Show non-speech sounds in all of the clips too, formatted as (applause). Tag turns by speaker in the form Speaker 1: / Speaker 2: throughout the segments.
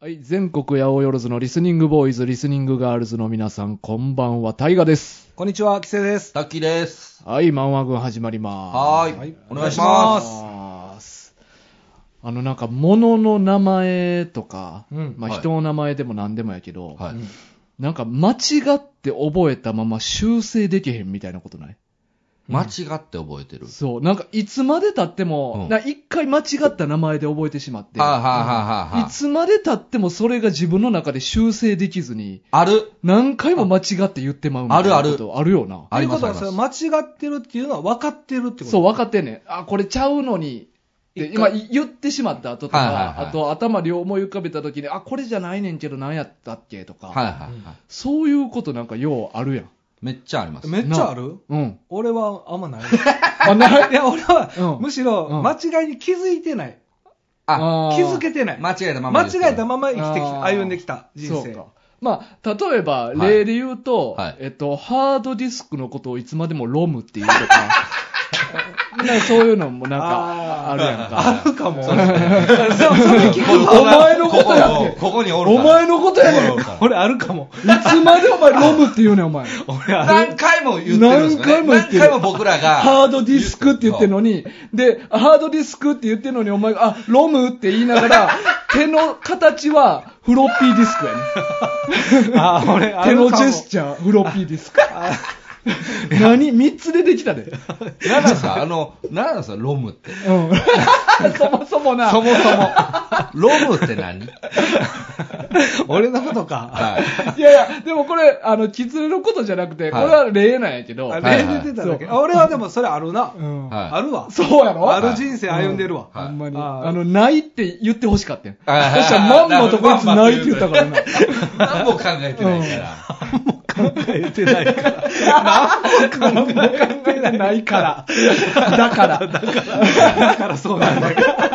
Speaker 1: はい、全国八百万のリスニングボーイズ、リスニングガールズの皆さん、こんばんは、タイガです。
Speaker 2: こんにちは、キセです。
Speaker 3: タッキーです。
Speaker 1: はい、漫画軍始まります。
Speaker 3: はーい。
Speaker 2: はい
Speaker 3: お願いしま
Speaker 2: お
Speaker 3: す。
Speaker 1: す。あの、なんか、物の名前とか、
Speaker 2: うん
Speaker 1: まあ、
Speaker 3: はい
Speaker 1: 人の名前でも何でもやけど、
Speaker 3: はい。
Speaker 1: なんか、間違って覚えたまま修正できへんみたいなことない
Speaker 3: 間違って覚えてる。
Speaker 1: そう、なんか、いつまで経って
Speaker 3: う
Speaker 1: も、
Speaker 3: ん
Speaker 1: な一回間違った名前で覚えてしまって、
Speaker 3: はあ、はあはあはいあ、
Speaker 1: つまで経ってもそれが自分の中で修正できずに、
Speaker 3: ある。
Speaker 1: 何回も間違って言ってまうみたいな
Speaker 3: あるある
Speaker 1: ことあるよな。
Speaker 3: あります
Speaker 2: ということは、それ間違ってるっていうのは分かってるってこと
Speaker 1: そう、分かってんねん。あ、これちゃうのに。で
Speaker 2: 一
Speaker 1: 今
Speaker 2: 回
Speaker 1: 言ってしまった後と
Speaker 3: はいはい
Speaker 1: か、
Speaker 3: はい
Speaker 1: あと頭両思い浮かべた時に、あ、これじゃないねんけど何やったっけとか、
Speaker 3: はいはいは
Speaker 2: う
Speaker 3: い、
Speaker 2: ん
Speaker 1: そういうことなんかようあるやん。
Speaker 3: めっちゃあります。
Speaker 2: めっちゃある
Speaker 1: うん。
Speaker 2: 俺はあんまない。
Speaker 1: あ、ない
Speaker 2: いや、俺は、
Speaker 1: うん
Speaker 2: むしろ、
Speaker 1: うん
Speaker 2: 間違いに気づいてない。
Speaker 3: あ、
Speaker 1: あー
Speaker 2: 気づけてない。
Speaker 3: 間違えたまま
Speaker 2: 間
Speaker 3: です。
Speaker 2: 違えたまま生きてき
Speaker 1: あー
Speaker 2: た、歩んできた人
Speaker 1: そう
Speaker 2: 生。
Speaker 1: か。まあ、例えば、
Speaker 3: はい
Speaker 1: 例で言うと、
Speaker 3: はい
Speaker 1: えっと、ハードディスクのことをいつまでもロムっていうとか、 (laughs) ね、そういうのもなんか
Speaker 2: あー
Speaker 1: あるやんか。
Speaker 2: あるかも。そうそう聞くと
Speaker 1: お前のことやって
Speaker 3: ここここにおる
Speaker 1: お
Speaker 3: から
Speaker 1: 前のことやねん。い
Speaker 2: 俺あるかも。
Speaker 1: つまでお前ロムって言うねん、 (laughs) お前。
Speaker 2: 俺ある。
Speaker 3: 何回も言ってるんですよ、ね。
Speaker 1: 何回も言ってる
Speaker 3: 何回も僕らが。
Speaker 1: ハードディスクって言ってるのに、で、ハードディスクって言ってるのに、お前が、あ、ロムって言いなが (laughs) ら、手の形はフロッピーディスクやね。 (laughs)
Speaker 2: あー、俺あ
Speaker 1: 手
Speaker 2: るか
Speaker 1: の
Speaker 2: も。
Speaker 1: ジェスチャー、フロッピーディスク。 (laughs) 何 ?3 つ出てきた (laughs) で。
Speaker 3: 何なんすかあの、何なんすかロムって。
Speaker 1: うん。そもそもな。
Speaker 3: そもそも。ロムって何
Speaker 2: 俺のことか。
Speaker 3: はい。
Speaker 1: いやいや、でもこれ、あの、キツネのことじゃなくて、こ
Speaker 3: はい
Speaker 1: れは例なんやけど、
Speaker 2: あ
Speaker 3: はい
Speaker 2: れ出てただけ。俺はでもそれあるな。
Speaker 1: うん。
Speaker 3: はい
Speaker 2: あるわ。
Speaker 1: (laughs) そうやろ
Speaker 2: ある人生歩んでるわ。
Speaker 3: はい
Speaker 1: ほんまに。
Speaker 2: あー
Speaker 1: あの、ないって言ってほしかったよ。そ
Speaker 3: はい
Speaker 1: したら、まんまとこいつないって言ったからな。
Speaker 3: 何も考えてないから。
Speaker 2: 考えてないから。何も考えてない。
Speaker 1: ないから。だから。
Speaker 2: だからそうなんだけど。 (laughs)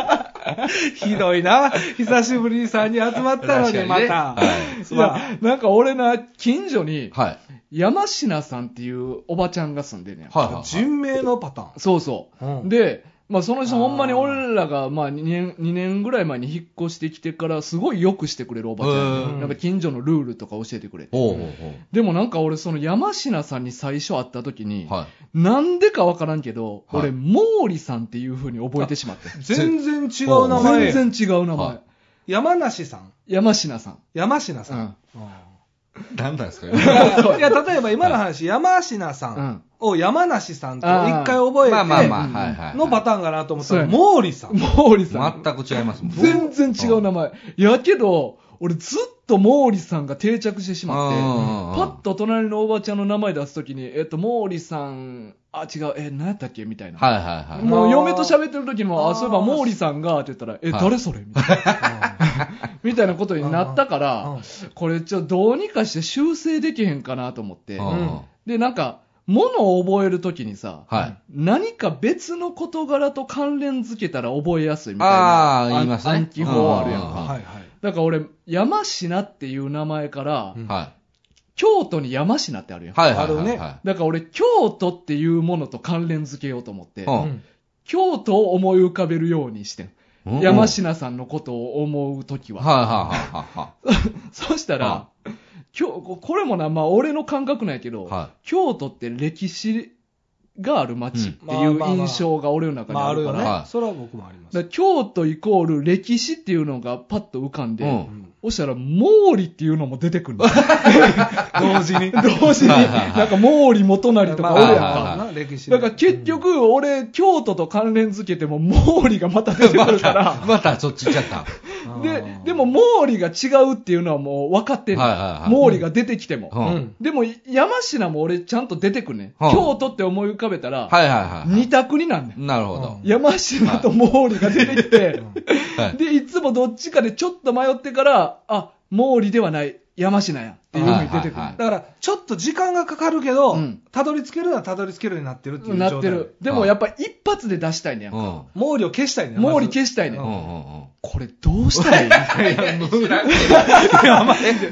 Speaker 2: ひどいな。久しぶりに3人集まったの
Speaker 3: 確か
Speaker 2: に、
Speaker 3: に
Speaker 2: ま
Speaker 3: ね
Speaker 2: た。
Speaker 3: はい
Speaker 1: い
Speaker 2: すまん
Speaker 1: や、なんか俺な、近所に、
Speaker 3: はい。
Speaker 1: 山科さんっていうおばちゃんが住んでんねん。
Speaker 3: はいはいはい。
Speaker 2: 人命のパターン。
Speaker 1: そうそう。
Speaker 2: うん
Speaker 1: で、まあ、その人
Speaker 2: あー
Speaker 1: ほんまに俺らが、まあ、2年、2年ぐらい前に引っ越してきてから、すごいよくしてくれるおばちゃんやね
Speaker 2: へ
Speaker 1: ん。
Speaker 2: ー
Speaker 1: なんか近所のルールとか教えてくれて。
Speaker 3: ほうほうほう
Speaker 1: でもなんか俺、その山科さんに最初会った時に、
Speaker 3: はい。
Speaker 1: なんでかわからんけど、
Speaker 3: はい
Speaker 1: 俺、毛利さんっていう風に覚えてしまって。
Speaker 2: 全然違う名前。
Speaker 1: 全然違う名前。
Speaker 3: はい
Speaker 2: 山梨さん。
Speaker 1: 山科さん。
Speaker 2: 山科さん。
Speaker 1: うん
Speaker 3: 何なんですか
Speaker 2: いや、例えば今の話、山科さ
Speaker 1: うんん
Speaker 2: を山梨さんと一回覚え
Speaker 3: まあまあま
Speaker 2: て
Speaker 3: あ、はいはいはい。
Speaker 2: のパターンかなと思ったら、
Speaker 1: そうや
Speaker 2: 毛利さん。
Speaker 1: 毛利さん。
Speaker 3: 全く違いますもん。
Speaker 1: 全然違う名前。やけど、俺ずっと毛利さんが定着してしまって、
Speaker 3: うん
Speaker 1: パッと隣のおばちゃんの名前出すときに、えっと、毛利さん、あ、違う、え、何やったっけみたいな。
Speaker 3: はいはいはい。
Speaker 1: もう嫁と喋ってる時も、
Speaker 2: あー
Speaker 1: あ、そういえば毛利さんが、って言ったら、え、
Speaker 3: はい
Speaker 1: 誰それみたい
Speaker 3: (laughs)
Speaker 1: な。みたいなことになったから、これちょ、どうにかして修正できへんかなと思って。
Speaker 3: うんうん
Speaker 1: で、なんか、物を覚えるときにさ、
Speaker 3: はい。
Speaker 1: 何か別の事柄と関連付けたら覚えやすいみたいな。
Speaker 3: ああ、言いますね。
Speaker 1: 暗記法あるやん
Speaker 3: う
Speaker 1: か。
Speaker 2: はいはい。
Speaker 1: だから俺、山科っていう名前から、
Speaker 2: うん
Speaker 3: は
Speaker 1: 京都に山科ってある
Speaker 3: い。
Speaker 1: やん。
Speaker 3: はいはいはい。
Speaker 2: あるね
Speaker 3: はい
Speaker 1: だから俺、京都っていうものと関連付けようと思って、
Speaker 3: うん
Speaker 2: うん
Speaker 1: 京都を思い浮かべるようにしてん。
Speaker 3: うん
Speaker 1: 山科さんのことを思うときは。
Speaker 3: はいはいはいは
Speaker 1: そしたら、京これもな、まあ俺の感覚なんやけど、
Speaker 3: いはい。は
Speaker 1: 京都って歴史がある街って
Speaker 2: まあ
Speaker 1: い
Speaker 2: まあま
Speaker 1: う
Speaker 2: あ
Speaker 1: 印象が俺の中に
Speaker 2: まあ、
Speaker 1: あ
Speaker 2: ある
Speaker 1: るか
Speaker 2: よ
Speaker 1: ら、
Speaker 2: ね
Speaker 3: は。い
Speaker 2: それは僕もありま
Speaker 1: だ
Speaker 2: す。
Speaker 1: から京都イコール歴史っていうのがパッと浮かんで、
Speaker 3: う
Speaker 2: うんん
Speaker 1: そしたら毛利っていうのも出て
Speaker 3: (laughs)
Speaker 1: くるの。
Speaker 2: 同時
Speaker 1: (laughs)
Speaker 2: (laughs) に。
Speaker 1: 同時に、
Speaker 3: はいはいはい
Speaker 1: なんか毛利元就とかおるやん
Speaker 3: まあまあ
Speaker 1: か。
Speaker 3: まあ
Speaker 2: な歴史で
Speaker 1: だから結局、俺、京都と関連付けても毛利がまた出てくる
Speaker 3: (laughs)
Speaker 1: から
Speaker 3: い。、またそっち行っ
Speaker 1: (laughs)
Speaker 3: ちゃった。
Speaker 2: うん
Speaker 1: で、でも、毛利が違うっていうのはもう分かってんねん
Speaker 3: はいはいは
Speaker 1: 毛利が出てきて
Speaker 3: う。
Speaker 1: も。
Speaker 2: うんん
Speaker 1: でも、山科も俺ちゃんと出てくんねん。
Speaker 3: うん
Speaker 1: 京都って思い浮かべたら、
Speaker 3: はいはいは
Speaker 1: 二択になんね
Speaker 3: い。
Speaker 1: ん。
Speaker 3: なるほど。
Speaker 1: 山科と毛利が出てきて、
Speaker 3: はい。
Speaker 1: で、いつもどっちかでちょっと迷ってから、あ、毛利ではない、山科や、っていうふうに出てくる。
Speaker 3: はいはいはい
Speaker 2: だから、ちょっと時間がかかるけど
Speaker 1: うん、
Speaker 2: たどり着けるのはたどり着けるようになってるっていう状態。
Speaker 1: なってる。。でもやっぱ一発で出したいねん
Speaker 3: う。ん。
Speaker 2: 毛利を消したいね。
Speaker 1: 毛利
Speaker 2: し
Speaker 1: 消したいねん。
Speaker 3: うんうん
Speaker 1: これどうしたらいい
Speaker 3: うん。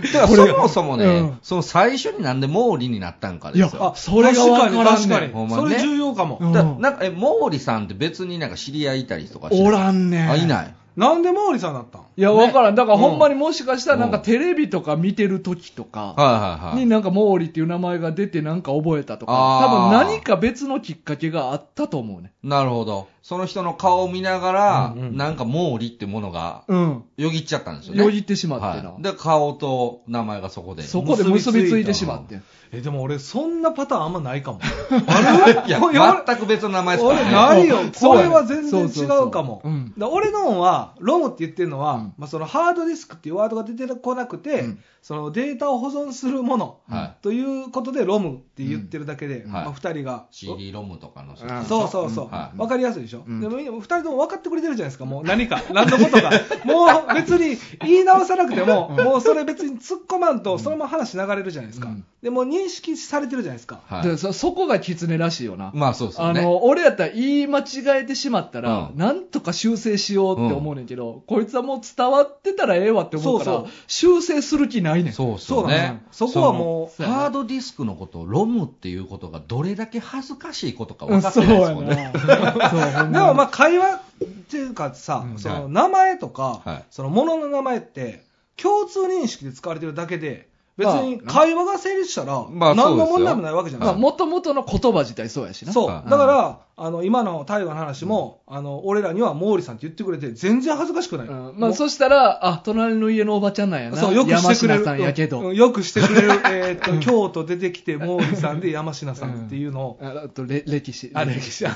Speaker 3: てか、そもそも
Speaker 1: う
Speaker 3: ね
Speaker 1: ん、
Speaker 3: その最初になんで毛利になったんかですよ。
Speaker 1: いやそれがわからんねん
Speaker 2: 確かに、
Speaker 3: ほん
Speaker 2: 確
Speaker 3: ま
Speaker 2: かに。
Speaker 3: にね
Speaker 2: それ重要かも。
Speaker 1: うん
Speaker 3: だなんか、え、毛利さんって別になんか知り合いいたりとかして
Speaker 1: おらんねん。
Speaker 3: あ、いない。
Speaker 2: なんで毛利さんだったん
Speaker 1: いや、わからん。だから
Speaker 2: うん
Speaker 1: ほんまにもしかしたらなんか
Speaker 3: うん
Speaker 1: テレビとか見てる時とか、
Speaker 3: はいはいはい。
Speaker 1: になんか毛利っていう名前が出てなんか覚えたとか、多
Speaker 3: あ
Speaker 1: 分
Speaker 3: ー
Speaker 1: 何か別のきっかけがあったと思うね。
Speaker 3: なるほど。その人の顔を見ながら、
Speaker 2: うんうん
Speaker 3: なんか毛利ってものが
Speaker 1: うん。
Speaker 3: よぎっちゃったんですよね。
Speaker 1: よぎってしまってな
Speaker 3: はい。。で、顔と名前がそこで。
Speaker 1: そこで結びついてしまって。
Speaker 2: え、でも俺、そんなパターンあんまな
Speaker 1: (laughs)
Speaker 2: いかも。
Speaker 3: (laughs) あれいや、
Speaker 2: これ俺
Speaker 3: 全く別の名前ですから
Speaker 2: 俺、
Speaker 3: ね。
Speaker 2: ないよ。
Speaker 1: (laughs) そう
Speaker 2: これは全然違うかも
Speaker 1: そうそうそううん。
Speaker 2: だ俺のは、ロムって言ってるのは、
Speaker 1: うん
Speaker 2: まあ、そのハードディスクっていうワードが出てこなくて、
Speaker 1: うん
Speaker 2: そのデータを保存するもの、
Speaker 3: は
Speaker 2: ということでロムって言ってるだけで、
Speaker 3: ん
Speaker 2: ま
Speaker 3: はい
Speaker 2: あ、2人が。
Speaker 3: CD ロムとかの人。
Speaker 1: うん
Speaker 2: そうそうそう、
Speaker 3: はい
Speaker 2: 分かりやすいでしょ、
Speaker 1: うん
Speaker 2: でも2人とも分かってくれてるじゃないですか、もう何か、何のことか、
Speaker 3: (laughs)
Speaker 2: もう別に言い直さなくても、もうそれ別に突っ込まんと、そのまま話流れるじゃないですか、
Speaker 1: うん
Speaker 2: でもう認識されてるじゃないですか、
Speaker 3: は
Speaker 1: で
Speaker 3: い。
Speaker 1: そそこが狐らしいよな。
Speaker 3: まあそうですよ
Speaker 1: あ
Speaker 3: ね。
Speaker 1: の俺やったら言い間違えてしまったら、
Speaker 3: うん
Speaker 1: なんとか修正しようって思うねんけど、こいつはもう伝わってたらええわって思うから、
Speaker 2: そうそう
Speaker 1: 修正する気ないねん。
Speaker 3: そう
Speaker 2: そ
Speaker 3: そうう
Speaker 2: なんだ
Speaker 3: ね。
Speaker 2: そこはもう
Speaker 1: そ
Speaker 3: そ
Speaker 1: や
Speaker 3: の
Speaker 1: な
Speaker 3: ハードディスクのことをロムっていうことがどれだけ恥ずかしいことか
Speaker 1: うん
Speaker 3: 分かっ
Speaker 1: そ
Speaker 3: て
Speaker 1: う
Speaker 3: ないですもん
Speaker 1: や
Speaker 3: ね。
Speaker 1: な。そうほん
Speaker 2: で
Speaker 1: に
Speaker 2: もまあ会話っていうかさ、
Speaker 1: うん
Speaker 2: そ
Speaker 3: は
Speaker 2: の
Speaker 3: い
Speaker 2: 名前とか、
Speaker 3: はい
Speaker 2: その物の名前って共通認識で使われてるだけで別に会話が成立したら
Speaker 3: まあ
Speaker 2: 何の問題
Speaker 3: そうですよ
Speaker 2: もないわけじゃな
Speaker 1: ま
Speaker 2: い
Speaker 1: あ、
Speaker 2: ですか。
Speaker 1: もともとの言葉自体そうやしな。
Speaker 2: そう
Speaker 3: はい
Speaker 2: だから、あの今の大河の話も、あの俺らには毛利さんって言ってくれて全然恥ずかしくない、
Speaker 1: うんまあ、
Speaker 2: もう
Speaker 1: そしたら、あ、隣の家のおばちゃんなんやな。
Speaker 2: そうよくしてくれ
Speaker 1: 山
Speaker 2: る
Speaker 1: 下さんやけど。
Speaker 2: うんよくしてく
Speaker 1: (laughs)
Speaker 2: れる、えーっと京都出てきて毛利さんで山科さんっていうのを、
Speaker 1: ああとれ歴史。
Speaker 2: あれ、細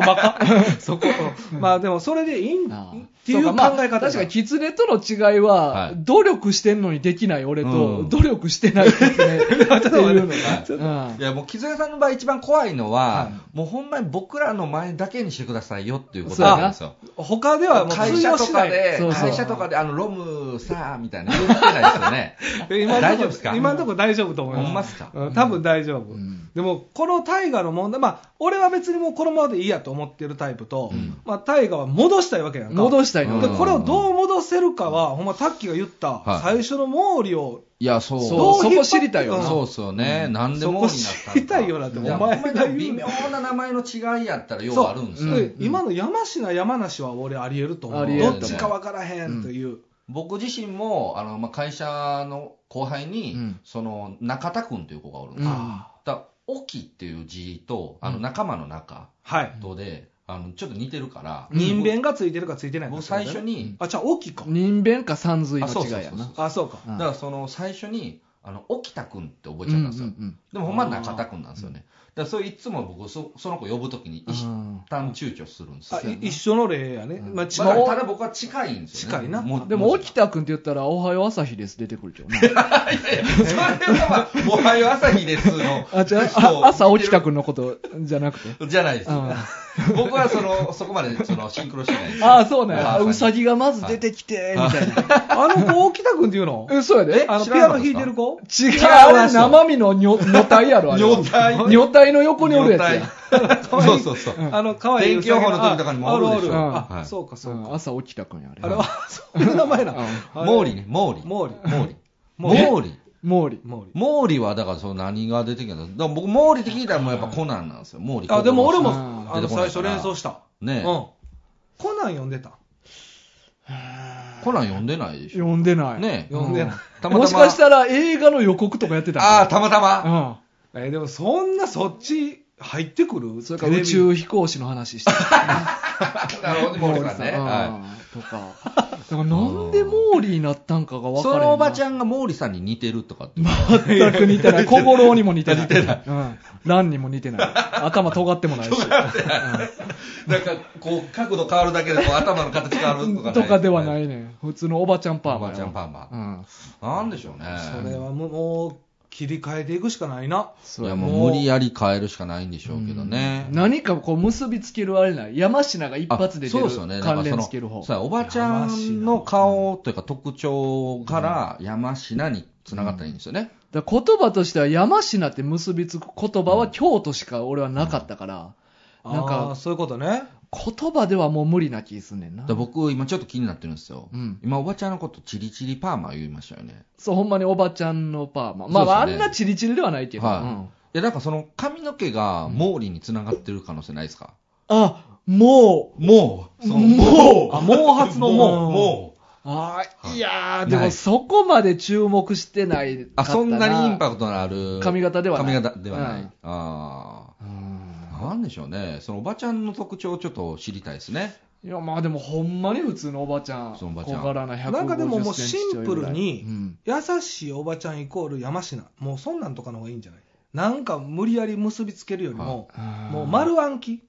Speaker 2: か。 (laughs)
Speaker 1: (laughs)
Speaker 2: そこ。まあでも、それでいいん
Speaker 1: ああ
Speaker 2: っていう
Speaker 1: そ
Speaker 2: 考
Speaker 1: う
Speaker 2: え
Speaker 1: か
Speaker 2: 方
Speaker 1: まあ
Speaker 2: だ
Speaker 1: 確かに、狐との違いは、
Speaker 3: はい
Speaker 1: 努力してんのにできない俺と、
Speaker 3: うん
Speaker 1: 努力してない
Speaker 2: (laughs)
Speaker 1: 狐っていうのが、
Speaker 3: ちょ
Speaker 1: うん
Speaker 3: いやもう、木津さんの場合一番怖いのは、
Speaker 2: はい
Speaker 3: もうほんまに僕らの前だけにしてくださいよっていうこ
Speaker 1: そ
Speaker 3: と
Speaker 1: うやな
Speaker 3: なんですよ。
Speaker 2: 他ではもう
Speaker 3: 会
Speaker 2: 通
Speaker 3: 社
Speaker 2: 用
Speaker 3: と
Speaker 2: し
Speaker 3: か
Speaker 2: ない。
Speaker 3: で、
Speaker 1: そうそう
Speaker 3: 会社とかで、あの、ロムさあ、みたいな言ってないですよね。
Speaker 2: 今んとこ
Speaker 3: 大丈夫ですか
Speaker 2: 今のところ大丈夫と思います。
Speaker 3: ほんまっすか
Speaker 2: うん多分大丈夫。
Speaker 1: ん
Speaker 2: でも、この大河の問題、まあ、俺は別にもうこのままでいいやと思ってるタイプと、
Speaker 3: うん
Speaker 2: まあ、大河は戻したいわけやんか。
Speaker 1: 戻したいの、
Speaker 3: う
Speaker 2: で
Speaker 3: ん
Speaker 2: これをどう戻せるかは、ほんま、タッキーが言った
Speaker 3: は、い
Speaker 2: 最初の毛利を、
Speaker 3: いや、そう。
Speaker 1: そう
Speaker 2: ど
Speaker 1: そう
Speaker 2: 引
Speaker 1: こ
Speaker 2: っ張って
Speaker 1: 知りたいよな、
Speaker 2: うん
Speaker 3: そうっすよね。なんでもになったん
Speaker 2: そ
Speaker 3: か
Speaker 2: こ知りたいよなって
Speaker 3: いや
Speaker 2: お前が
Speaker 3: ほんまに微妙な名前の違いやったら、ようあるんですよ。
Speaker 2: そう
Speaker 1: うん
Speaker 2: 今の山科、山梨は俺、ありえると思
Speaker 1: あ
Speaker 2: う。
Speaker 1: り
Speaker 3: えると
Speaker 2: ど
Speaker 3: 思
Speaker 2: っ
Speaker 3: う
Speaker 2: ちかわからへんという。
Speaker 3: 僕自身も、あの、まあ、会社の後輩に、
Speaker 1: うん
Speaker 3: その、中田くんという子がおるんです
Speaker 1: うん
Speaker 3: よ。だから沖っていう字と、あの、仲間の中
Speaker 2: はい。
Speaker 3: とで、あの、ちょっと似てるから、
Speaker 2: 人弁がついてるかついてないか。
Speaker 3: 僕最初。に、
Speaker 2: あ、じゃあ、大きいか。
Speaker 1: 人弁か三髄の違いや
Speaker 3: あそうそうそう
Speaker 1: な
Speaker 3: そ。
Speaker 2: あ、そうか。
Speaker 1: うん
Speaker 3: だからその最初に、あの、沖田くんって覚えちゃったんですよ。
Speaker 1: うん
Speaker 3: でもほんまは中田くんなんですよね。だからそれいつも僕、そその子呼ぶときに
Speaker 1: うん
Speaker 3: 一旦躊躇するんです
Speaker 2: あ
Speaker 3: よ。
Speaker 2: い一緒の例やね。
Speaker 1: うん
Speaker 2: まあ、
Speaker 3: まあ
Speaker 2: 近い。
Speaker 3: ただ僕は近いんですよ、ね。
Speaker 2: 近いな
Speaker 3: もう
Speaker 1: でも、
Speaker 3: もう
Speaker 1: 沖田君って言ったら、おはよう朝日です出てくるけどな。
Speaker 3: それはまあ、おはよう朝日ですの。
Speaker 1: あ、じゃ
Speaker 3: そう
Speaker 1: あ、朝沖田君のことじゃなく
Speaker 3: (laughs)
Speaker 1: て。
Speaker 3: じゃないです。
Speaker 1: あ
Speaker 3: 僕はその、そこまでそのシンクロしてないです。
Speaker 1: あ、そうね。あ
Speaker 3: お母
Speaker 1: う
Speaker 3: さ
Speaker 1: さ
Speaker 3: んに
Speaker 1: ぎがまず出てきて、みたいな。
Speaker 2: あの子、大きたくんっていうの
Speaker 1: え、そうやで。
Speaker 2: あの、
Speaker 3: 知
Speaker 2: ピ
Speaker 3: ら
Speaker 2: アノ
Speaker 3: なかった
Speaker 2: 弾いてる子
Speaker 1: 違う、
Speaker 3: 違う
Speaker 1: あれ生身の女女体やろ、あれ。
Speaker 3: 女体
Speaker 1: 女体の横におるやつや。
Speaker 3: そうそうそう。
Speaker 1: うん
Speaker 2: あの、可愛い
Speaker 3: 天気予報の時とかにもおるでしょ
Speaker 2: ああるある
Speaker 3: うん
Speaker 2: あ、そうか、そううんか。
Speaker 1: 朝沖田君や、あれ。
Speaker 2: あれは、 (laughs) そういう名前なの
Speaker 1: うん。
Speaker 3: 毛利ね、毛利。
Speaker 2: 毛利。
Speaker 3: 毛利。
Speaker 2: 毛利
Speaker 3: 毛利。
Speaker 1: 毛
Speaker 2: (laughs)
Speaker 1: 利。
Speaker 2: 毛利。
Speaker 3: 毛利はだからその何が出てきたのだから僕、毛利って聞いたらもうやっぱコナンなんですよ。毛利。
Speaker 2: あ、でも俺も、
Speaker 1: うん
Speaker 2: あの、最初連想した。う
Speaker 3: ねえ
Speaker 2: ん。コナン読んでた。
Speaker 3: コナン読んでないでしょ。
Speaker 1: 呼んでない。
Speaker 3: ねえ
Speaker 2: 読んでない。
Speaker 3: たまたま。
Speaker 1: もしかしたら映画の予告とかやってた
Speaker 3: ああ、たまた
Speaker 1: あ
Speaker 3: ま。
Speaker 1: うん。
Speaker 2: えーでもそんなそっち入ってくる
Speaker 1: それから宇宙飛行士の話してた。
Speaker 3: なるほど、毛利さんね。は
Speaker 1: うんとか。だからなんで毛利になったんかが
Speaker 3: い。
Speaker 1: 分からへ
Speaker 3: そ
Speaker 1: んな
Speaker 3: のおばちゃんが毛利さんに似てるとかって。
Speaker 1: 全く似てない。小五郎にも似てない。似てない。うん。蘭にも似てない。頭尖ってもないし。
Speaker 3: なんか、こう、角度変わるだけで、こう、頭の形変わるとかね。。
Speaker 1: とかではないいね。普通のおばちゃんパーマ
Speaker 3: お
Speaker 1: や。
Speaker 3: ばちゃんパーマ
Speaker 1: うん。
Speaker 3: なんでしょうね。
Speaker 2: それはもうもう切り替えていくしかないな。
Speaker 1: そ
Speaker 3: いうや、
Speaker 1: や。
Speaker 3: もう無理やり変えるしかないんでしょうけどね。
Speaker 1: 何かこう結びつけるあれない。山科が一
Speaker 3: あ
Speaker 1: 発で出
Speaker 3: そう
Speaker 1: る
Speaker 3: ですよね。
Speaker 1: 関連つける
Speaker 3: だ
Speaker 1: 方
Speaker 3: から。そのそうやおばちゃんの顔というか特徴から山科に繋がったらいいんですよね。
Speaker 1: だから言葉としては山科って結びつく言葉は京都しか俺はなかったから、な
Speaker 2: なんん
Speaker 1: か
Speaker 2: か、そういうことね。
Speaker 1: 言葉ではもう無理な気すんねんな
Speaker 3: だから。僕、今ちょっと気になってるんですよ。
Speaker 1: うん
Speaker 3: 今、おばちゃんのこと、チリチリパーマ言いましたよね。
Speaker 1: そう、ほんまにおばちゃんのパーマ。まあ、
Speaker 3: そう
Speaker 1: あ
Speaker 3: です
Speaker 1: ん
Speaker 3: ね
Speaker 1: なチリチリではないけど。
Speaker 3: はい
Speaker 1: うん
Speaker 3: いや、なんかその髪の毛が毛利に繋がってる可能性ないですか、
Speaker 1: あ、も
Speaker 3: もう、その
Speaker 1: も
Speaker 3: も
Speaker 1: う
Speaker 3: う、
Speaker 1: あ毛髪のもう
Speaker 3: もう。
Speaker 1: う、あーいや
Speaker 3: は
Speaker 1: ー、
Speaker 3: い
Speaker 1: で
Speaker 3: な
Speaker 1: も
Speaker 3: い
Speaker 1: そこまで注目してないかった
Speaker 3: あ、そんなにインパクトのある。
Speaker 1: 髪型ではない
Speaker 3: 髪型ではない。
Speaker 1: うん
Speaker 3: あ
Speaker 1: う
Speaker 3: あ。
Speaker 1: ん
Speaker 3: なんでしょうね。そのおばちゃんの特徴をちょっと知りたいですね。
Speaker 1: いや、まあでもほんまに普通のおばちゃん。
Speaker 3: 普通のおばちゃん
Speaker 1: 小柄な150センチちょいぐらい。
Speaker 2: なんかでももうシンプルに
Speaker 1: うん
Speaker 2: 優しいおばちゃんイコール山科もうそんなんとかの方がいいんじゃないなんか無理やり結びつけるよりも、もう丸暗記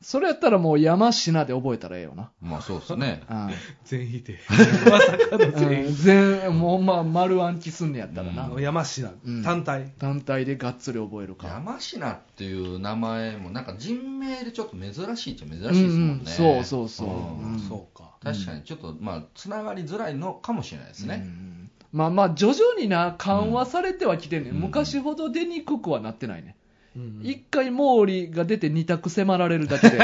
Speaker 1: それやったらもう山品で覚えたらええよな。。
Speaker 3: まあそうですね
Speaker 1: うん
Speaker 2: 全否定まさかの全
Speaker 1: うん
Speaker 2: 否
Speaker 1: 全、もうまあ丸暗記すんねやったら
Speaker 2: 定
Speaker 1: な。
Speaker 3: う
Speaker 2: 山科、
Speaker 1: うん
Speaker 2: 単体
Speaker 1: 単体でがっつり覚えるか。
Speaker 3: 山科っていう名前もなんか人名でちょっと珍しいっちゃ珍しいで
Speaker 1: う
Speaker 3: すもんね。
Speaker 1: んうんそうそうそうんん
Speaker 2: そうか
Speaker 3: 確かにちょっとまあつながりづらいのかもしれないです
Speaker 1: う
Speaker 3: ね。
Speaker 1: んまあまあ徐々にな、緩和されてはきてんね、ん、
Speaker 3: うん
Speaker 1: 昔ほど出にくくはなってないね。
Speaker 2: うん
Speaker 1: 一回毛利が出て二択迫られるだけで。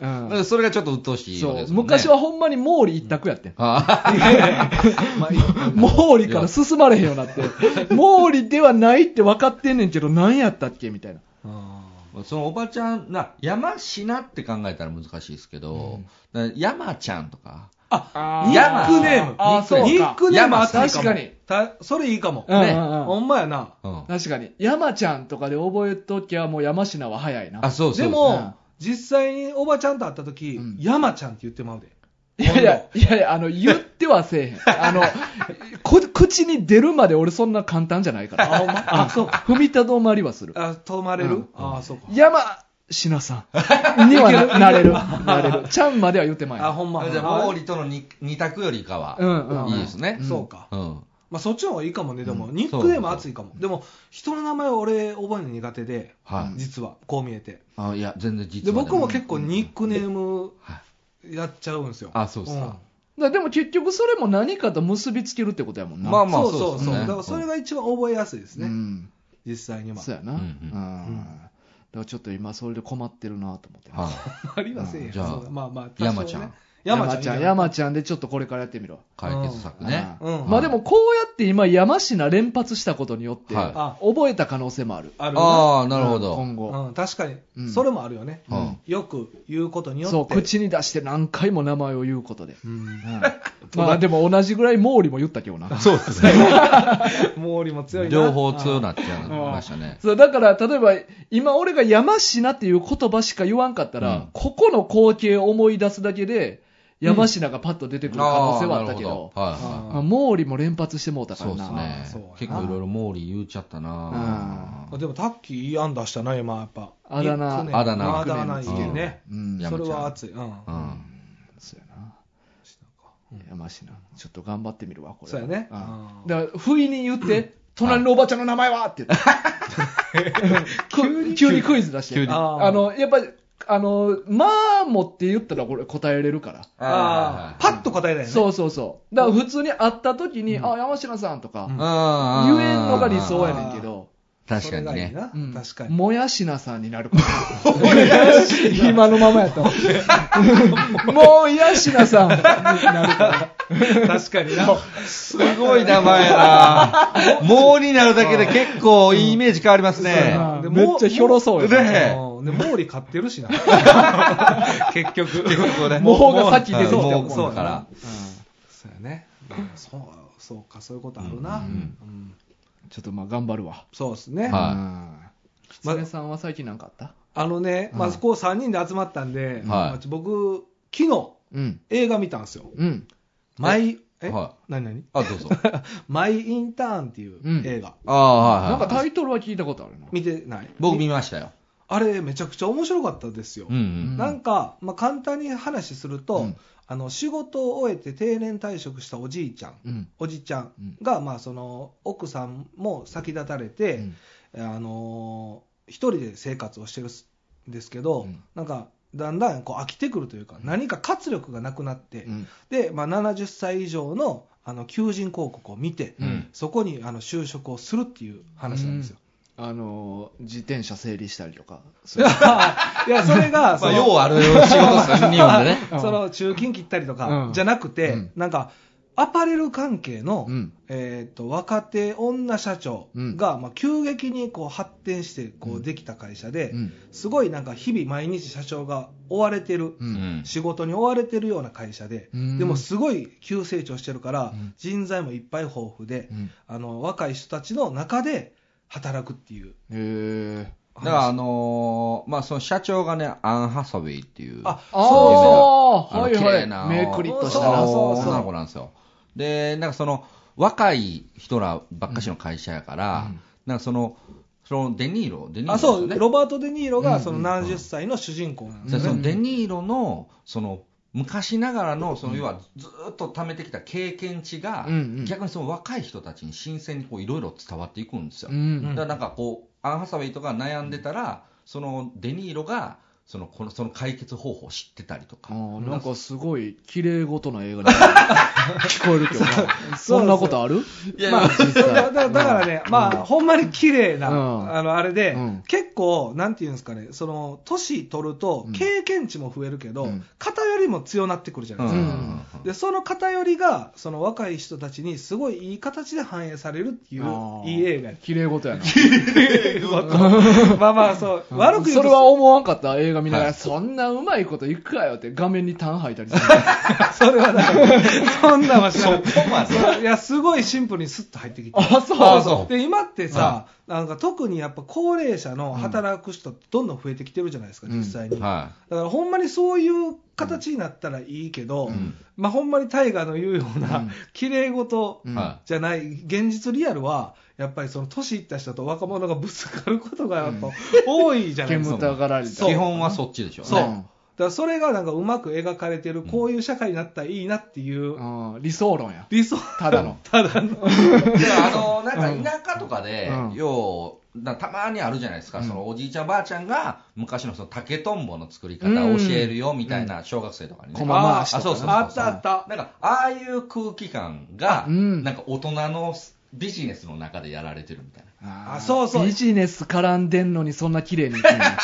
Speaker 1: うん
Speaker 3: うんそれがちょっと鬱陶しい
Speaker 1: そ
Speaker 3: わけで
Speaker 1: う
Speaker 3: すもんね。
Speaker 1: 昔はほんまに毛利一択やってん。
Speaker 3: あ
Speaker 2: まあいい
Speaker 1: (laughs) 毛利から進まれへんようになって。毛利ではないって分かってんねんけど、何やったっけみたいな。
Speaker 3: あ、そのおばちゃんな山科って考えたら難しいですけど、だから山ちゃんとか。
Speaker 2: あ
Speaker 1: あ
Speaker 2: ニックネーム
Speaker 1: あー、そうか。
Speaker 2: ニックネームあったらいい
Speaker 1: 確かに
Speaker 2: かもたそれいいかも、
Speaker 1: うんうんうん
Speaker 3: ね
Speaker 2: ほんまやな
Speaker 3: うん。
Speaker 1: 確かに。山ちゃんとかで覚えときゃ、もう山科は早いな。
Speaker 3: あ、そうそ
Speaker 2: で
Speaker 3: うそう。
Speaker 1: うん
Speaker 2: も実際におばちゃんと会った時、
Speaker 1: うん
Speaker 2: 山ちゃんって言ってまうで
Speaker 1: いやいや、いやいや、あの、言ってはせえへん。あ
Speaker 2: (laughs)
Speaker 1: の、こ口に出るまで俺そんな簡単じゃないから。
Speaker 2: あほんまあそうか
Speaker 1: 踏みとどまりはする。
Speaker 2: あ泊まれる、
Speaker 1: うん
Speaker 2: あそうか
Speaker 1: 山科さんにはななれる。なれ
Speaker 2: (laughs)
Speaker 1: る。ちゃんまでは言ってまい
Speaker 2: あ
Speaker 1: な。
Speaker 2: ほんま
Speaker 3: あじゃ
Speaker 2: あ
Speaker 3: あ毛利との二二択よりかは、
Speaker 1: うんうんうん。
Speaker 3: いいですね。
Speaker 2: そうか、
Speaker 3: うん。
Speaker 2: まあ、そっちの方がいいかもね、でも、
Speaker 3: うん
Speaker 2: ニックネーム熱いかも、でも、人の名前、俺、覚えるの苦手で、
Speaker 3: はい。
Speaker 2: 実は、こう見えて、
Speaker 3: あいや、全然実
Speaker 2: で
Speaker 3: はね、
Speaker 2: 僕も結構、ニックネーム
Speaker 3: はい
Speaker 2: やっちゃうんですよ、
Speaker 3: あ、そうですか。
Speaker 1: だでも結局それも何かと結びつけるってことやもんな。
Speaker 3: まあ
Speaker 2: うん
Speaker 3: まあ、
Speaker 2: そうそうそう、
Speaker 3: ですね
Speaker 2: だからそれが一番覚えやすいですね、
Speaker 1: うん。
Speaker 2: 実際には。
Speaker 1: そうやな。う
Speaker 3: うん
Speaker 1: う
Speaker 3: ん。う
Speaker 2: う
Speaker 3: ん
Speaker 2: ん
Speaker 1: んだからちょっと今それで困ってるなと思って。
Speaker 3: はい
Speaker 2: (laughs) ありませんよ、
Speaker 3: じゃあ
Speaker 2: そうまあまあ、
Speaker 3: 山ちゃん
Speaker 2: 山
Speaker 1: 山
Speaker 2: ち
Speaker 1: ち
Speaker 2: ゃ
Speaker 1: ゃ
Speaker 2: ん、
Speaker 1: ん、山ちゃんでちょっとこれからやってみろ。
Speaker 3: 解決策ね。
Speaker 1: うん
Speaker 2: うん
Speaker 1: まあでもこうやって今山科連発したことによって、
Speaker 3: は
Speaker 1: 覚えた可能性もある。
Speaker 2: あるな
Speaker 3: ああ、なるほど。
Speaker 1: 今後。
Speaker 2: うん、確か
Speaker 1: う
Speaker 2: に、
Speaker 1: ん
Speaker 2: それもあるよね、
Speaker 3: うん
Speaker 1: うん
Speaker 2: よく言うことによって、
Speaker 1: そう、口に出して何回も名前を言うことで。 (laughs)
Speaker 2: うん
Speaker 1: まあでも同じぐらい毛利も言ったけどな。
Speaker 3: そうですね。
Speaker 2: 毛 (laughs) 利も強いな、
Speaker 3: 両方強くなっちゃいましたね。
Speaker 1: そうだから、例えば、今俺が山科っていう言葉しか言わんかったら、
Speaker 3: うん
Speaker 1: ここの光景を思い出すだけで、山科がパッと出てくる可能性はあったけど、
Speaker 3: あーなるほどはいはい。
Speaker 2: あー
Speaker 1: まあ毛利も連発してもうたか
Speaker 3: そ
Speaker 1: ら
Speaker 3: うで
Speaker 1: な。
Speaker 3: す
Speaker 2: あーそうや
Speaker 3: ね
Speaker 2: な。
Speaker 3: 結構いろいろ毛利言っちゃったな
Speaker 2: あ。でもタッキーいい案出したな、今、やっぱ。
Speaker 1: あだ名
Speaker 2: ニックネーム
Speaker 3: あだ名
Speaker 2: あだ名いいね。
Speaker 1: うん、
Speaker 3: や
Speaker 2: そ
Speaker 3: 山ちゃん
Speaker 2: れは熱い。うん。
Speaker 3: うん。
Speaker 1: そうやな。山科。ちょっと頑張ってみるわ、これ。
Speaker 2: そうやね
Speaker 1: ん
Speaker 2: うん
Speaker 1: だから、不意に言って、隣のおばちゃんの名前はって言って。急に急にクイズ出して。
Speaker 3: 急に
Speaker 1: あーあの、やっぱり、あの、まあもって言ったらこれ答えれるから。
Speaker 2: ああ、パッと答えだよね。
Speaker 1: そうそうそう。だから普通に会った時に、あ、山科さんとか、
Speaker 3: あ
Speaker 1: 言えんのが理想やねんけど、
Speaker 3: 確かに
Speaker 2: それがいい
Speaker 3: ね。
Speaker 2: な
Speaker 1: うん
Speaker 2: 確かに。
Speaker 1: もやしなさんになるから。今のままやと。もうやしなさんになるから。
Speaker 2: 確かにな。
Speaker 3: すごい名前やな。
Speaker 1: (laughs)
Speaker 3: 毛利になるだけで結構いいイメージ変わります
Speaker 2: そうや
Speaker 3: ね。
Speaker 2: なで
Speaker 1: めっちゃひょろそうや
Speaker 3: ねえ
Speaker 2: うんで、毛利買ってる
Speaker 1: (laughs)
Speaker 2: しな。結局。
Speaker 1: な。もうが先に出てきた
Speaker 3: そう
Speaker 1: もん
Speaker 3: 毛
Speaker 1: な
Speaker 3: そうから。
Speaker 2: そうやね。うんそう、そうか、そういうことあるな。う
Speaker 3: うん
Speaker 2: ん
Speaker 1: ちょっとまあ頑張るわ。
Speaker 2: そうですね。
Speaker 3: はい
Speaker 1: い。きつねさんは最近なんかあった
Speaker 2: あのね、まずこう3人で集まったんで、まあ僕、昨日
Speaker 1: うん。
Speaker 2: 映画見たんですよ。
Speaker 1: うん。
Speaker 2: マイ、え
Speaker 3: は
Speaker 2: 何何
Speaker 3: あ、どうぞ。
Speaker 2: マイ・インターンっていう映画、
Speaker 3: ああ、はい
Speaker 1: な
Speaker 3: は
Speaker 1: ん
Speaker 3: い。
Speaker 1: かタイトルは聞いたことあるな。
Speaker 2: 見てない
Speaker 3: 僕見ましたよ。
Speaker 2: あれ、めちゃくちゃ面白かったですよ。
Speaker 3: うんうん。
Speaker 2: なんか、まあ、簡単に話すると、
Speaker 1: うん
Speaker 2: あの仕事を終えて定年退職したおじいちゃん、
Speaker 1: うん。
Speaker 2: おじちゃんが、まあ、その奥さんも先立たれて、あのー一人で生活をしてるんですけど、
Speaker 1: うん
Speaker 2: なんか、だんだんこう飽きてくるというか、何か活力がなくなって、
Speaker 1: うん
Speaker 2: でまあ、70歳以上のあの求人広告を見て、
Speaker 3: うん
Speaker 2: そこにあの就職をするっていう話なんですよ。
Speaker 1: あのー、自転車整理したりとか。
Speaker 2: (laughs) いやいや、そ
Speaker 1: (laughs)
Speaker 2: れが、そ
Speaker 3: まあ、
Speaker 2: の
Speaker 3: ようある仕事ですよ、日本でね。
Speaker 1: うん
Speaker 2: その中金切ったりと
Speaker 1: う
Speaker 2: か
Speaker 1: ん
Speaker 2: じゃなくて、
Speaker 1: うん
Speaker 2: なんか、アパレル関係の、
Speaker 3: うん
Speaker 2: えー、と若手女社長が、まあ、急激にこう発展してこうできた会社で、
Speaker 3: うん
Speaker 2: すごいなんか日々毎日社長が追われてる、
Speaker 3: うん
Speaker 2: 仕事に追われてるような会社で、
Speaker 3: うん
Speaker 2: でもすごい急成長してるから、
Speaker 3: うん
Speaker 2: 人材もいっぱい豊富で、
Speaker 3: うん
Speaker 2: あの若い人たちの中で働くっていう。
Speaker 3: へえ。だから、あのーまあ、その社長がね、アン・ハサウェイっていう、
Speaker 2: あ
Speaker 1: ああ、
Speaker 3: の
Speaker 1: はい
Speaker 3: 綺麗
Speaker 1: は。
Speaker 3: ない
Speaker 1: めくりっとした
Speaker 2: そう
Speaker 1: な。
Speaker 2: そうそう
Speaker 3: 女の子なんですよ。で、なんかその、若い人らばっかしの会社やから、なんかその、そのデニーロ、デニーロ
Speaker 2: あ
Speaker 3: ですよ
Speaker 2: そう、
Speaker 3: ね
Speaker 2: ロバート・デ・ニーロ
Speaker 3: う
Speaker 2: が
Speaker 3: ん
Speaker 2: その70歳の主人公なんです
Speaker 3: で
Speaker 2: よね。
Speaker 3: そのデニーロのその昔ながらのその要はずーっと貯めてきた経験値が
Speaker 1: うんうん
Speaker 3: 逆にその若い人たちに新鮮にこういろいろ伝わっていくんですよ。
Speaker 1: う
Speaker 3: だ
Speaker 1: ん。
Speaker 3: からなんかこうアン・ハサウェイとか悩んでたらそのデニーロがそのこのその解決方法を知ってたりと
Speaker 1: あ
Speaker 3: か。
Speaker 1: ーなんかすごい綺麗事の映画に (laughs) 聞こえるけどな。そんなことある
Speaker 3: いや
Speaker 1: まあ、実
Speaker 2: そうだ
Speaker 1: 際。
Speaker 2: だだからね、まあ、ほんまに綺麗な、
Speaker 1: うん
Speaker 2: あの、あれで、
Speaker 1: うん
Speaker 2: 結構、なんていうんですかね、その、年取ると
Speaker 1: うん、
Speaker 2: 経験値も増えるけど、
Speaker 1: うん
Speaker 2: 偏りも強なってくるじゃないですか。
Speaker 1: ん
Speaker 2: で、その偏りが、その若い人たちに、すごいいい形で反映されるっていう
Speaker 1: あ、ー
Speaker 2: いい映画や
Speaker 1: 綺麗事やな。
Speaker 2: (laughs) まあまあ、そう、悪く言
Speaker 1: そうれ
Speaker 2: と、
Speaker 1: は思わんかった映画見ながら、
Speaker 3: はい
Speaker 1: そんなうまいこといくかよって画面にタン吐いたりす
Speaker 2: (laughs)
Speaker 1: る。
Speaker 2: それはだから、 (laughs) そんなんは知らない。
Speaker 3: ま
Speaker 2: そういや、すごいシンプルにスッと入ってきて。
Speaker 1: そう
Speaker 3: あそう
Speaker 2: で今ってさ、なんか特にやっぱ高齢者の働く人ってどんどん増えてきてるじゃないですか、
Speaker 1: うん
Speaker 2: 実際に、
Speaker 3: は
Speaker 2: だからほんまにそういう形になったらいいけど、
Speaker 3: ん
Speaker 2: まあ、ほんまに大河の言うよう
Speaker 1: う
Speaker 2: なん綺麗事
Speaker 1: うん
Speaker 3: は
Speaker 2: じゃない、現実リアルは、やっぱりその年いった人と若者がぶつかることがやっぱ多いじゃないです
Speaker 1: 煙
Speaker 2: か。
Speaker 1: たがられ
Speaker 3: い
Speaker 1: た
Speaker 2: そう
Speaker 1: り。
Speaker 3: 基本はそっちでしょ
Speaker 2: そう
Speaker 3: ね。
Speaker 2: だからそれがなんかうまく描かれてる、こういう社会になったらいいなっていう
Speaker 1: うんうん理想論や。
Speaker 2: 理想、。
Speaker 1: ただの
Speaker 2: ただの。
Speaker 3: いやあのなんか田舎とかで、
Speaker 1: うん
Speaker 3: ようなたまにあるじゃないですか、
Speaker 1: うん
Speaker 3: そのおじいちゃんばあちゃんが昔のその竹とんぼの作り方を教えるよみたいな小学生とかにね、
Speaker 1: うん
Speaker 3: あ
Speaker 1: まあ
Speaker 2: ー
Speaker 1: あ
Speaker 3: そうそうそう
Speaker 2: あったあった。
Speaker 3: なんかああいう空気感が、
Speaker 1: うん
Speaker 3: なんか大人のビジネスの中でやられてるみたいな。
Speaker 1: あー
Speaker 2: そうそう
Speaker 1: ビジネス絡んでんのにそんな綺麗にい
Speaker 2: (laughs)
Speaker 1: くんや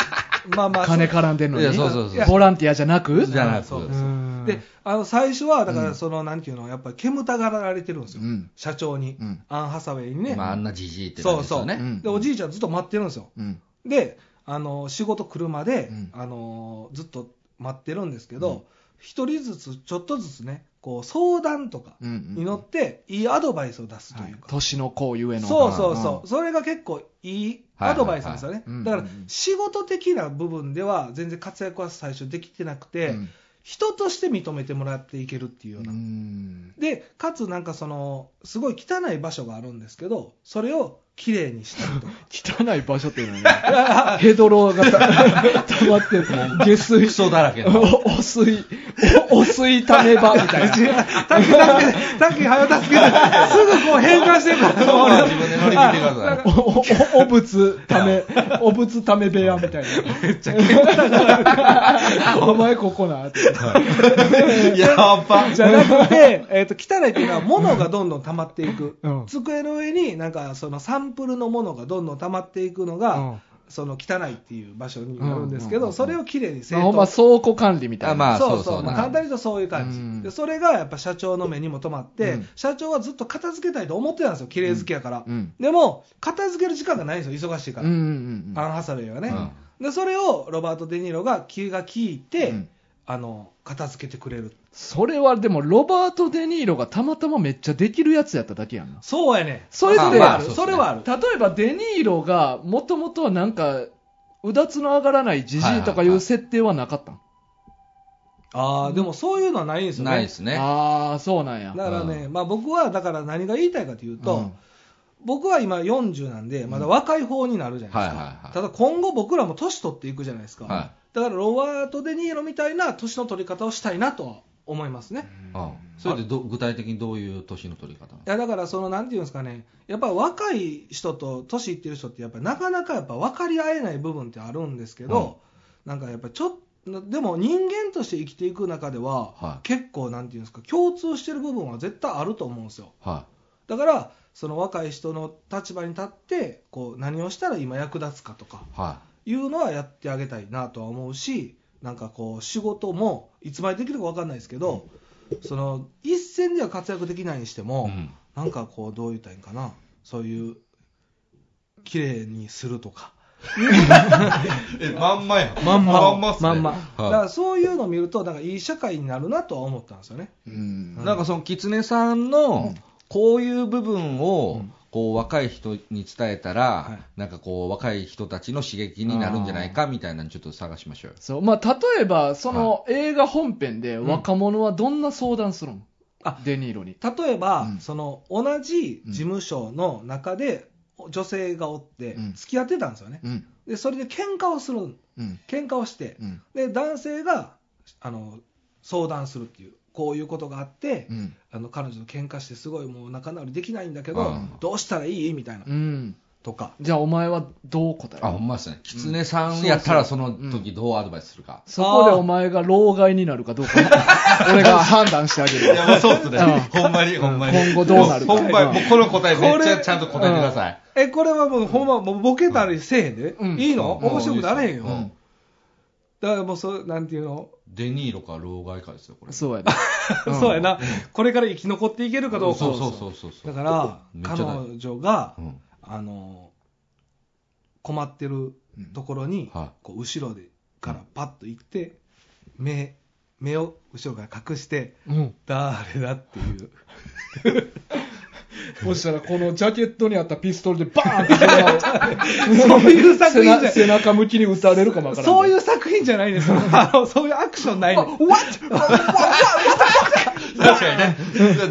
Speaker 2: まあまあ、
Speaker 1: 金絡んでんの
Speaker 3: い
Speaker 1: に
Speaker 3: やそうそうそう
Speaker 2: いや
Speaker 1: ボランティアじゃなく
Speaker 3: じゃなく
Speaker 2: そう
Speaker 1: う
Speaker 2: そ
Speaker 1: ん
Speaker 2: で、あの最初は、だから、その、なんていうの、やっぱり煙たがられてるんですよ、
Speaker 1: うん
Speaker 2: 社長に、
Speaker 1: うん
Speaker 2: アン・ハサウェイにね、
Speaker 3: まあ、あんなじじいって感じですよね。
Speaker 1: そうそううん
Speaker 2: でおじいちゃん、ずっと待ってるんですよ、
Speaker 1: うん
Speaker 2: で、あの仕事来るまで、
Speaker 1: うん
Speaker 2: あのずっと待ってるんですけど、一、人ずつ、ちょっとずつね、こう相談とか
Speaker 1: うんうん
Speaker 2: に乗って、いいアドバイスを出すと
Speaker 1: はいいう
Speaker 2: か、
Speaker 1: 年の子ゆえの
Speaker 2: そうそうそう、それが結構いいアドバイスなんですよね
Speaker 1: はいはいは、い
Speaker 2: だか
Speaker 1: うん
Speaker 2: ら
Speaker 1: うんうん
Speaker 2: 仕事的な部分では、全然活躍は最初できてな
Speaker 1: う
Speaker 2: くて、
Speaker 1: ん
Speaker 2: 人として認めてもらっていけるっていうよう
Speaker 1: う
Speaker 2: な。
Speaker 1: ん
Speaker 2: で、かつなんかその、すごい汚い場所があるんですけど、それをきれいにしたりとか。
Speaker 1: 汚い場所っていうのはね (laughs) ヘドロが溜まってる
Speaker 2: (laughs)
Speaker 1: 下水
Speaker 3: クソだらけの。
Speaker 1: おお水おお水溜め
Speaker 2: (laughs)
Speaker 1: 場みたいな
Speaker 2: タキ、タキ、タキ、はよ助けて、すぐこう変換してくる
Speaker 3: ほ
Speaker 2: 俺
Speaker 3: ら自分で乗り切ってください。
Speaker 1: おおおお仏ためお仏ため部屋みたいなお前ここなって (laughs)
Speaker 3: やば。
Speaker 2: じゃなくて、えっと、汚いっていうのは、物がどんどん溜まっていく。
Speaker 1: うん
Speaker 2: 机の上に、なんか、そのサンプルのものがどんどん溜まっていくの
Speaker 1: う
Speaker 2: が
Speaker 1: ん、
Speaker 2: その汚いっていう場所になるんですけ
Speaker 1: うんうんうんう
Speaker 2: ど、
Speaker 1: ん
Speaker 2: それをきれいに整
Speaker 1: まあほんま
Speaker 2: 頓
Speaker 1: 倉庫管理みたいな
Speaker 3: あまあ
Speaker 2: そう
Speaker 3: そう
Speaker 2: そ、
Speaker 3: そうう
Speaker 2: まあ
Speaker 3: なんか
Speaker 2: 簡単に言うとそういう感じ、
Speaker 1: うん
Speaker 2: でそれがやっぱ社長の目にも留まって、
Speaker 1: うん
Speaker 2: 社長はずっと片付けたいと思ってたんですよ、綺麗好きやから、
Speaker 1: うん
Speaker 2: でも、片付ける時間がないんですよ、忙しいか
Speaker 1: うん
Speaker 2: ら、
Speaker 1: うんうん
Speaker 2: アン・ハサウェイはね、で、それをロバート・デ・ニーロが気が利いて、
Speaker 1: うん
Speaker 2: あの片付けてくれる、
Speaker 1: それはでもロバート・デ・ニーロがたまたまめっちゃできるやつやっただけやんな
Speaker 2: そうやね、
Speaker 1: それって
Speaker 2: そ
Speaker 3: まあ
Speaker 2: れはある、
Speaker 3: そうっすね
Speaker 2: それはある、
Speaker 1: 例えばデ・ニーロがもともとはなんかうだつの上がらないじじいとかい
Speaker 3: はいはいは
Speaker 1: う
Speaker 3: い
Speaker 1: 設定はなかったん、
Speaker 2: あーでもそういうのはないんですよね。
Speaker 3: ないですね。
Speaker 1: ああそうなんや
Speaker 2: だからね、まあ、僕はだから何が言いたいかというと、
Speaker 1: うん
Speaker 2: 僕は今40なんで、まだ若い方になるじゃないですか、
Speaker 3: はいはいはい
Speaker 2: ただ今後、僕らも年取っていくじゃないですか、
Speaker 3: は
Speaker 2: だからロバート・デ・ニーロみたいな年の取り方をしたいなとは思いますね。
Speaker 3: うんそれでど具体的にどういう年の取り方なの
Speaker 2: いやだから、そのなんていうんですかね、やっぱり若い人と年いってる人って、やっぱりなかなかやっぱ分かり合えない部分ってあるんですけど、なんかやっぱちょっと、でも人間として生きていく中では、
Speaker 3: はい
Speaker 2: 結構なんていうんですか、共通してる部分は絶対あると思うんですよ。
Speaker 3: は
Speaker 2: だからその若い人の立場に立ってこう何をしたら今役立つかとか
Speaker 3: い。は
Speaker 2: いうのはやってあげたいなとは思うしなんかこう仕事もいつまでできるか分かんないですけど、その一戦では活躍できないにしても、
Speaker 3: うん
Speaker 2: なんかこうどう言ったらいいんかなそういう綺麗にするとか
Speaker 3: え、まんまや。
Speaker 2: まんま
Speaker 3: まんまっすね。
Speaker 1: まんま
Speaker 2: だ
Speaker 3: はい
Speaker 2: からそういうのを見るとなんかいい社会になるなとは思ったんですよね
Speaker 1: うん
Speaker 3: なんかその狐さんのこういう部分をこう若い人に伝えた
Speaker 2: は
Speaker 3: ら
Speaker 2: い、
Speaker 3: なんかこう若い人たちの刺激になるんじゃないかみたいなのちょっと探しましょうよ。
Speaker 1: そうまあ、例えば、その映画本編で若者はどんな相談するん、
Speaker 2: あ
Speaker 1: デニーロに。
Speaker 2: 例えば、
Speaker 4: うん
Speaker 2: その同じ事務所の中で女性がおって
Speaker 4: うん
Speaker 2: 付き合ってたんですよね、
Speaker 4: うん
Speaker 2: でそれで喧嘩をする
Speaker 4: うん
Speaker 2: 喧嘩をして
Speaker 4: うん
Speaker 2: で男性があの相談するっていうこういうことがあって、
Speaker 4: うん
Speaker 2: あの彼女と喧嘩してすごいもう仲直りできないんだけど、
Speaker 3: うん
Speaker 2: どうしたらいいみたいな、
Speaker 1: うん、
Speaker 2: とか
Speaker 1: じゃあ、お前はどう答え
Speaker 3: あ、
Speaker 1: る
Speaker 3: ほんまですね。狐さんやったらその時どうアドバイスするか。
Speaker 1: そこでお前が老害になるかどうか、俺が判断してあげるよ。
Speaker 3: もうそうっす
Speaker 1: うん
Speaker 3: ほんまに、ほ
Speaker 1: 今後どうなるか
Speaker 3: ほんまに、もうこの答えめっち
Speaker 2: こ
Speaker 3: ゃ
Speaker 2: れ
Speaker 3: ちゃんと答えてください。
Speaker 2: えこれはもうほんまもうボケたりせえへんで、
Speaker 1: うん
Speaker 2: いいの、
Speaker 3: うん
Speaker 2: 面白くなれへんよ、
Speaker 3: うん
Speaker 2: だからもうそうなんていうの、
Speaker 3: デニーロか老害かですよ、これ。
Speaker 1: そうやな。ん
Speaker 2: (laughs) そうやな、これから生き残っていけるかどうか、
Speaker 3: そうそうそうそうそ
Speaker 2: だ
Speaker 3: う。
Speaker 2: から
Speaker 3: めっちゃ
Speaker 2: 彼
Speaker 3: 大
Speaker 2: 女が、
Speaker 3: うん
Speaker 2: あの困ってるところに、
Speaker 3: はい
Speaker 2: こう後ろでからパッと行って、目目を後ろから隠して
Speaker 1: うん。
Speaker 2: 誰だっていう
Speaker 1: そしたら、このジャケットにあったピストルでバーンってそ
Speaker 2: そういう作品じゃ
Speaker 1: 背中向きに撃たれるかもわからんで。
Speaker 2: そういう作品じゃないです
Speaker 3: (laughs)
Speaker 2: よあのそういうアクションないの (laughs)
Speaker 3: 確かにね。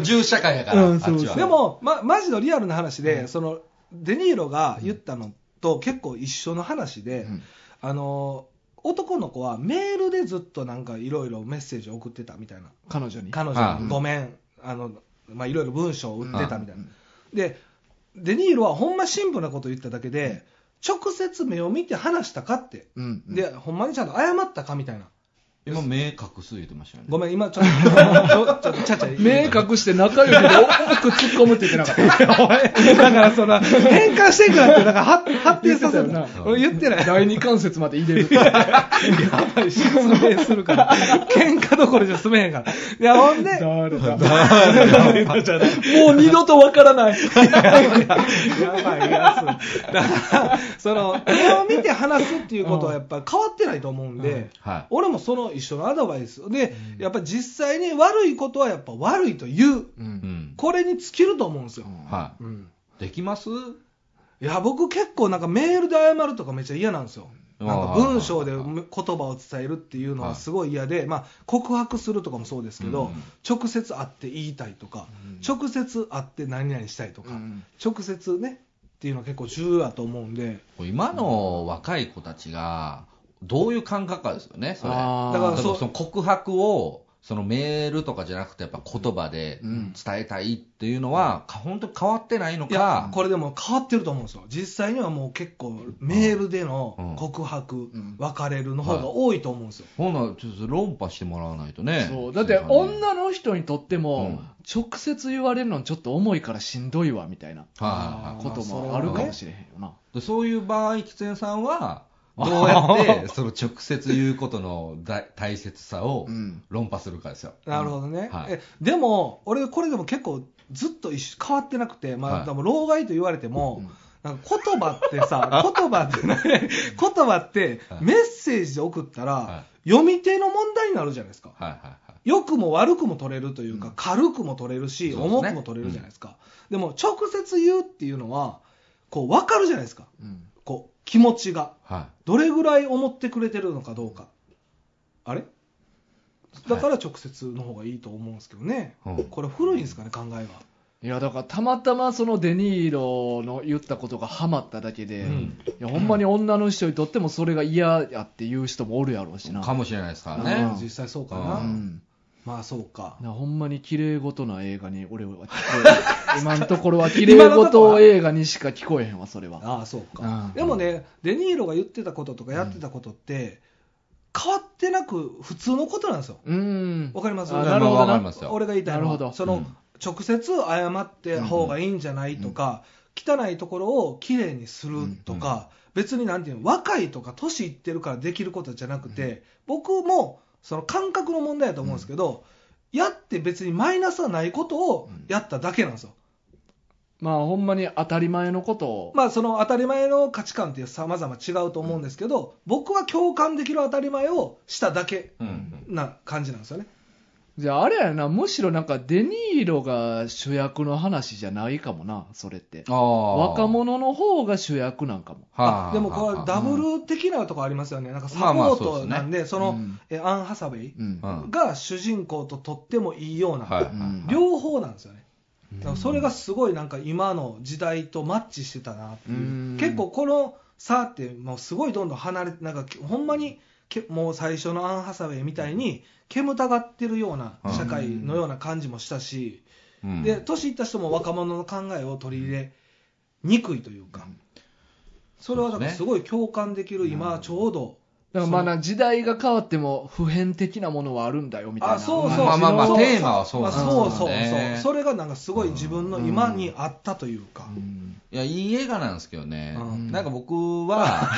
Speaker 3: (laughs) 銃社会やから、
Speaker 1: う
Speaker 3: あ
Speaker 1: ん
Speaker 3: っ
Speaker 1: そう
Speaker 3: ち
Speaker 1: そ
Speaker 3: は。
Speaker 1: う
Speaker 2: で、も、ま、マジのリアルな話で、そのデニーロが言ったのと結構一緒の話で、
Speaker 4: うん
Speaker 2: あの男の子はメールでずっとなんかいろいろメッセージを送ってたみたいな
Speaker 1: 彼女に。
Speaker 2: 彼
Speaker 3: あ
Speaker 2: 女
Speaker 3: あ
Speaker 2: にごめんあの、まあ、いろいろ文章を売ってたみたいな
Speaker 4: うん
Speaker 2: でデニーロはほんまシンプルなこと言っただけで直接目を見て話したかって
Speaker 4: うん
Speaker 2: でほんまにちゃんと謝ったかみたいな
Speaker 3: 今、目隠す言ってましたよね。
Speaker 2: ごめん今ちょっとちょっとちゃちゃ
Speaker 1: 目隠して仲良くで大きく突っ込むって言ってなかった。
Speaker 2: だからその変換していくなってだから発発展させる
Speaker 1: 言ってたよな
Speaker 2: 俺言ってない
Speaker 1: 第二関節まで入れる。
Speaker 2: やばい、失明するから。喧嘩どころじゃ済めへんから。いや、ほんで、
Speaker 1: 誰だもう二度とわからない。
Speaker 2: やばい、やつ。だから、その、これを見て話すっていうことはやっぱ変わってないと思うんで、
Speaker 3: はい。
Speaker 2: 俺もその一緒のアドバイス。で、やっぱ実際に悪いことはやっぱ悪いと言う。
Speaker 4: う
Speaker 3: うんん。
Speaker 2: これに尽きると思うんですよ。
Speaker 3: は
Speaker 2: うん。
Speaker 3: い。できます
Speaker 2: いや、僕結構なんかメールで謝るとかめっちゃ嫌なんですよ。
Speaker 3: うん
Speaker 2: なんか文章で言葉を伝えるっていうのはすごい嫌で、まあ、告白するとかもそうですけど、
Speaker 3: うん
Speaker 2: 直接会って言いたいとか、直接会って何々したいと
Speaker 4: う
Speaker 2: か、
Speaker 4: ん
Speaker 2: 直接ねっていうのは結構重要だと思うんで
Speaker 3: 今の若い子たちが、どういう感覚かですよね、それ。
Speaker 1: あー
Speaker 2: だから
Speaker 3: 例えば
Speaker 2: そう
Speaker 3: その告白を、そのメールとかじゃなくて、やっぱ言葉で
Speaker 4: うん
Speaker 3: 伝えたいっていうのは、か本当に変わってないの
Speaker 2: いや
Speaker 3: か、
Speaker 2: これでも変わってると思うんですよ実際にはもう結構メールでの告白、
Speaker 4: うん
Speaker 2: 別れるの方が多いと思うんですよ、
Speaker 3: ほんならちょっと論破してもらわないとね。
Speaker 1: そうだって
Speaker 3: そうそうね
Speaker 1: 女の人にとっても、直接言われるのちょっと重いからしんどいわみたいな
Speaker 3: はいはいはい
Speaker 1: こともあるかもしれへんよな。
Speaker 3: でそういう場合、喫煙さんは、どうや
Speaker 1: (laughs)
Speaker 3: って、その直接言うことの大大切さを
Speaker 4: うん
Speaker 3: 論破するかですよ。
Speaker 2: なるほどね、
Speaker 3: はい
Speaker 2: えでも俺これでも結構ずっと一緒変わってなくて、まあ
Speaker 3: はい
Speaker 2: 多分老害と言われても、なんか言葉って
Speaker 1: (laughs)
Speaker 2: さ、言葉ってね、言葉って
Speaker 3: はい
Speaker 2: メッセージで送ったら、
Speaker 3: は
Speaker 2: 読み手の問題になるじゃないですか。
Speaker 3: はいはいはい。
Speaker 2: 良くも悪くも取れるというか、軽くも取れるし、
Speaker 3: そうですね
Speaker 2: 重くも取れるじゃないですか。でも、直接言うっていうのは、こう、わかるじゃないですか。
Speaker 4: うん
Speaker 2: こう、気持ちが。
Speaker 3: は
Speaker 2: どれぐらい思ってくれてるのかどうか。あれだから直接の方がいいと思うんですけどね。
Speaker 3: うん
Speaker 2: これ古いんですかね、考えが。
Speaker 1: いやだからたまたまそのデニーロの言ったことがハマっただけで、
Speaker 2: うん
Speaker 1: いやほんまに女の人にとってもそれが嫌やって言う人もおるやろうしな。
Speaker 3: い。かもしれないですから
Speaker 1: う
Speaker 3: ね
Speaker 1: ん。
Speaker 2: 実際そうかな。
Speaker 4: うん
Speaker 2: まあそうか。
Speaker 1: なほんまに綺麗事な映画に俺は聞こえ今のところは綺麗事映画にしか聞こえへんわそれは
Speaker 2: ああそう
Speaker 1: う
Speaker 2: か
Speaker 1: ん
Speaker 2: でもねデニーロが言ってたこととかやってたことって、変わってなく普通のことなんですよ
Speaker 1: うん
Speaker 2: わかります
Speaker 1: あなるほどな
Speaker 3: わかりますよ。
Speaker 2: 俺が言いたいの
Speaker 1: な
Speaker 2: は
Speaker 1: るほど
Speaker 2: そうの
Speaker 3: ん
Speaker 2: 直接謝って方がいいんじゃないとか、汚いところをきれいにするとか、別になんていうの若いとか年いってるからできることじゃなくて、僕もその感覚の問題だと思うんですけど、やって別にマイナスはないことをやっただけなんですよ。
Speaker 1: まあ、ほんまに当たり前のことを。
Speaker 2: まあ、その当たり前の価値観って様々違うと思うんですけど、僕は共感できる当たり前をしただけ
Speaker 3: うん
Speaker 2: な感じなんですよね。
Speaker 1: じゃあ、あれやな、むしろなんか、デニーロが主役の話じゃないかもな、それって。
Speaker 3: ああ
Speaker 1: 若者の方が主役なんかも。
Speaker 3: はあ
Speaker 2: でもこれはダブル的なとこありますよね。なんかサポートなんで、そ
Speaker 1: まあ
Speaker 2: の
Speaker 1: まあそう、
Speaker 2: えアン・ハサウェイ
Speaker 1: うん。
Speaker 3: うん
Speaker 2: が主人公ととってもいいような、
Speaker 3: はいはい
Speaker 1: うん
Speaker 2: 両方なんですよね。
Speaker 1: うん
Speaker 2: だからそれがすごいなんか今の時代とマッチしてたなっていううん結構この差ってもうすごいどんどん離れてなんかほんまにけもう最初のアン・ハサウェイみたいに煙たがってるような社会のような感じもしたし、
Speaker 3: うん
Speaker 2: で年いった人も若者の考えを取り入れにくいというか、それはだからすごい共感できる今ちょうど、
Speaker 1: だからまあな、時代が変わっても、普遍的なものはあるんだよ、みたいな。
Speaker 2: あそうそう
Speaker 3: まあまあまあ
Speaker 2: そう
Speaker 3: テーマはそうなんですよね
Speaker 2: まあそうそうそうそれがなんかすごい自分の今にあったというか、
Speaker 3: いや、いい映画なんですけどね
Speaker 2: う。
Speaker 1: ん
Speaker 3: なんか僕は、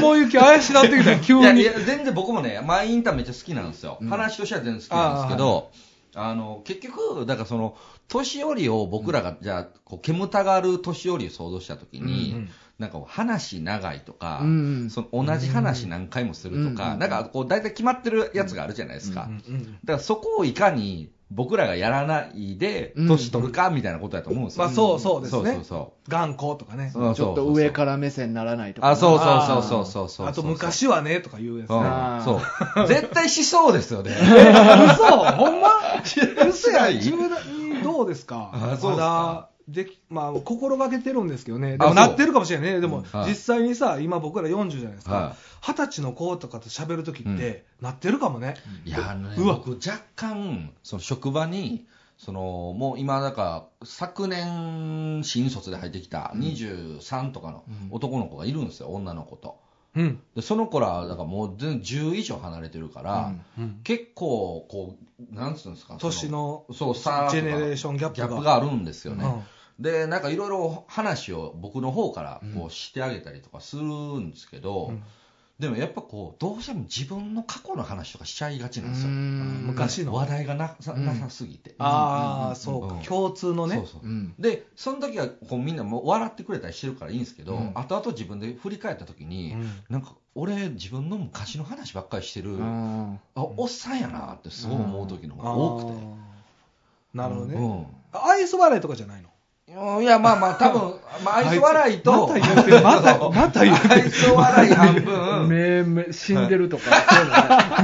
Speaker 2: 雲行き怪しなってきた急
Speaker 3: い
Speaker 2: に
Speaker 3: やいや全然僕もね、マイインターめっちゃ好きなんですよ、
Speaker 1: うん
Speaker 3: 話としては全然好きなんですけど、あ,、の結局、だからその年寄りを僕らが、じゃあこう煙たがる年寄りを想像したときに、
Speaker 2: うんうん
Speaker 3: なんかこう話長いとか、
Speaker 1: うん
Speaker 3: その同じ話何回もするとか、
Speaker 1: うん
Speaker 3: なんかこう大体決まってるやつがあるじゃないです
Speaker 2: う
Speaker 3: か、
Speaker 2: んうん
Speaker 3: だからそこをいかに僕らがやらないで、
Speaker 1: うん
Speaker 3: 年取るかみたいなことだと思うんですよ、
Speaker 2: まあそうそうですね
Speaker 3: そうそうそ
Speaker 2: 頑固とかね
Speaker 3: うそうそうそう
Speaker 1: ちょっと上から目線ならないとか。
Speaker 3: あそう
Speaker 2: あー
Speaker 3: そうそうそうそうそう
Speaker 2: あと昔はねとか言うやつ
Speaker 3: う
Speaker 2: ね
Speaker 3: ん
Speaker 1: あー
Speaker 3: そう絶対しそうですよね。
Speaker 2: 嘘ほんま嘘や
Speaker 3: しない
Speaker 2: 10代どうですか
Speaker 3: あそうですか
Speaker 2: まだできまあ心がけてるんですけどねでも
Speaker 3: あそう
Speaker 2: なってるかもしれないねでも
Speaker 3: はい
Speaker 2: 実際にさ今僕ら40じゃないです
Speaker 3: は
Speaker 2: か二十歳の子とかと喋るときってなってるかもね
Speaker 3: いや、あのね、
Speaker 2: うわ
Speaker 3: 僕、若干、その職場に、そのもう今、だから昨年、新卒で入ってきた23とかの男の子がいるんですよ、女の子と。
Speaker 2: うん
Speaker 3: で、その子ら、だからもう全然10以上離れてるから、
Speaker 2: うん
Speaker 3: 結構、こう、なんつうんですか、そ
Speaker 2: 年の
Speaker 3: そう、差とか
Speaker 2: ジェネレーションギャップが
Speaker 3: があるんですよね。
Speaker 2: うん
Speaker 3: で、なんかいろいろ話を僕の方からこうしてあげたりとかするんですけど、
Speaker 2: うん
Speaker 3: でもやっぱこう、どうしても自分の過去の話とかしちゃいがちなんですよ。
Speaker 1: ん
Speaker 2: 昔の
Speaker 3: 話題がなさ
Speaker 1: うん
Speaker 3: なさすぎて、
Speaker 2: あ
Speaker 1: う
Speaker 2: あ
Speaker 1: ん
Speaker 2: そう
Speaker 3: う
Speaker 2: か
Speaker 3: ん
Speaker 2: 共通のね
Speaker 3: そうそう
Speaker 1: うん。
Speaker 3: でその時はこうみんなもう笑ってくれたりしてるからいいんですけど、
Speaker 2: うん
Speaker 3: 後々自分で振り返った時に、
Speaker 2: うん
Speaker 3: なんか俺自分の昔の話ばっかりしてる、
Speaker 1: うん
Speaker 3: あおっさんやなってすごい思う時のが多くて、
Speaker 2: あーなるほどね、
Speaker 3: うん
Speaker 2: アイス笑いとかじゃないの
Speaker 3: いやまあまあ
Speaker 2: (laughs)
Speaker 3: 多分、まあ、愛想笑い
Speaker 2: ま
Speaker 3: と
Speaker 2: た言ってるまたまた言ってる
Speaker 3: (laughs) 愛想笑い半
Speaker 2: (laughs)
Speaker 3: 分目
Speaker 1: 目、目、死んでるとか、そう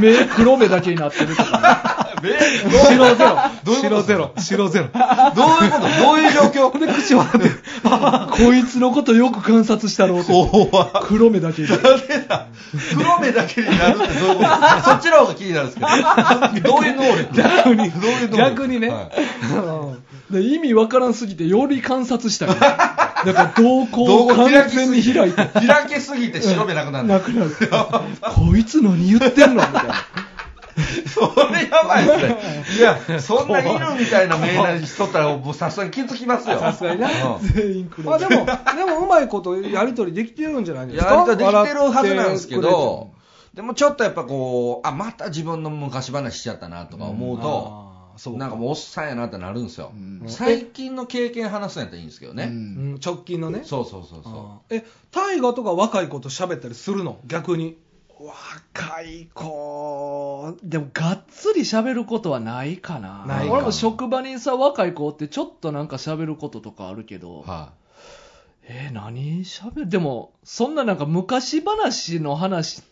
Speaker 1: いうのね目、黒目だけになってるとか、
Speaker 2: 白ゼロ
Speaker 3: どういうこと
Speaker 2: 白ゼロ白ゼロ
Speaker 3: どういうことどういう状況
Speaker 2: で (laughs) 口笑ってる
Speaker 1: ね、こいつのことよく観察したろうと。黒目だけに。
Speaker 3: 黒目だけになるってどういうことそっちの方が気になるんですけど、どういう能力逆に、どういう能力
Speaker 2: 逆にね
Speaker 3: はい
Speaker 1: で意味わからんすぎて、より観察したい。だから、瞳孔
Speaker 3: 道
Speaker 1: を
Speaker 3: 後
Speaker 1: 完
Speaker 3: 開き
Speaker 1: 全
Speaker 3: す
Speaker 1: に
Speaker 3: ぎて、
Speaker 1: 開いて。
Speaker 3: 開けすぎて白目なくなるん
Speaker 1: な
Speaker 3: だ。
Speaker 1: くなる。こいつ何言ってんのみたいな。
Speaker 3: それやばいですね。いや、そんな犬みたいな目なしとったら、もうさすがに気づきますよ。さすがにな。や
Speaker 1: 全員黒目
Speaker 2: まあでもでもうまいことやりとりできてるんじゃないですか
Speaker 3: りとりできてるはずなんですけど、でもちょっとやっぱこう、あ、また自分の昔話しちゃったなとか思うと、
Speaker 2: あーそう
Speaker 3: なんかもうおっさんやなってなるんですよ。
Speaker 1: ん
Speaker 3: 最近の経験話すんやったらいいんですけどね。
Speaker 1: うん
Speaker 2: うん直近のね
Speaker 3: そうそうそうそう。
Speaker 2: あーえ大河とか若い子と喋ったりするの逆に
Speaker 1: 若い子、でもがっつり喋ることはないかな。
Speaker 2: ないか
Speaker 1: 俺も職場にさ、若い子ってちょっとなんか喋ることとかあるけど、
Speaker 3: は
Speaker 1: えー、何喋るでも、そんななんか昔話の話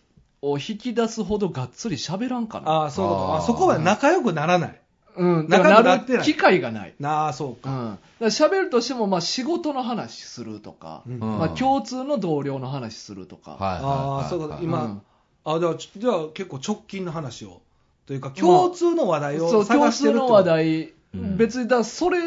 Speaker 1: を引き出すほどがっつり喋らんかな。
Speaker 2: ああそういうこと
Speaker 3: あー
Speaker 2: あそこは仲良くならない
Speaker 1: うん、だか
Speaker 2: 仲良
Speaker 1: ら
Speaker 2: くな
Speaker 1: な
Speaker 2: ってない
Speaker 1: る機会がない。
Speaker 2: なあそう
Speaker 1: う
Speaker 2: か、
Speaker 1: ん、だから喋るとしても、まあ、仕事の話するとか、
Speaker 2: うん
Speaker 3: うん
Speaker 1: まあ、共通の同僚の話するとか、
Speaker 3: い。はいはいはい
Speaker 2: ああそういうこと今、
Speaker 1: うん
Speaker 2: あじゃあちょじゃあ結構直近の話をというか共通の話題
Speaker 1: そ
Speaker 2: を
Speaker 1: う共
Speaker 2: 探してる
Speaker 1: 通
Speaker 2: ってこ
Speaker 1: の
Speaker 2: と
Speaker 1: 話題、
Speaker 3: うん
Speaker 1: 別にだそれ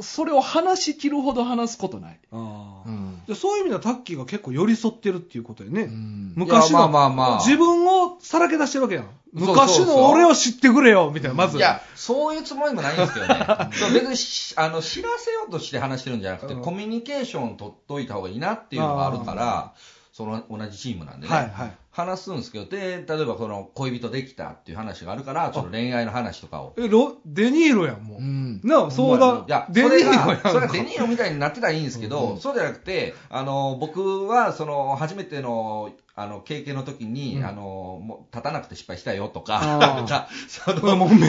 Speaker 1: それを話し切るほど話すことない、
Speaker 2: あー
Speaker 1: ん
Speaker 2: じゃあそういう意味ではタッキーが結構寄り添ってるっていうことやね、
Speaker 1: うん
Speaker 2: 昔
Speaker 3: いや
Speaker 2: の
Speaker 3: まあまあまあ
Speaker 2: 自分をさらけ出してるわけやん
Speaker 3: そうそうそう
Speaker 2: 昔の俺を知ってくれよみたいなまず
Speaker 3: いや、そういうつもりもないんですけどね。 (laughs) そう別にしあの知らせようとして話してるんじゃなくて、
Speaker 2: うん
Speaker 3: コミュニケーション取っといた方がいいなっていうのがあるから、その同じチームなんでね。
Speaker 2: はいはい
Speaker 3: 話すんですけど、で、例えばこの恋人できたっていう話があるから、ちょっと恋愛の話とかを。
Speaker 2: え、ロ、デニーロやん、もう。
Speaker 1: うん
Speaker 2: なあ、相談
Speaker 3: いや、。そ
Speaker 2: デニ
Speaker 3: れ
Speaker 2: ーロや
Speaker 3: が
Speaker 2: ん、か。
Speaker 3: それがデニーロみたいになってたらいいんですけど、そうじゃなくて、あの、僕は、その、初めての、あの、経験の時に、あの、もう、立たなくて失敗したよと
Speaker 1: あ
Speaker 3: か、
Speaker 1: ー
Speaker 3: (laughs) なんか、その、
Speaker 2: もうめ、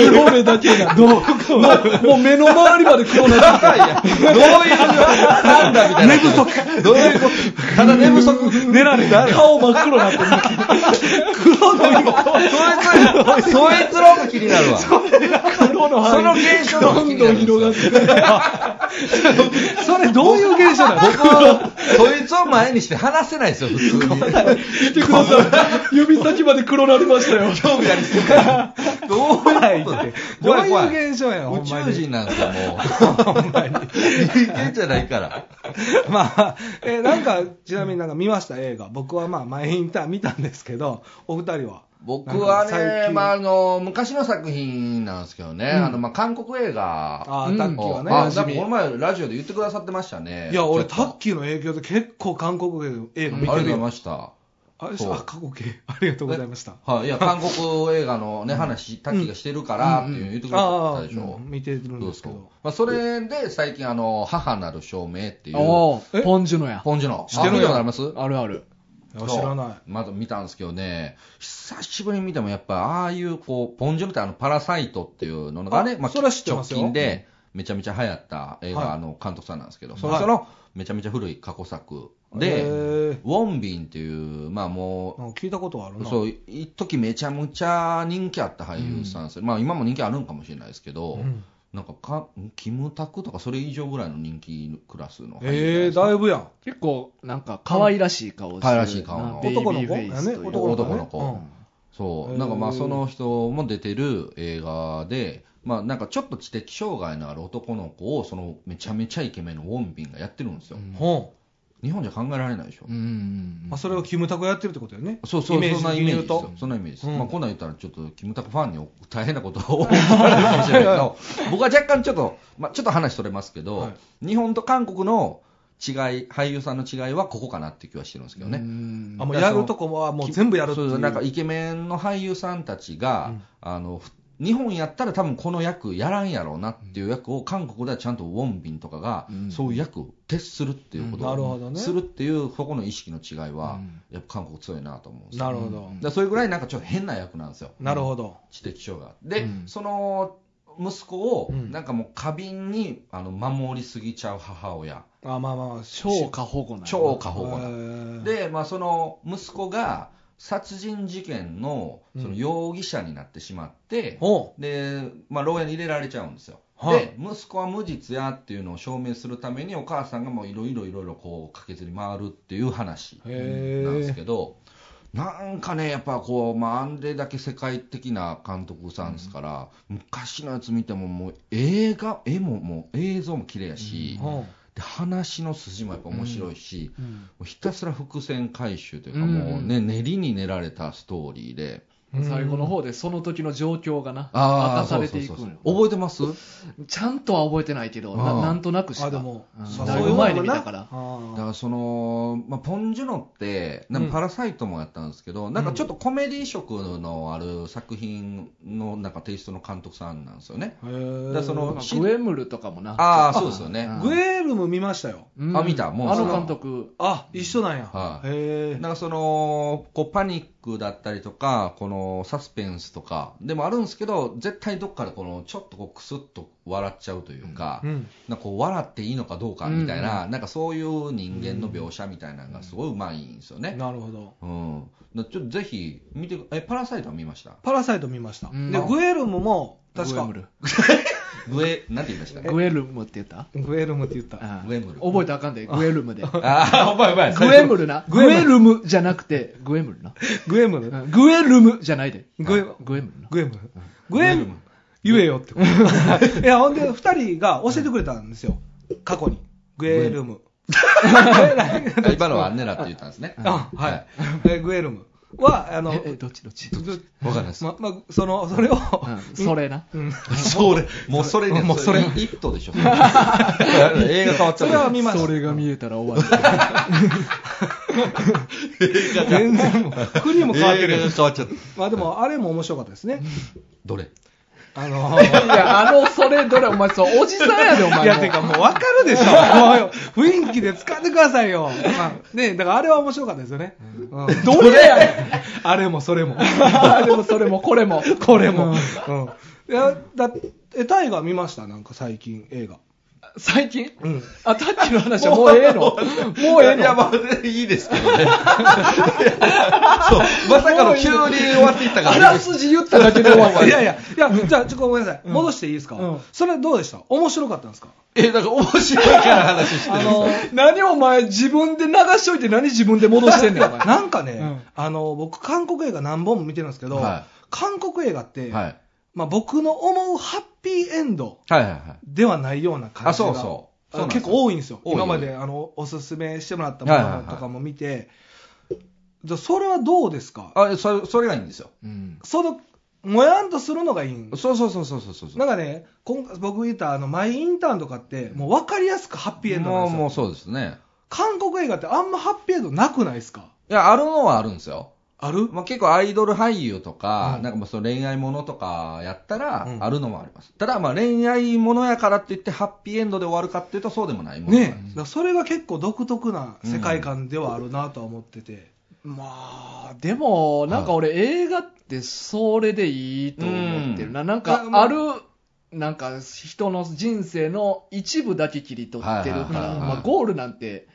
Speaker 1: 黒目だけが、どうもう目の周りまで黒なってきた。
Speaker 3: どういう、なんだみたいな。寝不足。どういうことただ寝不足。
Speaker 2: 寝られた。
Speaker 1: 顔真っ黒なってる。
Speaker 3: そいつ、そいつの方が気になるわ。そ
Speaker 1: 黒の
Speaker 3: の
Speaker 1: 範囲
Speaker 3: 現象の方
Speaker 1: ど
Speaker 3: が気
Speaker 1: ん
Speaker 3: にな
Speaker 1: ど
Speaker 3: る
Speaker 1: ん
Speaker 3: んです
Speaker 1: 広
Speaker 3: よ
Speaker 1: がってくる。
Speaker 2: それどういう現象なの
Speaker 3: 僕は、そいつを前にして話せないですよ、普通に。
Speaker 1: 見てください。指先まで黒なりましたよ。
Speaker 3: 興味ありすぎて。どういうことで
Speaker 2: どう
Speaker 3: 怖い怖い
Speaker 2: いう現象やん、ほん
Speaker 3: 宇
Speaker 2: ま
Speaker 3: 宙
Speaker 2: に。
Speaker 3: 人なんかもう。ほんまに。人間じゃないから。
Speaker 2: (laughs) まあ、え、なんか、ちなみになんか見ました、映画。僕はまあ、前インターン見たんですけど、お二人は。
Speaker 3: 僕は
Speaker 2: 最
Speaker 3: ね、
Speaker 2: 近
Speaker 3: まあ、あの、昔の作品なんですけどね、
Speaker 1: うん
Speaker 3: あの、まあ、韓国映画
Speaker 2: あ
Speaker 1: う
Speaker 2: あ、
Speaker 1: ん
Speaker 2: タッキーはね、
Speaker 3: あ
Speaker 2: おなじ
Speaker 3: なん
Speaker 2: み
Speaker 3: かこの前ラジオで言ってくださってましたね。
Speaker 2: いや、俺、
Speaker 3: ちょ
Speaker 2: タ
Speaker 3: っと
Speaker 2: ッキーの影響で結構韓国映画見
Speaker 3: あ
Speaker 2: て
Speaker 3: りがとうご
Speaker 2: る
Speaker 3: ざい
Speaker 2: よ。
Speaker 3: ました。
Speaker 2: あれ
Speaker 3: そう
Speaker 2: あ、過去形。ありがとうございました。
Speaker 3: はい、いや、韓国映画のね、話、タッキーがしてるからっていうの言ってくだ
Speaker 2: あ
Speaker 3: さ
Speaker 2: あ
Speaker 3: ったでしょ
Speaker 2: うん。見てるん
Speaker 3: そ
Speaker 2: で
Speaker 3: う
Speaker 2: すけ
Speaker 3: そう
Speaker 2: ど。。
Speaker 3: まあ、それで最近、あの、母なる証明っていう、
Speaker 1: おーポンジュのや。
Speaker 3: ポンジュの。
Speaker 2: 知ってる
Speaker 3: あ
Speaker 2: よ
Speaker 3: 見たことあります
Speaker 1: あるある。
Speaker 2: いや知らない。
Speaker 3: まだ見たんですけどね、久しぶりに見てもやっぱ、ああいう、こう、ポンジュみたいなあのパラサイトっていうのがね、
Speaker 2: あ
Speaker 3: まあ、
Speaker 2: それは知ってますよ
Speaker 3: 直近で、めちゃめちゃ流行った映
Speaker 2: は
Speaker 3: 画
Speaker 2: い
Speaker 3: の監督さんなんですけど、
Speaker 2: はい
Speaker 3: その人のめちゃめちゃ古い過去作で、
Speaker 2: へ
Speaker 3: ウ
Speaker 2: ー
Speaker 3: ォンビンっていう、まあもう、
Speaker 2: なんか聞いたことはあるな。
Speaker 3: そう、一時めちゃむちゃ人気あった俳優さんですよ、まあ今も人気あるんかもしれないですけど、
Speaker 2: うん
Speaker 3: なんかか、キムタクとかそれ以上ぐらいの人気クラスの俳優
Speaker 2: ええ、
Speaker 3: じゃな
Speaker 2: だい
Speaker 3: いですか
Speaker 2: ぶやん。
Speaker 1: 結構、なんか、可愛らしい顔してるな。
Speaker 3: 可愛らしい顔の
Speaker 1: ベイビー
Speaker 2: 男の子
Speaker 1: フェイスという
Speaker 2: やね
Speaker 1: か
Speaker 2: 男の子
Speaker 3: 男の子。
Speaker 2: うん
Speaker 3: そう、
Speaker 2: へー
Speaker 3: なんかまあその人も出てる映画で、まあなんかちょっと知的障害のある男の子を、そのめちゃめちゃイケメンのウォンビンがやってるんですよ。
Speaker 1: うん
Speaker 2: ほ
Speaker 3: 日本じゃ考えられないでしょ。
Speaker 1: うんうんうん
Speaker 2: う。まあ、それをキムタクがやってるってことよね。
Speaker 3: そうそう、
Speaker 2: イメー
Speaker 3: そ
Speaker 2: ジ
Speaker 3: んなイメージ
Speaker 2: で言う
Speaker 3: ですよ
Speaker 2: と。
Speaker 3: そんなイメージです。
Speaker 2: うん
Speaker 3: まあ来ないと言ったら、ちょっと、キムタクファンに大変なことを思われるかもしれないけど、僕は若干ちょっと、まあちょっと話それますけど、
Speaker 2: は
Speaker 3: 日本と韓国の違い、俳優さんの違いはここかなって気はしてるんですけどね。
Speaker 1: ね
Speaker 2: あ、もうやるとこはもう全部やるってい
Speaker 3: そう
Speaker 2: う。
Speaker 3: なんかイケメンの俳優さんたちが、
Speaker 2: うん
Speaker 3: あのふ日本やったら多分この役やらんやろうなっていう役を韓国ではちゃんとウォンビンとかが、
Speaker 1: うん
Speaker 3: そういう役を徹するっていうこと
Speaker 2: うんなる
Speaker 3: を、
Speaker 2: ほどね
Speaker 3: するっていうそこの意識の違い
Speaker 1: う
Speaker 3: は、
Speaker 1: ん
Speaker 3: やっぱ韓国強いなと思うんですよ
Speaker 2: なるほど
Speaker 1: う。ん
Speaker 3: だからそれぐらいなんかちょっと変な役なんですよ、
Speaker 2: なるほど。
Speaker 3: 知的障害。で、
Speaker 1: うん
Speaker 3: その息子を
Speaker 2: うん
Speaker 3: なんかもう過敏にあの守りすぎちゃう母親、
Speaker 2: あ、まあまあ、
Speaker 1: 超過保護なの。
Speaker 3: 超過保護な
Speaker 2: えー
Speaker 3: で、まあ、その息子が殺人事件のその容疑者になってしまって、
Speaker 2: ほ
Speaker 3: でまあ、牢屋に入れられちゃうんですよ、
Speaker 2: はい
Speaker 3: で息子は無実やっていうのを証明するためにお母さんがもういろいろいろいろこう駆けずり回るっていう話
Speaker 2: う。
Speaker 3: なんです
Speaker 2: へえ。
Speaker 3: けど、なんかね、やっぱこう、まあ、あんでだけ世界的な監督さんですから、昔のやつ見ても、もう映画、絵ももう映像も綺麗やし、
Speaker 2: ほ
Speaker 3: で話の筋もやっぱ面白いし、
Speaker 2: ううん
Speaker 3: もうひたすら伏線回収というか、
Speaker 1: うん
Speaker 3: もうね、練りに練られたストーリーで、
Speaker 1: 最後の方でその時の状況がな、明
Speaker 3: あ
Speaker 1: か
Speaker 3: あ
Speaker 1: されていく
Speaker 3: そう
Speaker 1: の
Speaker 3: そう
Speaker 1: よ
Speaker 3: そう覚えてます
Speaker 1: ちゃんとは覚えてないけど、な
Speaker 3: あー
Speaker 1: なんとなくしか。
Speaker 2: あ、でも
Speaker 1: う、ん
Speaker 2: そう
Speaker 1: だい
Speaker 2: そうい
Speaker 1: ぶ
Speaker 2: う
Speaker 1: 前
Speaker 2: の
Speaker 1: に
Speaker 2: も
Speaker 1: 見
Speaker 2: な
Speaker 1: たから。
Speaker 2: あ
Speaker 3: だか
Speaker 2: あ
Speaker 3: らその、まあ、ポン・ジュノって、なん
Speaker 2: うん
Speaker 3: かパラサイトもやったんですけど、なんかちょっとコメディ色のある作品のなんかテイストの監督さんなんですよね。
Speaker 2: へー
Speaker 3: だからその
Speaker 1: まあグエムルとかもな。
Speaker 3: ああ、そうですよね。
Speaker 1: うん
Speaker 2: グエールも見ましたよ。
Speaker 1: うん
Speaker 3: あ見たもう
Speaker 1: あの監督。
Speaker 2: あ、一緒なんや。
Speaker 3: はい
Speaker 2: へ
Speaker 3: なんかそのこうパニックだったりとか、このサスペンスとか、でもあるんですけど、絶対どっかでこのちょっとこうクスッと笑っちゃうというか、
Speaker 2: え。うん。
Speaker 3: なんかこう笑っていいのかどうかみたいな、なんかそういう人間の描写みたいなのがすごいうまいんですよね。
Speaker 2: なるほど。
Speaker 3: うん。だからちょっとぜひ見てく、え、パラサイトは見ました
Speaker 2: パラサイト見ました。
Speaker 1: うん
Speaker 2: で、グエルムも、確
Speaker 1: グエ
Speaker 2: か
Speaker 1: ム、ル。
Speaker 3: グエ、なんて言いました
Speaker 1: グエルムって言った
Speaker 2: グエルムって言った。
Speaker 1: ああ
Speaker 3: グエムル
Speaker 1: 覚えたらあかんで、グエルム
Speaker 3: (laughs)
Speaker 1: で。
Speaker 3: ああ、お前お前
Speaker 1: グエムルな。
Speaker 2: グ
Speaker 1: グ
Speaker 2: エム
Speaker 1: エルムじゃなくて、グエムルな。
Speaker 2: グエム
Speaker 1: う
Speaker 2: ル
Speaker 1: んグエルムじゃないで。
Speaker 2: グエム
Speaker 1: グエムルな。
Speaker 2: グエムルグエ
Speaker 3: グエ
Speaker 2: ム
Speaker 3: ム
Speaker 2: 言えよってこと。いや、ほんで、二人が教えてくれたんですよ。過去に。グエルム。
Speaker 3: 最初今のは狙って言ったんですね。
Speaker 2: あ、はい。えグエルム。は、あの、
Speaker 1: え、えどっちどっち
Speaker 2: ず
Speaker 3: わかんないです。
Speaker 2: ま、まあ、その、それを、
Speaker 1: うんそれな。
Speaker 2: うん
Speaker 3: (laughs) それ、もうそれね、
Speaker 2: もうそれ
Speaker 3: イットで (laughs) しょ。それ映画変わっち
Speaker 2: それ
Speaker 3: ゃ
Speaker 2: は
Speaker 3: う。
Speaker 2: 見ました。
Speaker 1: それが見えたら終わり。
Speaker 2: 全然もう、クリーム変わって
Speaker 3: 映
Speaker 2: る
Speaker 3: 画。が変わっちゃった。
Speaker 2: まあでも、あれも面白かったですね。
Speaker 3: どれ
Speaker 2: あの、 (laughs)
Speaker 1: いや、あの、それ、どれ、お前、そう、おじさんやで、お前も。
Speaker 2: いや、てか (laughs) もう分かるでしょ。もう雰囲気で使ってくださいよ。まあ、ね、だからあれは面白かったですよね。うん
Speaker 1: どれやねん
Speaker 2: あれもそれも。
Speaker 1: (laughs) あーでも、それも、これも。
Speaker 2: (laughs) これも。うん。いや、だって、えタイガー見ましたなんか最近映画。
Speaker 1: 最近
Speaker 2: うん。
Speaker 1: あ、タッチの話はもうええのもうええ
Speaker 3: いや、
Speaker 1: の
Speaker 3: まあ、いいですけどね。そう、まさかの急に終わっていったか
Speaker 1: あ
Speaker 3: ら
Speaker 1: ら。すじ言っただけで終わ
Speaker 2: (laughs) い
Speaker 1: り。
Speaker 2: やいや、いや、じゃあ、ちょっとごめんなさい。
Speaker 1: うん
Speaker 2: 戻していいですか、
Speaker 1: うん
Speaker 2: それどうでした面白かったんですか
Speaker 3: (laughs) え、なんか面白いから話して
Speaker 2: あ
Speaker 3: る。
Speaker 2: の、
Speaker 1: 何お前、自分で流しといて何自分で戻
Speaker 2: (laughs)
Speaker 1: してんねん、お前。
Speaker 2: なんかね、
Speaker 1: うん
Speaker 2: あの、僕、韓国映画何本も見てるんですけど、
Speaker 3: は
Speaker 2: 韓国映画って、
Speaker 3: はい。
Speaker 2: まあ、僕の思うハッピーエンド
Speaker 3: はいはいはい。
Speaker 2: ではないような感じが
Speaker 3: あ、そうそう。そうなんです
Speaker 2: 結
Speaker 3: よ
Speaker 2: 構多いんですよ、
Speaker 3: 多い
Speaker 2: 今まであのおすすめしてもらったものとかも見て、じゃあそれはどうですか、
Speaker 3: あ、それ、それがいいんですよ。
Speaker 1: うん
Speaker 2: そのもやんとするのがいいん
Speaker 3: そうそうそうそうそうそう。
Speaker 2: なんかね、今回僕言ったあのマイインターンとかって、もう分かりやすくハッピーエンドなんで
Speaker 3: もう、
Speaker 2: すよ、
Speaker 3: もうそうですね。
Speaker 2: 韓国映画ってあんまハッピーエンドなくないですか、
Speaker 3: いや、あるのはあるんですよ。
Speaker 2: ある
Speaker 3: まあ、結構アイドル俳優とか、
Speaker 2: うん
Speaker 3: なんかまあその恋愛ものとかやったら
Speaker 2: う、ん
Speaker 3: あるのもあります。ただ、まあ恋愛ものやからって言って、ハッピーエンドで終わるかっていうと、そうでもないもの
Speaker 2: ねえ、だからそれが結構独特な世界観ではあるなとは思ってて、
Speaker 1: まあ、でも、なんか俺、映画ってそれでいいと思ってるな。なんか
Speaker 2: う、ん
Speaker 1: ある、なんか、人の人生の一部だけ切り取ってるから、
Speaker 2: はいはいはいはい
Speaker 1: まあ、ゴールなんて、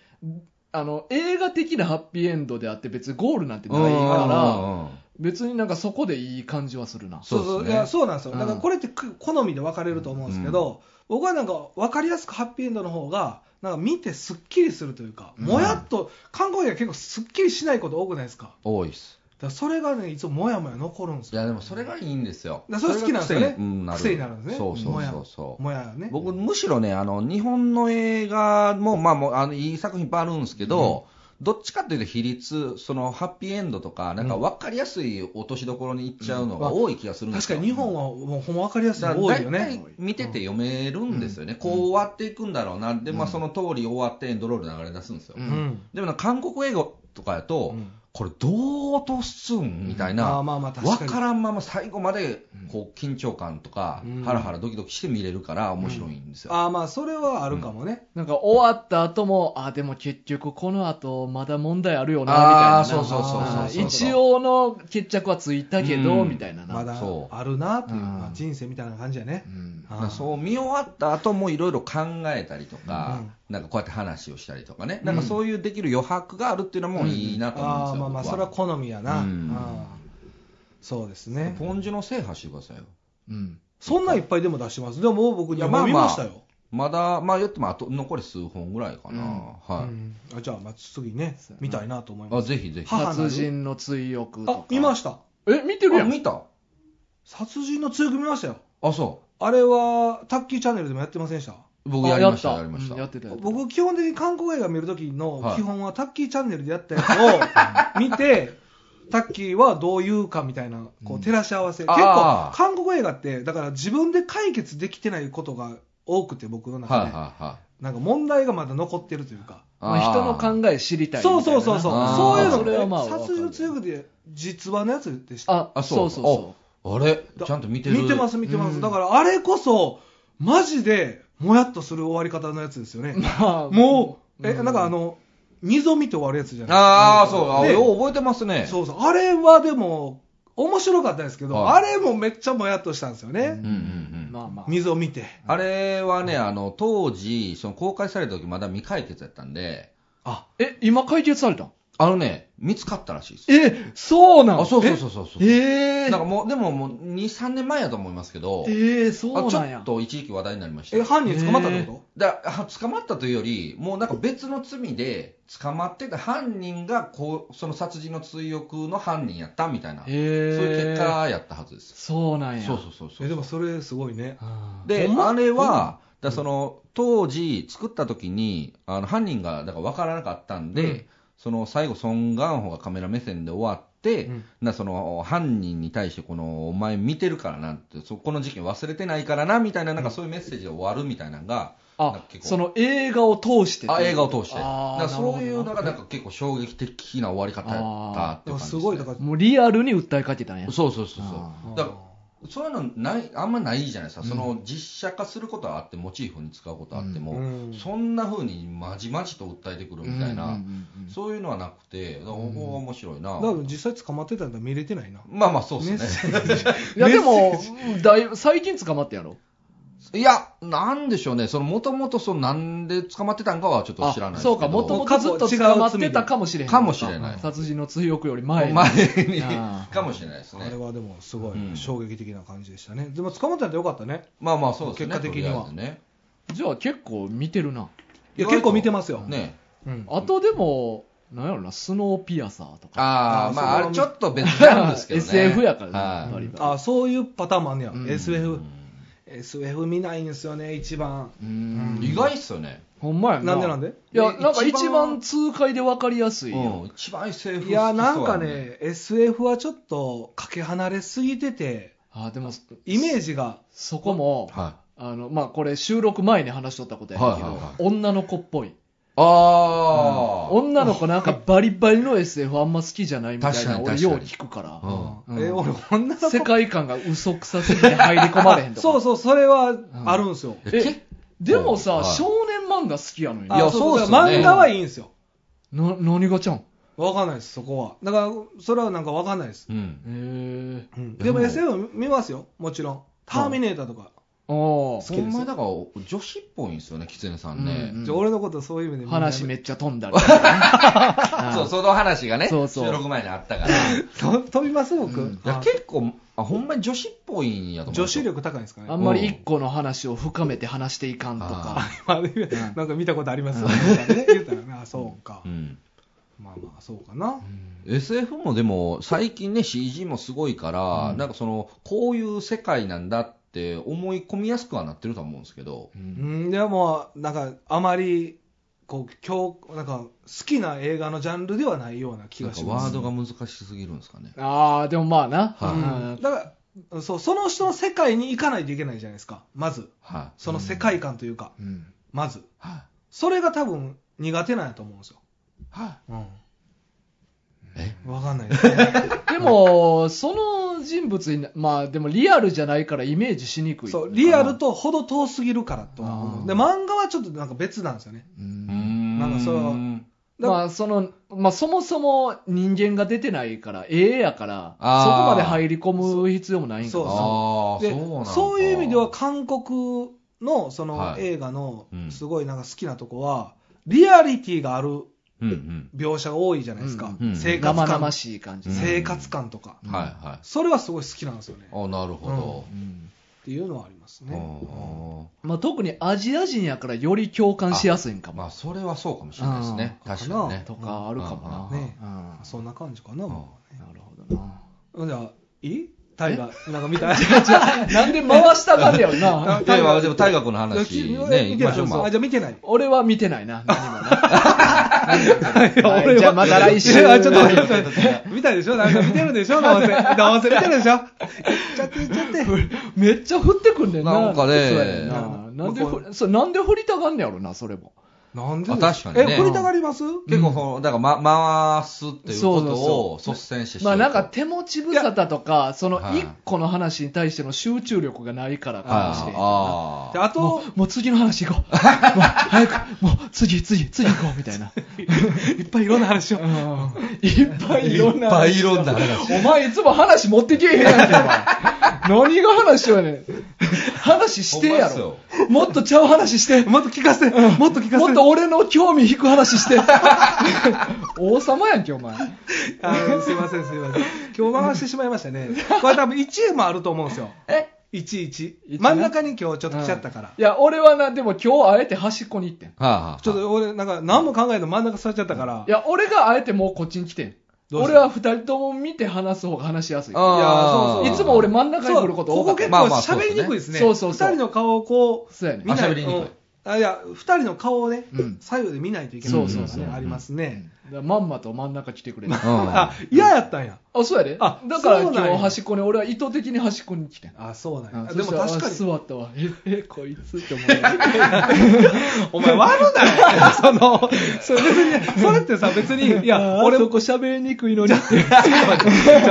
Speaker 1: あの、映画的なハッピーエンドであって、別にゴールなんてないから、別になんかそこでいい感じはするな。
Speaker 3: そう
Speaker 2: そう
Speaker 3: ですね
Speaker 2: いやそうなんですよ、
Speaker 1: うん
Speaker 2: だからこれってく好みで分かれると思うんですけど、僕はなんか分かりやすくハッピーエンドの方が、なんか見てすっきりするというか、
Speaker 3: うん
Speaker 2: もやっと、韓国映画結構すっきりしないこと多くないですか、だか
Speaker 3: 多いっす。
Speaker 2: らそれがね、いつももやもや残るんです
Speaker 3: い
Speaker 2: よ、
Speaker 3: や、でもそれがいいんですよ。
Speaker 2: だからそれ好きなんですよね
Speaker 3: それが癖にうなる
Speaker 2: 癖になるんですね
Speaker 3: そうそうそうそう。
Speaker 2: もやよね。
Speaker 3: 僕、むしろね、あの、日本の映画も、まあもう、あの、いい作品いっぱいあるんですけど、どっちかっていうと比率、その、ハッピーエンドとか、なんか分かりやすい落としどころに行っちゃうのが多い気がするんで
Speaker 2: 確
Speaker 3: す
Speaker 2: か
Speaker 3: よ。
Speaker 2: に日本はもうほんま分かりやすい
Speaker 3: だ
Speaker 2: の多いよね
Speaker 3: い。見てて読めるんですよね、こう終わっていくんだろうな、でまあ、その通り終わってエンドロール流れ出すんですよ、
Speaker 1: う
Speaker 2: うんん。
Speaker 3: でもなんか韓国映画とかやと、
Speaker 2: うん
Speaker 3: これ、どう落とすんみたい
Speaker 2: ま
Speaker 3: な、
Speaker 2: あまあまあ、確か
Speaker 3: 分
Speaker 2: に。
Speaker 3: からんまま最後までこう緊張感とか、
Speaker 2: うん
Speaker 3: ハラハラドキドキして見れるから、面白いんですよ。
Speaker 2: ああまあ、それはあるかもね。
Speaker 1: なんか終わった後も、あ、でも結局この後まだ問題あるよな、みたいな
Speaker 3: あ
Speaker 1: な。
Speaker 3: ーそうそうそうそうそう
Speaker 1: あー一応の決着はついたけど、
Speaker 3: うん
Speaker 1: みたいなな。
Speaker 2: まだ
Speaker 3: そう
Speaker 2: あるなと
Speaker 1: う
Speaker 2: いう、
Speaker 1: ん
Speaker 2: まあ人生みたいな感じやね
Speaker 1: う。ん
Speaker 3: だからそう見終わった後もいろいろ考えたりとか、
Speaker 2: うん
Speaker 3: なんかこうやって話をしたりとかね、なんかそういうできる余白があるっていうのもいいなと思うんで
Speaker 2: あ
Speaker 3: す
Speaker 2: あ
Speaker 3: よ、
Speaker 2: まあまあ、
Speaker 3: 僕
Speaker 2: それは好みやな。
Speaker 3: うん
Speaker 2: あーそうですね。
Speaker 3: ポンジュの制覇してくださいよ。
Speaker 1: うん。
Speaker 2: そんなんいっぱいでも出してます。でももう僕
Speaker 3: い
Speaker 2: に
Speaker 3: やまあ
Speaker 2: 見ましたよ。
Speaker 3: まだ、まあ言ってもあと残り数本ぐらいかな。
Speaker 1: うん
Speaker 3: はい、
Speaker 2: うんあじゃあ、まあ、次ね
Speaker 1: そうや、な
Speaker 2: 見たいなと思いま
Speaker 3: あ、
Speaker 2: す。
Speaker 3: ぜひぜひ。
Speaker 2: は母なる
Speaker 1: 殺人の追憶と
Speaker 2: あ
Speaker 1: か。、
Speaker 2: 見ました。
Speaker 1: え、見てる
Speaker 3: あ、
Speaker 1: やん。
Speaker 3: 見た
Speaker 2: 殺人の強く見ましたよ。
Speaker 3: あ、そ
Speaker 2: あれは、タッキーチャンネルでもやってませんでした
Speaker 3: う。僕
Speaker 1: あ
Speaker 3: やりました、や
Speaker 1: や
Speaker 3: りま
Speaker 1: っ。
Speaker 3: したた。
Speaker 1: うんやってたやってた
Speaker 2: 僕、基本的に韓国映画見るときの
Speaker 3: はい
Speaker 2: 基本は、タッキーチャンネルでやったやつを見て、タッキーはどう言うかみたいな、こう、照らし合わせ。
Speaker 3: ん
Speaker 2: 結
Speaker 3: あ
Speaker 2: 構、韓
Speaker 3: ー
Speaker 2: 国映画って、だから自分で解決できてないことが多くて、僕の
Speaker 3: はい
Speaker 2: 中
Speaker 3: はい
Speaker 2: で。
Speaker 3: はい。
Speaker 2: なんか問題がまだ残ってるというか。
Speaker 1: まあ
Speaker 3: ー
Speaker 1: 人の考え知りたいみたい
Speaker 2: そ
Speaker 1: な
Speaker 2: う
Speaker 1: な。
Speaker 2: そうそうそう。
Speaker 3: あー
Speaker 2: そういうの
Speaker 1: それはまあ
Speaker 2: え殺人の強くで実話のやつでした。
Speaker 1: あ、
Speaker 3: あ
Speaker 1: そ
Speaker 3: そうう
Speaker 1: そ
Speaker 3: そうう
Speaker 1: そ
Speaker 3: あれちゃんと見てる。
Speaker 2: 見てます見てます。
Speaker 1: うん
Speaker 2: だからあれこそ、マジで、もやっとする終わり方のやつですよ
Speaker 1: う。
Speaker 2: ね。
Speaker 1: まあ、
Speaker 2: もう、え、
Speaker 1: う
Speaker 2: なんかあの、溝見て終わるやつじゃない
Speaker 3: ああ、そう。あ
Speaker 2: で
Speaker 3: よう覚えてますね。
Speaker 2: そうそう。あれはでも、面白かったですけど、
Speaker 3: はい
Speaker 2: あれもめっちゃもやっとしたんですよね。
Speaker 3: うんうんうん。
Speaker 1: まあまあ。
Speaker 2: 溝見て。
Speaker 3: あれはね、あの、当時、その公開された時まだ未解決やったんで、
Speaker 2: あ、
Speaker 1: え、今解決されたん
Speaker 3: あのね、見つかったらしいです。
Speaker 1: え、そうなん
Speaker 3: あ、そうそうそうそうそう。
Speaker 1: ええ
Speaker 3: なんかもう、でももう2、3年前やと思いますけど、
Speaker 1: ええそう
Speaker 3: あちょ
Speaker 1: なんや
Speaker 3: っ。と一時期話題になりました
Speaker 2: え、
Speaker 3: よ。
Speaker 2: 犯人捕まったってこ
Speaker 3: だあ捕まったというより、もうなんか別の罪で捕まってた犯人がこうその殺人の追憶の犯人やったみたいな、そう
Speaker 1: ええ
Speaker 3: いう結果やったはずです。
Speaker 1: そうなんや。
Speaker 3: そうそうそうそ
Speaker 2: と
Speaker 3: う
Speaker 2: え、でもそれすごいね。
Speaker 1: あー
Speaker 3: で、
Speaker 2: ほんま
Speaker 3: あれは、だその当時、作った時にあの犯人がだから分からなかったんで、
Speaker 2: うん
Speaker 3: その最後、ソン・ガンホがカメラ目線で終わっって、
Speaker 2: うん
Speaker 3: なその犯人に対してこの、お前見てるからなって、そこの事件忘れてないからなみたいな、なんかそういうメッセージで終わるみたいなのが、なん
Speaker 1: あ
Speaker 3: か、結構
Speaker 1: その映画を通して
Speaker 3: あ映画を通して、だ
Speaker 1: あー
Speaker 3: からそうい
Speaker 1: なる
Speaker 3: う
Speaker 1: ほ
Speaker 3: な
Speaker 1: ど
Speaker 3: んかなんか結構衝撃的な終わり方やったっ
Speaker 2: で
Speaker 3: てい
Speaker 2: も
Speaker 3: う感じですね
Speaker 2: ごい、だから、
Speaker 1: もうリアルに訴えかけたんや。
Speaker 3: そうそうそう
Speaker 1: あ
Speaker 3: そう、
Speaker 2: ー
Speaker 3: だからそういうのないあんまないじゃないですか、
Speaker 2: うん
Speaker 3: その実写化することはあって、モチーフに使うことはあっても、
Speaker 2: うん
Speaker 3: そんな風にまじまじと訴えてくるみたいな、
Speaker 1: うんうんうんうん
Speaker 3: そういうのはなくて、だからここは面白いな、
Speaker 2: だから実際捕まってたんだ見れてないな。
Speaker 3: まあまあ、そうですね。
Speaker 1: いや、でも、だいぶ最近捕まったやろ。
Speaker 3: いや、なんでしょうね、そのもともとそのなんで捕まってたんかはちょっと知らな
Speaker 1: あ
Speaker 3: いですけど、
Speaker 1: そうか、もともとずっと捕まってたかもしれへん。
Speaker 3: かもしれない
Speaker 1: 殺人の追憶より前に。
Speaker 3: 前に
Speaker 1: あー
Speaker 3: かもしれないです
Speaker 2: あれ
Speaker 3: ね。
Speaker 2: はでもすご
Speaker 3: うん
Speaker 2: い衝撃的な感じでしたね。でも捕まってたんでよかったね。
Speaker 3: まあまあ、そうですね、
Speaker 2: 結果的には
Speaker 3: とりあえずね
Speaker 1: じゃあ結構見てるな。
Speaker 2: いや結構見てますよ。
Speaker 3: ね
Speaker 2: うん。
Speaker 1: あとでも、なんやろな、スノーピアサーとか。
Speaker 3: あ
Speaker 2: あ
Speaker 3: あ、
Speaker 2: ー
Speaker 3: まあ、
Speaker 2: そ
Speaker 3: あ
Speaker 2: れは
Speaker 3: れちょっと別なんですけど
Speaker 1: (laughs)
Speaker 3: ね。
Speaker 1: SF やからね
Speaker 3: は
Speaker 1: やっ
Speaker 3: い
Speaker 1: ぱり
Speaker 2: あそういうパターンもあんねや、
Speaker 1: うん
Speaker 2: SF、SF 見ないんですよね、一番。
Speaker 1: う
Speaker 2: うんん
Speaker 3: 意外っすよね。
Speaker 1: ほんまや
Speaker 2: なんでなんで
Speaker 1: いや、
Speaker 3: え
Speaker 1: なんか一
Speaker 3: 一番
Speaker 1: 番痛快で分かりやすいやん。
Speaker 3: うん、一番 SF 好き
Speaker 2: いや、
Speaker 3: そう
Speaker 2: なんか。ね、SF はちょっとかけ離れすぎてて、
Speaker 1: あでも、
Speaker 2: イメージが、
Speaker 1: そこも、
Speaker 3: は
Speaker 1: あの、まあ、これ収録前に話しとったことやねんけど、
Speaker 3: はいはいはい
Speaker 1: 女の子っぽい。
Speaker 3: い。ああ。
Speaker 1: 女の子なんかバリバリの SF あんま好きじゃないみたい
Speaker 3: 確か
Speaker 1: な、
Speaker 3: に
Speaker 1: 俺
Speaker 3: 確かに
Speaker 1: よう聞くから。
Speaker 3: うん
Speaker 2: え、俺、
Speaker 1: (laughs)
Speaker 2: 女の子
Speaker 1: 世界観が嘘くさすぎて入り込まれへ (laughs) んとか。
Speaker 2: そうそう、それはあるんですよ。
Speaker 3: え
Speaker 1: え
Speaker 3: 結構
Speaker 1: でもさ、
Speaker 3: はい
Speaker 1: 少年漫画好きやのに。
Speaker 2: あ
Speaker 1: ない
Speaker 3: やそうっすよね
Speaker 2: 漫画はいいんですよ。
Speaker 1: 何がちゃうんへ
Speaker 2: わかんないです、そこは。だから、それはなんかわかんないです。
Speaker 3: うん。
Speaker 1: え。
Speaker 2: うん
Speaker 3: で
Speaker 2: で
Speaker 3: も
Speaker 2: も SF 見ますよ、もちろん。ターミネーターとか。
Speaker 1: ああ
Speaker 3: ほんまにだから、女子っぽいんですよね、キツネさん
Speaker 1: う
Speaker 3: ね。
Speaker 1: ん
Speaker 2: じゃあ俺のことはそういう意味で。
Speaker 1: 話め
Speaker 2: め。
Speaker 1: っちゃ飛んだりとかねああ
Speaker 3: そう、その話がね、
Speaker 1: (laughs) そ
Speaker 3: 収
Speaker 1: うそう
Speaker 3: 録前にあったから。い
Speaker 2: と (laughs) 飛びます、僕。
Speaker 1: うん
Speaker 3: や、
Speaker 2: はい
Speaker 3: 結構、あほんまに女子っぽいんやと思う。
Speaker 2: 女子。力高いんですかね
Speaker 1: あ。んまり一個の話を深めて話していかんとか。
Speaker 2: (laughs) まあなんか見たことありますよね。 (laughs) 言うたらな、そうか
Speaker 3: う。ん。
Speaker 2: まあまあ、そうかな。
Speaker 3: SF もでも最近ね CG もすごいから、なんかそのこういう世界なんだって思い込みやすくはなってるとは思うんですけど、
Speaker 2: うん、でも、なんか、あまり、こう、今日、なんか、好きな映画のジャンルではないような気
Speaker 3: なん
Speaker 2: が
Speaker 3: か
Speaker 2: し
Speaker 3: ワ
Speaker 2: ま
Speaker 3: ー
Speaker 2: す。
Speaker 3: ドが難しすぎるんですかね。
Speaker 1: ああ、でもまあな。
Speaker 3: はい
Speaker 1: うん
Speaker 2: だから、そう、その人の世界に行かないといけないじゃないですか。まず。
Speaker 3: は
Speaker 2: その世界観というか、
Speaker 1: うん
Speaker 2: まず。
Speaker 3: い。はい。
Speaker 2: それが多分、苦手なんやと思うんですよ。
Speaker 3: は
Speaker 2: うん。
Speaker 3: い。え
Speaker 2: わかんないですね。
Speaker 1: でも、その人物にな、まあでもリアルじゃないからイメージしにくい。
Speaker 2: そう、リアルとほど遠すぎるからとは
Speaker 1: あ
Speaker 2: 思
Speaker 1: ー
Speaker 2: う。で、漫画はちょっとなんか別なんですよね。
Speaker 1: う
Speaker 3: うんん
Speaker 2: なんかそのだ
Speaker 1: まあ、その、まあ、そもそも人間が出てないから、ええやから、
Speaker 3: あー
Speaker 1: そこまで入り込む必要もないんか
Speaker 2: そうそう
Speaker 3: ああ、
Speaker 2: で
Speaker 3: そうなんだ
Speaker 2: そういう意味では韓国のその
Speaker 3: はい
Speaker 2: 映画の
Speaker 3: うん
Speaker 2: すごいなんか好きなとこは、リアリティがある
Speaker 3: うんうん。
Speaker 2: 描写が多いじゃないですか、
Speaker 3: うんうん
Speaker 2: 生活
Speaker 1: 生
Speaker 2: 感、
Speaker 1: 々しい感じ。
Speaker 3: うん
Speaker 2: 生活感とか、
Speaker 3: はいは
Speaker 2: それはすごい好きなんですよね、っ
Speaker 3: い。あなるほ
Speaker 1: うん
Speaker 2: ていうのはあります
Speaker 3: ど。
Speaker 2: ね。
Speaker 1: まあ、特にアジア人やからより共感しやすいんか
Speaker 3: あーま
Speaker 1: も。
Speaker 3: あそれはそうかもしれないですね。
Speaker 2: うん
Speaker 3: 確かにね。
Speaker 1: とかあるかもな。
Speaker 2: うんね
Speaker 1: うん
Speaker 2: そんな感じかな、もうね
Speaker 1: なるほどな。
Speaker 2: じゃあ、いいタイガー、なんか見たい (laughs)
Speaker 1: なんで回したがんねやろ
Speaker 3: (laughs)
Speaker 1: な。
Speaker 3: ではでも大学の話
Speaker 2: 見
Speaker 3: ね行き
Speaker 2: てな
Speaker 3: ま
Speaker 2: い
Speaker 3: しょうま
Speaker 2: あ
Speaker 3: あ。
Speaker 2: じゃあ見てない。
Speaker 1: 俺は見てないな。何もな
Speaker 2: (laughs) 俺
Speaker 1: は
Speaker 2: はい
Speaker 1: じゃあまた来週。
Speaker 2: いやちょっと待ってちょっと待って、見たいでしょなんか見てるでしょどうせ。どうせ見てるでしょちゃって、言っちゃって。
Speaker 1: めっちゃ降ってくんねんな。
Speaker 3: なんかね
Speaker 1: そうやねんな。なんでふ、そうなんで降りたがんねやろな、それも。
Speaker 2: なんで
Speaker 3: あ
Speaker 2: です
Speaker 3: 確かにね
Speaker 2: え、振りたがります
Speaker 3: 結構その、だから、ま、回すっていうこ
Speaker 1: そう
Speaker 3: とを
Speaker 1: そ
Speaker 3: 率先してしよ
Speaker 1: まあ
Speaker 3: うと
Speaker 1: なんか手持ち無沙汰とか、その
Speaker 3: はい
Speaker 1: 一個の話に対しての集中力がないからかもしれん。
Speaker 3: あ
Speaker 2: で
Speaker 3: あ。
Speaker 2: あ
Speaker 1: も
Speaker 2: と、
Speaker 1: うもう次の話行こう。もう早く、もう次、次、次行こうみたいな。
Speaker 2: い (laughs) っぱいいろんな話を。
Speaker 1: いっぱいいろんな。
Speaker 3: いっぱいいろんな
Speaker 1: (laughs)
Speaker 3: 話
Speaker 1: お前いつも話持ってけえへんやんけ、お前。何が話よねん。話してや
Speaker 3: ほんま
Speaker 1: ろ。もっとちゃう話して。
Speaker 2: もっと聞かせて、もっと聞かせて。
Speaker 1: もっと俺の興味引く話して。王様やんけ、お前。
Speaker 2: あのすいません、すいません。今日回してしまいまし
Speaker 1: (laughs)
Speaker 2: たね。これ多分1円もあると思うんですよ。
Speaker 1: え
Speaker 2: 11。
Speaker 1: 一
Speaker 2: 真ん中に今日ちょっと来ちゃったから
Speaker 1: い。や、俺はな、でも今日あえて端っこに行ってん。い
Speaker 3: はあ、はあ、
Speaker 2: ちょっと俺、なんか何も考えず真ん中座っちゃったから。
Speaker 1: や、俺があえてもうこっちに来てん。
Speaker 2: どうした
Speaker 1: 俺は二人とも見て話す方が話しやすい。
Speaker 3: ああ
Speaker 2: いやそうそう
Speaker 1: いつも俺真ん中に来ること
Speaker 2: そう
Speaker 1: 多か
Speaker 2: ここ
Speaker 1: ったよ。
Speaker 2: 結
Speaker 3: まあ
Speaker 2: 構
Speaker 3: まあそう
Speaker 2: 喋
Speaker 3: です
Speaker 2: り
Speaker 3: ね
Speaker 2: にくいですね。
Speaker 1: そうそうそう
Speaker 2: 二人の顔をこう、
Speaker 1: そうやね
Speaker 2: みんな
Speaker 3: あ喋りにくい
Speaker 2: うんあいや2人の顔をね、
Speaker 1: うん
Speaker 2: 左右で見ないといけないっていうの
Speaker 1: そうそう
Speaker 2: がね
Speaker 1: そう
Speaker 2: ありますね、
Speaker 1: だからまんまと真ん中来てくれた。
Speaker 2: あ嫌やったんや
Speaker 1: あ、そうやで。
Speaker 2: あ
Speaker 1: だから
Speaker 2: そう
Speaker 1: 今
Speaker 2: なんや
Speaker 1: 日端っこに、俺は意図的に端っこに来てん。
Speaker 2: あそうなんや、
Speaker 1: うん
Speaker 2: で
Speaker 1: そし
Speaker 2: も
Speaker 1: たら
Speaker 2: 確か
Speaker 1: あ
Speaker 2: に
Speaker 1: 座ったわ。え、えこいつって思う。
Speaker 2: お前 (laughs) 悪ないそのそれ別にそれってさ別 (laughs) にい (laughs)
Speaker 1: いや、
Speaker 2: や
Speaker 1: 俺
Speaker 2: 俺
Speaker 1: そ
Speaker 2: も
Speaker 1: こ喋りにくいのにって。
Speaker 2: じゃ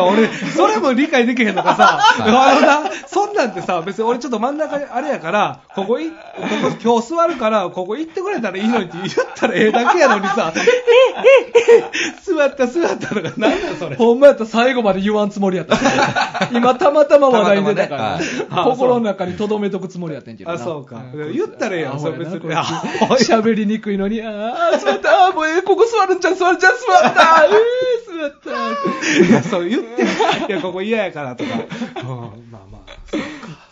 Speaker 2: あ俺それも理解できへんのか (laughs) さあのなそんなんってさ別に俺ちょっと真ん中にあれやからここいここ今日座るからここ行ってくれたらいいのにって言ったらええだけやのに (laughs) さ座った座ったとかなんだよそ
Speaker 1: (laughs)
Speaker 2: れ
Speaker 1: ほんまやったら最後まで言わんつもりやった。今たまたま話題に出たから、
Speaker 3: たまた
Speaker 2: まねはい
Speaker 1: 心の中に留めとくつもりやってんけどな。
Speaker 2: (laughs) あそうか
Speaker 1: ん
Speaker 2: 言ったらええやん
Speaker 1: あ
Speaker 2: それ別に
Speaker 1: ほやなこいつ喋りにくいのに、ああ、座った、あーもうええ、ここ座るんちゃう、座るんちゃう、座
Speaker 3: (laughs)
Speaker 1: った、えー、座った。
Speaker 2: いやそう言っていやここ嫌やからとか、うんまあまあ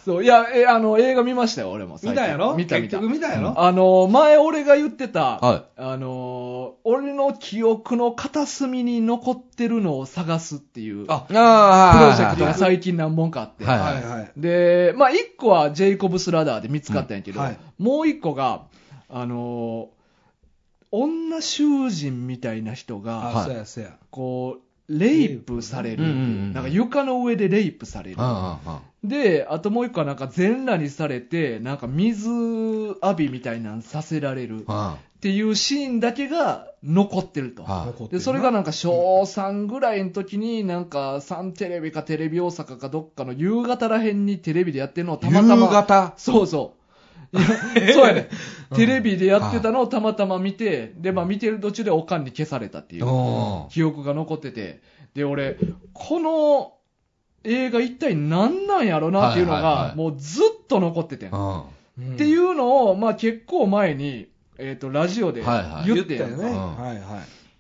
Speaker 1: そう、いや、え、あの、映画見ましたよ、俺も。最
Speaker 2: 見
Speaker 1: 近
Speaker 2: たやろ
Speaker 1: 見た見
Speaker 2: 結
Speaker 1: た。
Speaker 2: 局見たやろ、
Speaker 1: あの、前俺が言ってた、
Speaker 3: はい
Speaker 1: あの、俺の記憶の片隅に残ってるのを探すっていう、プロ
Speaker 3: ああ
Speaker 1: ジェクト
Speaker 3: は
Speaker 1: が
Speaker 3: い
Speaker 1: 最近何本かあって。
Speaker 3: はい
Speaker 2: はいはい
Speaker 1: で、まあ、一個はジェイコブスラダーで見つかったんやけど、
Speaker 2: うんはい
Speaker 1: もう一個が、あの、女囚人みたいな人が、
Speaker 2: あ、
Speaker 3: はい
Speaker 2: そうやそうや
Speaker 1: こう、レイプされるっていう
Speaker 3: うんうんうん
Speaker 1: なんか床の上でレイプされる。
Speaker 3: あ
Speaker 1: で、あともう一個はなんか全裸にされて、なんか水浴びみたいなんさせられる
Speaker 3: ああ
Speaker 1: っていうシーンだけが残ってると。
Speaker 3: あ
Speaker 2: 残ってる
Speaker 1: で、
Speaker 2: な
Speaker 1: それがなんか小3ぐらいの時になんかサンテレビかテレビ大阪かどっかの夕方らへんにテレビでやってるのをたまたま。
Speaker 3: 夕方
Speaker 1: そうそう。
Speaker 3: (laughs)
Speaker 1: いやそうやね。テレビでやってたのをたまたま見て、で、まあ見てる途中でおかんに消されたっていう。
Speaker 3: おー
Speaker 1: 記憶が残ってて、で、俺、この映画一体何なんやろなっていうの
Speaker 3: はいはいは
Speaker 1: が、
Speaker 3: い
Speaker 1: もうずっと残っててん。っ
Speaker 3: うん
Speaker 2: って
Speaker 1: いうのを、まあ結構前に、えっ、と、ラジオで
Speaker 3: はいはい
Speaker 1: 言
Speaker 2: 言
Speaker 1: っ
Speaker 2: ってて
Speaker 1: ん
Speaker 2: たよね、
Speaker 3: うん
Speaker 2: はいはい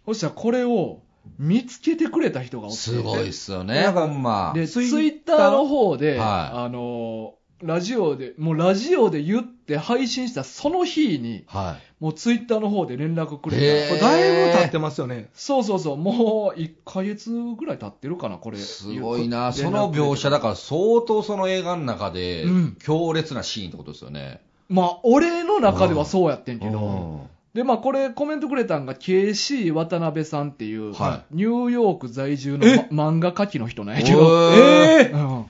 Speaker 1: そしたらこれを見つけてくれた人がおって。
Speaker 3: すごいっすよね、
Speaker 2: なんか
Speaker 3: ほんま。
Speaker 1: で、ツ
Speaker 2: ツ
Speaker 1: イ
Speaker 2: イッ
Speaker 1: ッターの方で、
Speaker 3: はい
Speaker 1: あのーラジオで、もうラジオで言って配信したその日に、
Speaker 3: は
Speaker 1: もうツイッターの方で連絡くれた。
Speaker 3: へー
Speaker 2: これだいぶ経ってますよね。
Speaker 1: そうそうそう、もう1ヶ月ぐらい経ってるかな、これ。
Speaker 3: い。すごいな、
Speaker 1: 言
Speaker 3: そうの描写、だから相当その映画の中で
Speaker 1: うん
Speaker 3: 強烈なシーンってことですよね。
Speaker 1: まあ、俺の中ではそうやってんけ
Speaker 3: う
Speaker 1: ど、
Speaker 3: ん
Speaker 1: で、まあ、これ、コメントくれたんが、KC 渡辺さんっていう、
Speaker 3: は
Speaker 1: ニューヨーク在住のま漫画家きの人なんやけど、
Speaker 3: お
Speaker 2: え
Speaker 1: う
Speaker 2: ー、
Speaker 1: ん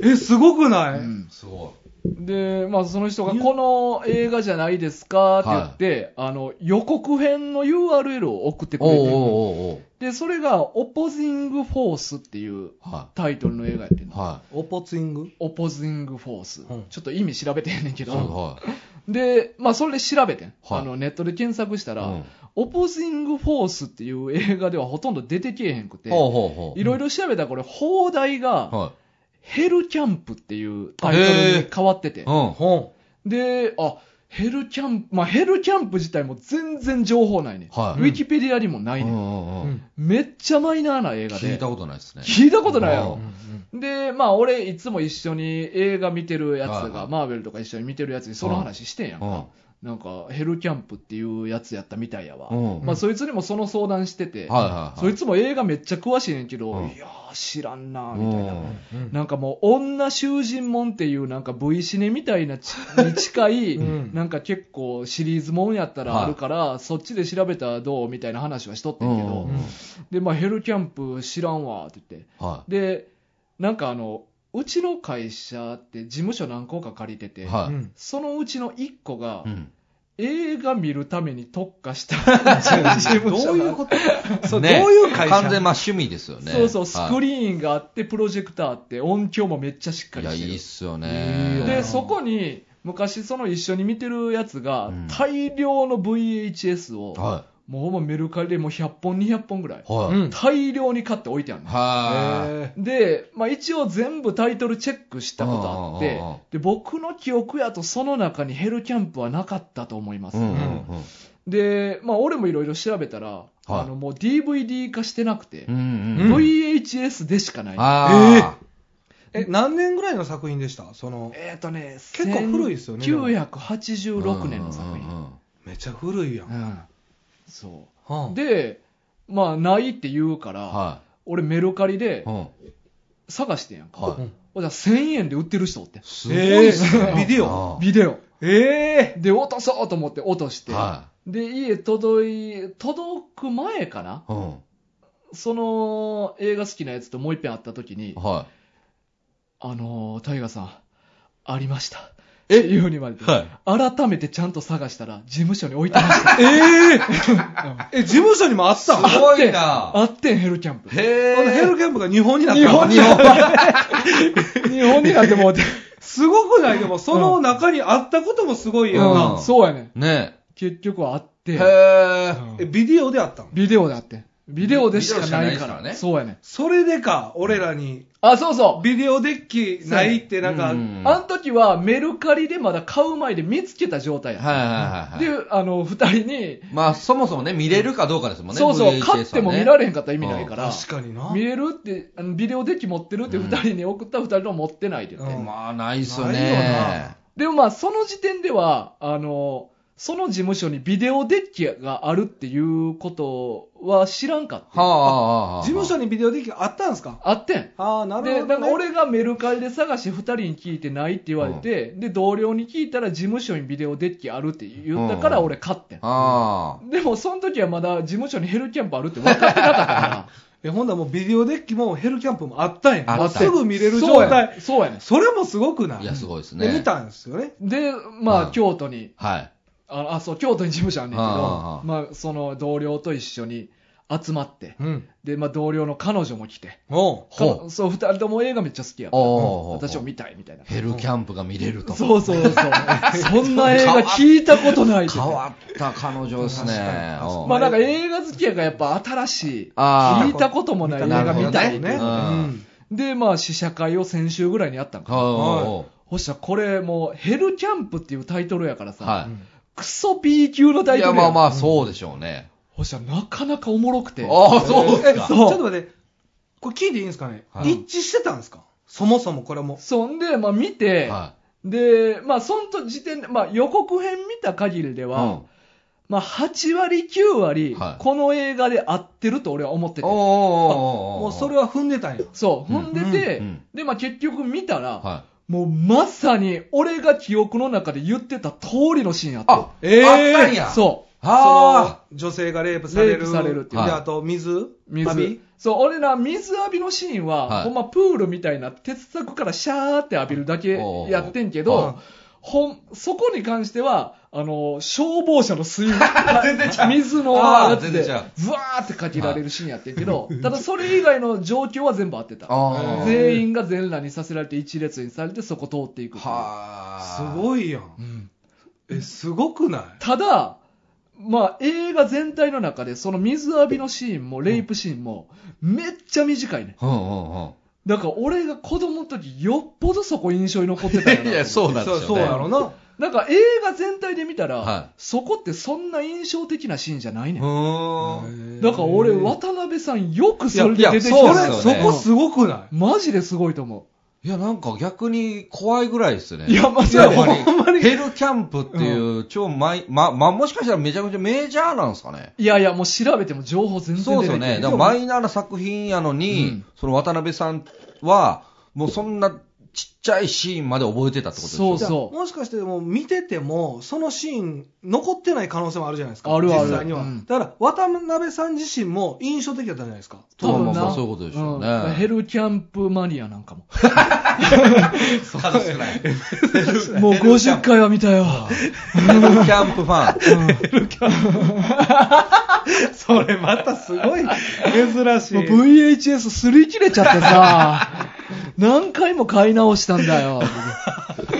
Speaker 2: え、すごくない、
Speaker 1: うん
Speaker 3: すごい。
Speaker 1: で、まあ、その人が、この映画じゃないですかって言って、あの、予告編の URL を送ってく
Speaker 3: お
Speaker 1: れ
Speaker 3: う
Speaker 1: て
Speaker 3: おう
Speaker 1: る、
Speaker 3: おうおう
Speaker 1: で、それが、オポジング・フォースっていう
Speaker 3: は
Speaker 1: タイトルの映画やってん
Speaker 3: い。
Speaker 1: の
Speaker 3: は
Speaker 2: オポツイング
Speaker 1: オポジング・フォース
Speaker 2: うん。
Speaker 1: ちょっと意味調べてんねんけ
Speaker 3: い。
Speaker 1: ど、
Speaker 3: はい。
Speaker 1: で、まあ、それで調べてん、
Speaker 3: はい
Speaker 1: あのネットで検索したら、
Speaker 3: うん
Speaker 1: オポジング・フォースっていう映画ではほとんど出てけえへんくて、
Speaker 3: ほうほうほう。
Speaker 1: いろいろ調べたら、これ、放題が、
Speaker 3: は
Speaker 1: ヘルキャンプっていうタイトルに変わってて
Speaker 3: い。う、ん。
Speaker 2: 本。
Speaker 1: で、あヘルキャンプ、まあ、ヘルキャンプ自体も全然情報ないねん、
Speaker 3: はい
Speaker 1: ウィキペディアにもない
Speaker 3: うん
Speaker 1: ねん、
Speaker 3: うんうん
Speaker 1: めっちゃマイナーな映画で、
Speaker 3: 聞いたことないですね。
Speaker 1: 聞いたことないやろ。
Speaker 3: うん
Speaker 1: で、まあ、俺、いつも一緒に映画見てるやつ
Speaker 3: はいは
Speaker 1: が、
Speaker 3: い
Speaker 1: マーベルとか一緒に見てるやつにその話してんやん
Speaker 3: う
Speaker 1: か。なんか、ヘルキャンプっていうやつやったみたいやわ。
Speaker 3: ん。うん。
Speaker 1: まあ、そいつにもその相談してて、
Speaker 3: はいはいはい。
Speaker 1: そいつも映画めっちゃ詳しいねんけど、
Speaker 3: うん
Speaker 1: いやー、知らんなーみたいな。
Speaker 2: うんうん
Speaker 1: なんかもう、女囚人もんっていう、なんか V シネみたいなちに近い、
Speaker 2: うん
Speaker 1: なんか結構シリーズもんやったらあるから、そっちで調べたらどうみたいな話はしとってんけど、
Speaker 3: うんうんうん
Speaker 1: で、まあ、ヘルキャンプ知らんわーって言って、
Speaker 3: は
Speaker 1: で、なんかあの、うちの会社って事務所何個か借りて
Speaker 3: い。
Speaker 1: て、
Speaker 3: は
Speaker 2: う
Speaker 3: い。
Speaker 2: ん
Speaker 1: そのうちの1個が、
Speaker 3: うん
Speaker 1: 映画見るために特化した事務所
Speaker 2: どういうことそう、
Speaker 3: ね
Speaker 2: どういう会社
Speaker 3: 完全まあ趣味ですよね。
Speaker 1: そうそう、ス
Speaker 3: はい
Speaker 1: クリーンがあって、プロジェクターあって、音響もめっちゃしっか
Speaker 3: い
Speaker 1: り
Speaker 3: や、
Speaker 1: してる。
Speaker 3: いいっすよ
Speaker 2: いいよ
Speaker 3: ね。
Speaker 1: で、そこに、昔その一緒に見てるやつが
Speaker 3: うん、
Speaker 1: 大量の VHS を、
Speaker 3: は
Speaker 1: もうほんまメルカリでもう100本、200本ぐらい
Speaker 3: い。、は
Speaker 2: う
Speaker 3: い。
Speaker 2: ん
Speaker 1: 大量に買って置いてあるの。
Speaker 3: は
Speaker 2: へ
Speaker 1: で、まあ、一応全部タイトルチェックしたことあっ
Speaker 3: うん
Speaker 1: て
Speaker 3: うんうんうん、
Speaker 1: で、僕の記憶やとその中にヘルキャンプはなかったと思いま
Speaker 3: い。
Speaker 1: す。
Speaker 3: うんうんうん。
Speaker 1: で、まあ、俺もいろいろ調べたら、あの、もう DVD 化してなくて
Speaker 3: う、んうん。
Speaker 1: VHS でしかない。
Speaker 3: あ
Speaker 2: ええ、何年ぐらいの作品でしたその、
Speaker 1: えっ、とね、
Speaker 2: 結構古いですよねでも
Speaker 3: ー
Speaker 1: 1986年の作品。
Speaker 3: うんうんうん
Speaker 2: めちゃ古いやん。
Speaker 1: うんそ
Speaker 2: はあ
Speaker 1: う。で、まあ、ないって言うから、
Speaker 3: は
Speaker 1: 俺メルカリで
Speaker 3: い。うん。
Speaker 1: 探してんやんか。
Speaker 3: はい
Speaker 1: ほんじゃ1000円で売ってる人おってん。
Speaker 3: すごいっすね。
Speaker 2: ビデオ
Speaker 3: あー
Speaker 1: ビデオ。
Speaker 2: えええ
Speaker 1: で、落とそうと思って落として、
Speaker 3: は。
Speaker 1: で、家届い、届く前かない
Speaker 3: うん。
Speaker 1: その映画好きなやつともう一遍会った時に、
Speaker 3: は
Speaker 1: あのー、タイガさん、ありました。
Speaker 3: え
Speaker 1: いうふうに言われて、
Speaker 3: い。はい。
Speaker 1: 改めてちゃんと探したら、事務所に置いてました。
Speaker 2: えええ、事務所にもあった
Speaker 3: すごいな
Speaker 1: あってん、ヘルキャンプ。
Speaker 3: へ
Speaker 2: ほんでヘ
Speaker 3: え。
Speaker 2: ルキャンプが日本になった
Speaker 1: 日本
Speaker 2: の
Speaker 1: になって、日本になってもうて。
Speaker 2: すごくないでも、その中にあったこともすごいよな。
Speaker 1: うん、そうやねん。
Speaker 3: ね
Speaker 1: 結局はあっ
Speaker 3: え。
Speaker 1: て
Speaker 3: へ、え。
Speaker 2: え、ビデオであったの
Speaker 1: ビデオであってん。ビデオでしかない
Speaker 3: ビデオし
Speaker 1: か。
Speaker 3: からないですか
Speaker 1: そ
Speaker 3: らね
Speaker 1: うやねん。
Speaker 2: それでか、俺らに、
Speaker 1: あ、そうそう。
Speaker 2: ビデオデッキないってなんか、
Speaker 3: うん
Speaker 1: あの時はメルカリでまだ買う前で見つけた状態や。
Speaker 3: はいはいはいはい。
Speaker 1: で、あの、二人に、
Speaker 3: まあ、そもそもね、見れるかどうかですもんね。
Speaker 1: そうそう、買っても見ら
Speaker 3: れ
Speaker 1: れへんかったら意味ないから、
Speaker 2: 確かにな。
Speaker 1: 見れるって、あのビデオデッキ持ってるって
Speaker 3: うん
Speaker 1: 二人に送ったら二人とも持ってないって言って。
Speaker 2: うん
Speaker 3: まあ、ないっすよ
Speaker 2: ないよ
Speaker 3: ね
Speaker 2: な。
Speaker 1: でもまあ、その時点では、あの、その事務所にビデオデッキがあるっていうことは知らんかった。
Speaker 3: はあはあはあ。
Speaker 2: 事務所
Speaker 3: に。
Speaker 2: にビデオデッキあったんですか
Speaker 1: あってん。
Speaker 2: ああ、なるほど、
Speaker 1: で、
Speaker 2: ね。
Speaker 1: なんか俺がメルカリで探して2人に聞いてないって言われて、で、同僚に聞いたら事務所にビデオデッキあるって言ったから
Speaker 3: うん
Speaker 1: 俺買ってん。
Speaker 3: あ
Speaker 1: でもその時はまだ事務所にヘルキャンプあるって分かってなかったか
Speaker 2: え、ほんだらもうビデオデッキもヘルキャンプもあったんや。
Speaker 3: あった。
Speaker 2: もうすぐ見れ
Speaker 1: ら。
Speaker 2: る
Speaker 1: そうや
Speaker 2: 状
Speaker 1: ね
Speaker 2: 態。
Speaker 1: ん。そうやねん。
Speaker 2: それもすごくないい
Speaker 3: いや、すごいです
Speaker 2: で
Speaker 3: ね。
Speaker 2: 見たんですよね。
Speaker 1: で、ま
Speaker 3: う
Speaker 1: あ
Speaker 3: ん
Speaker 1: 京都に、
Speaker 3: はい。
Speaker 1: ああ、そう、京都に事務所あんねんけど、
Speaker 3: ああ
Speaker 1: まあその同僚と一緒に集まって、
Speaker 2: うん。
Speaker 1: で、まあ同僚の彼女も来て、
Speaker 2: おう。
Speaker 1: か
Speaker 3: ほう
Speaker 1: そう、2人とも映画めっちゃ好きやから、
Speaker 3: おー
Speaker 1: 私も見たいみたいな。
Speaker 3: ヘルキャンプが見れると。
Speaker 1: そうそうそう。そんな映画聞いたことないって
Speaker 3: 変わった彼女です
Speaker 2: 確か
Speaker 3: ね。
Speaker 2: に
Speaker 3: うん
Speaker 1: まあなんか映画好きやからやっぱ新しい、
Speaker 3: あー
Speaker 1: 聞いたこともない映
Speaker 3: な
Speaker 1: 画
Speaker 3: るほど
Speaker 1: 見
Speaker 3: ね
Speaker 1: たい
Speaker 2: ね。
Speaker 1: ね
Speaker 3: う。ん
Speaker 1: で、まあ試写会を先週ぐらいにやったんか。
Speaker 3: は
Speaker 1: ほしたらこれもうヘルキャンプっていうタイトルやから
Speaker 3: い。
Speaker 1: さ、
Speaker 3: は
Speaker 1: クソ B 級のタ
Speaker 3: い。い
Speaker 1: イト
Speaker 3: や、
Speaker 1: ルや
Speaker 3: まあ
Speaker 1: ん。
Speaker 3: まあ、そうでしょうね。
Speaker 1: ほしたらなかなかおもろくて。
Speaker 3: ああ、そうで
Speaker 2: え、
Speaker 3: す
Speaker 2: ちょっ
Speaker 3: か。
Speaker 1: そう
Speaker 2: と待って。これ聞いていいんですかね、
Speaker 3: はい
Speaker 2: 一致してたんですかそもそもこれも。
Speaker 1: そんで、まあ見て、
Speaker 3: は
Speaker 1: で、まあその時点で、まあ予告編見た限りで
Speaker 3: い。
Speaker 1: は、まあ8割9割、
Speaker 3: はい
Speaker 1: この映画で合ってると俺は思ってて。
Speaker 3: お
Speaker 2: もうそれ
Speaker 3: は、
Speaker 2: は踏んでたんや。
Speaker 1: そう、ほんでて、
Speaker 3: うんうん
Speaker 1: で、まあ結局見たら、
Speaker 3: はい。
Speaker 1: もうまさに俺が記憶の中で言ってた通りのシーンやった。
Speaker 3: あ、
Speaker 2: ええ
Speaker 3: あったんや。う。
Speaker 1: そ
Speaker 3: あ
Speaker 2: その女性がレイプされる。
Speaker 1: レイプされるって
Speaker 2: で、
Speaker 3: いうはい
Speaker 2: あと水
Speaker 1: う。水
Speaker 2: 浴び
Speaker 1: そう、俺ら水浴びのシーンは、
Speaker 3: はい
Speaker 1: ほんまプールみたいな鉄柵からシャーって浴びるだけ
Speaker 3: おー
Speaker 1: やってんけ
Speaker 3: は
Speaker 1: ど、ほん、そこに関しては、あの、消防車の水、
Speaker 3: (laughs) 全然ちゃう
Speaker 1: 水の
Speaker 3: あー
Speaker 1: やつで、
Speaker 3: 全然ち
Speaker 1: ブ
Speaker 3: ゃ
Speaker 1: ワ
Speaker 3: う
Speaker 1: ーってかけられるシーンやってんけど、ただそれ以外の状況は全部合ってた。
Speaker 3: ああ。
Speaker 1: 全員が全裸にさせられて一列にされてそこ通っていくっていう
Speaker 3: は
Speaker 2: す
Speaker 3: あ。い。
Speaker 2: ごいやん。
Speaker 1: うん
Speaker 2: え、すごくない
Speaker 1: ただ、まあ、映画全体の中でその水浴びのシーンもレイプシーンもめっちゃ短いね
Speaker 3: うんうん
Speaker 1: だから俺が子供の時よっぽどそこ印象に残ってたよ
Speaker 3: うん。
Speaker 1: ない
Speaker 3: や、そうなんです
Speaker 2: そ
Speaker 3: よ
Speaker 2: う、
Speaker 3: ね。
Speaker 2: そうやろな。
Speaker 1: なんか映画全体で見たら、
Speaker 3: は
Speaker 1: そこってそんな印象的なシーンじゃないね
Speaker 3: うーん。
Speaker 1: んだから俺
Speaker 2: わ
Speaker 1: 渡辺さんよくそれ
Speaker 3: い
Speaker 1: で
Speaker 3: や
Speaker 1: 出てき
Speaker 3: そ
Speaker 1: た
Speaker 3: うです
Speaker 1: ね
Speaker 3: よね
Speaker 2: そこすごくない
Speaker 1: マジですごいと思
Speaker 3: いや、なんか逆に怖いぐらいですね。
Speaker 1: ういやマジ
Speaker 3: いや、
Speaker 1: で
Speaker 3: ほんまに。
Speaker 1: い
Speaker 3: ヘルキャンプっていう、超マイ、ま、ま、もしかしたらめちゃくちゃメジャーなんですかね。
Speaker 1: やいやもう調べても情報全然出て
Speaker 3: そうですよ
Speaker 1: こない
Speaker 3: ね。だからマイナーな作品やのに、
Speaker 1: うん
Speaker 3: その渡辺さんは、もうそんなちっちゃいシーンまで覚えてたってことですよ
Speaker 1: そう
Speaker 2: じゃあもしかしてもう見てても、そのシーン、残ってない可能性もあるじゃないですか、
Speaker 1: あるある
Speaker 2: 実際には。
Speaker 1: うん
Speaker 2: だから、渡辺さん自身も印象的だったじゃないですか。
Speaker 1: 多分
Speaker 3: まあまあま
Speaker 1: な
Speaker 3: あそういうことでしょうね
Speaker 1: んヘルキャンプマニアなんかも
Speaker 3: 数少ない。ヘル (laughs)
Speaker 1: もう50回は見たよ。
Speaker 3: キャンプファン。
Speaker 2: それまたす (laughs) ごい珍し
Speaker 1: もう VHS すり切れちゃって
Speaker 3: (laughs)
Speaker 1: さ、何回も買い直したんだよ。